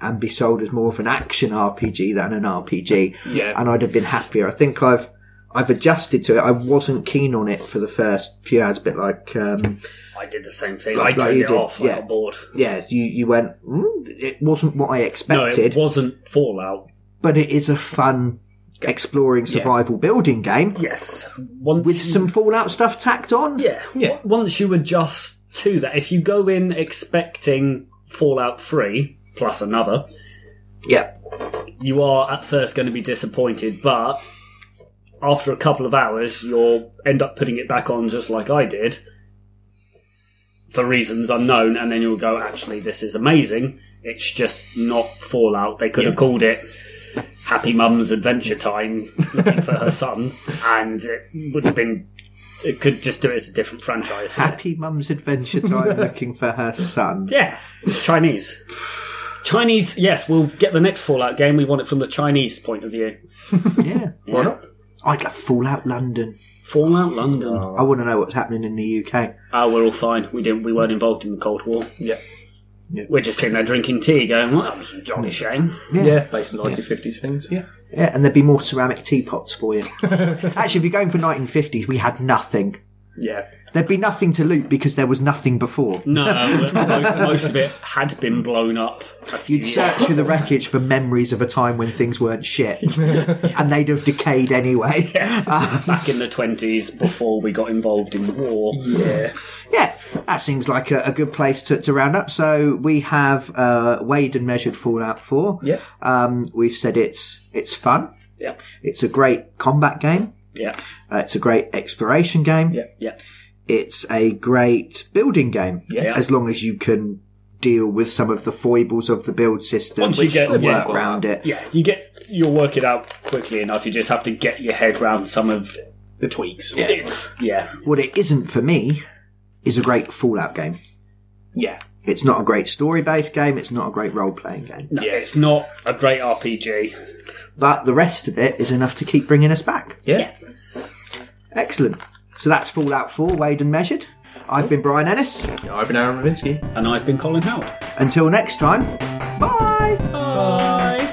S1: and be sold as more of an action RPG than an RPG.
S2: Yeah.
S1: And I'd have been happier. I think I've I've adjusted to it. I wasn't keen on it for the first few hours, a bit like um,
S3: I did the same thing.
S1: Like-
S3: I
S1: like
S3: turned
S1: you
S3: it
S1: did,
S3: off.
S1: yeah.
S3: I got bored.
S1: yeah, you you went. Mm, it wasn't what I
S3: No,
S1: expected.
S3: it wasn't Fallout.
S1: but it is a fun exploring survival building game
S3: Yes. Once
S1: with some Fallout stuff tacked on.
S3: Yeah.
S2: Yeah.
S3: O- Once you adjust to that, if you go in expecting Fallout 3 plus another,
S1: yeah,
S3: you are at first going to be disappointed, but after a couple of hours, you'll end up putting it back on just like I did for reasons unknown, and then you'll go, actually, this is amazing. It's just not Fallout. They could have called it Happy Mum's Adventure Time looking for her son, and it would have been. It could just do it as a different franchise.
S1: Happy Mum's Adventure Time looking for her son.
S3: Yeah, Chinese. Chinese, yes, we'll get the next Fallout game. We want it from the Chinese point of view.
S1: Yeah.
S3: Why not?
S1: I'd love Fallout London.
S3: Fallout London.
S1: I want to know what's happening in the UK.
S3: Oh, we're all fine. We didn't. We weren't involved in the Cold War.
S2: Yeah.
S3: We're just sitting there drinking tea, going, "Well, that was a jolly shame."
S1: Yeah.
S2: based on 1950s things. Yeah.
S1: Yeah, and there'd be more ceramic teapots for you. Actually, if you're going for 1950s, we had nothing.
S2: Yeah.
S1: There'd be nothing to loot because there was nothing before.
S3: No, most, most of it had been blown up. A few
S1: You'd
S3: years
S1: search through the wreckage for memories of a time when things weren't shit, and they'd have decayed anyway.
S3: back in the twenties before we got involved in war.
S2: Yeah.
S1: Yeah, that seems like a, a good place to, to round up. So we have uh, weighed and measured Fallout 4.
S2: Yeah.
S1: Um, we've said it's it's fun.
S3: Yeah.
S1: It's a great combat game.
S3: Yeah,
S1: Uh, it's a great exploration game.
S2: Yeah.
S3: yeah,
S1: It's a great building game.
S3: Yeah.
S1: As long as you can deal with some of the foibles of the build system,
S3: Once you
S1: which
S3: get-
S1: work
S3: yeah.
S1: around it.
S3: yeah. You get you'll work it out quickly enough. You just have to get your head round some of
S2: The tweaks.
S3: it's yeah,
S1: What it isn't for me is a great Fallout game.
S2: Yeah.
S1: It's not a great story based game. It's not a great role playing game.
S3: no, It's not a great RPG.
S1: But the rest of it is enough to keep bringing us back.
S2: Yeah.
S1: Excellent. So that's Fallout 4, weighed and measured. I've been Brian Ennis.
S2: yeah. I've been Aaron Ravinsky.
S3: And I've been Colin Howard.
S1: Until next time, bye!
S3: Bye.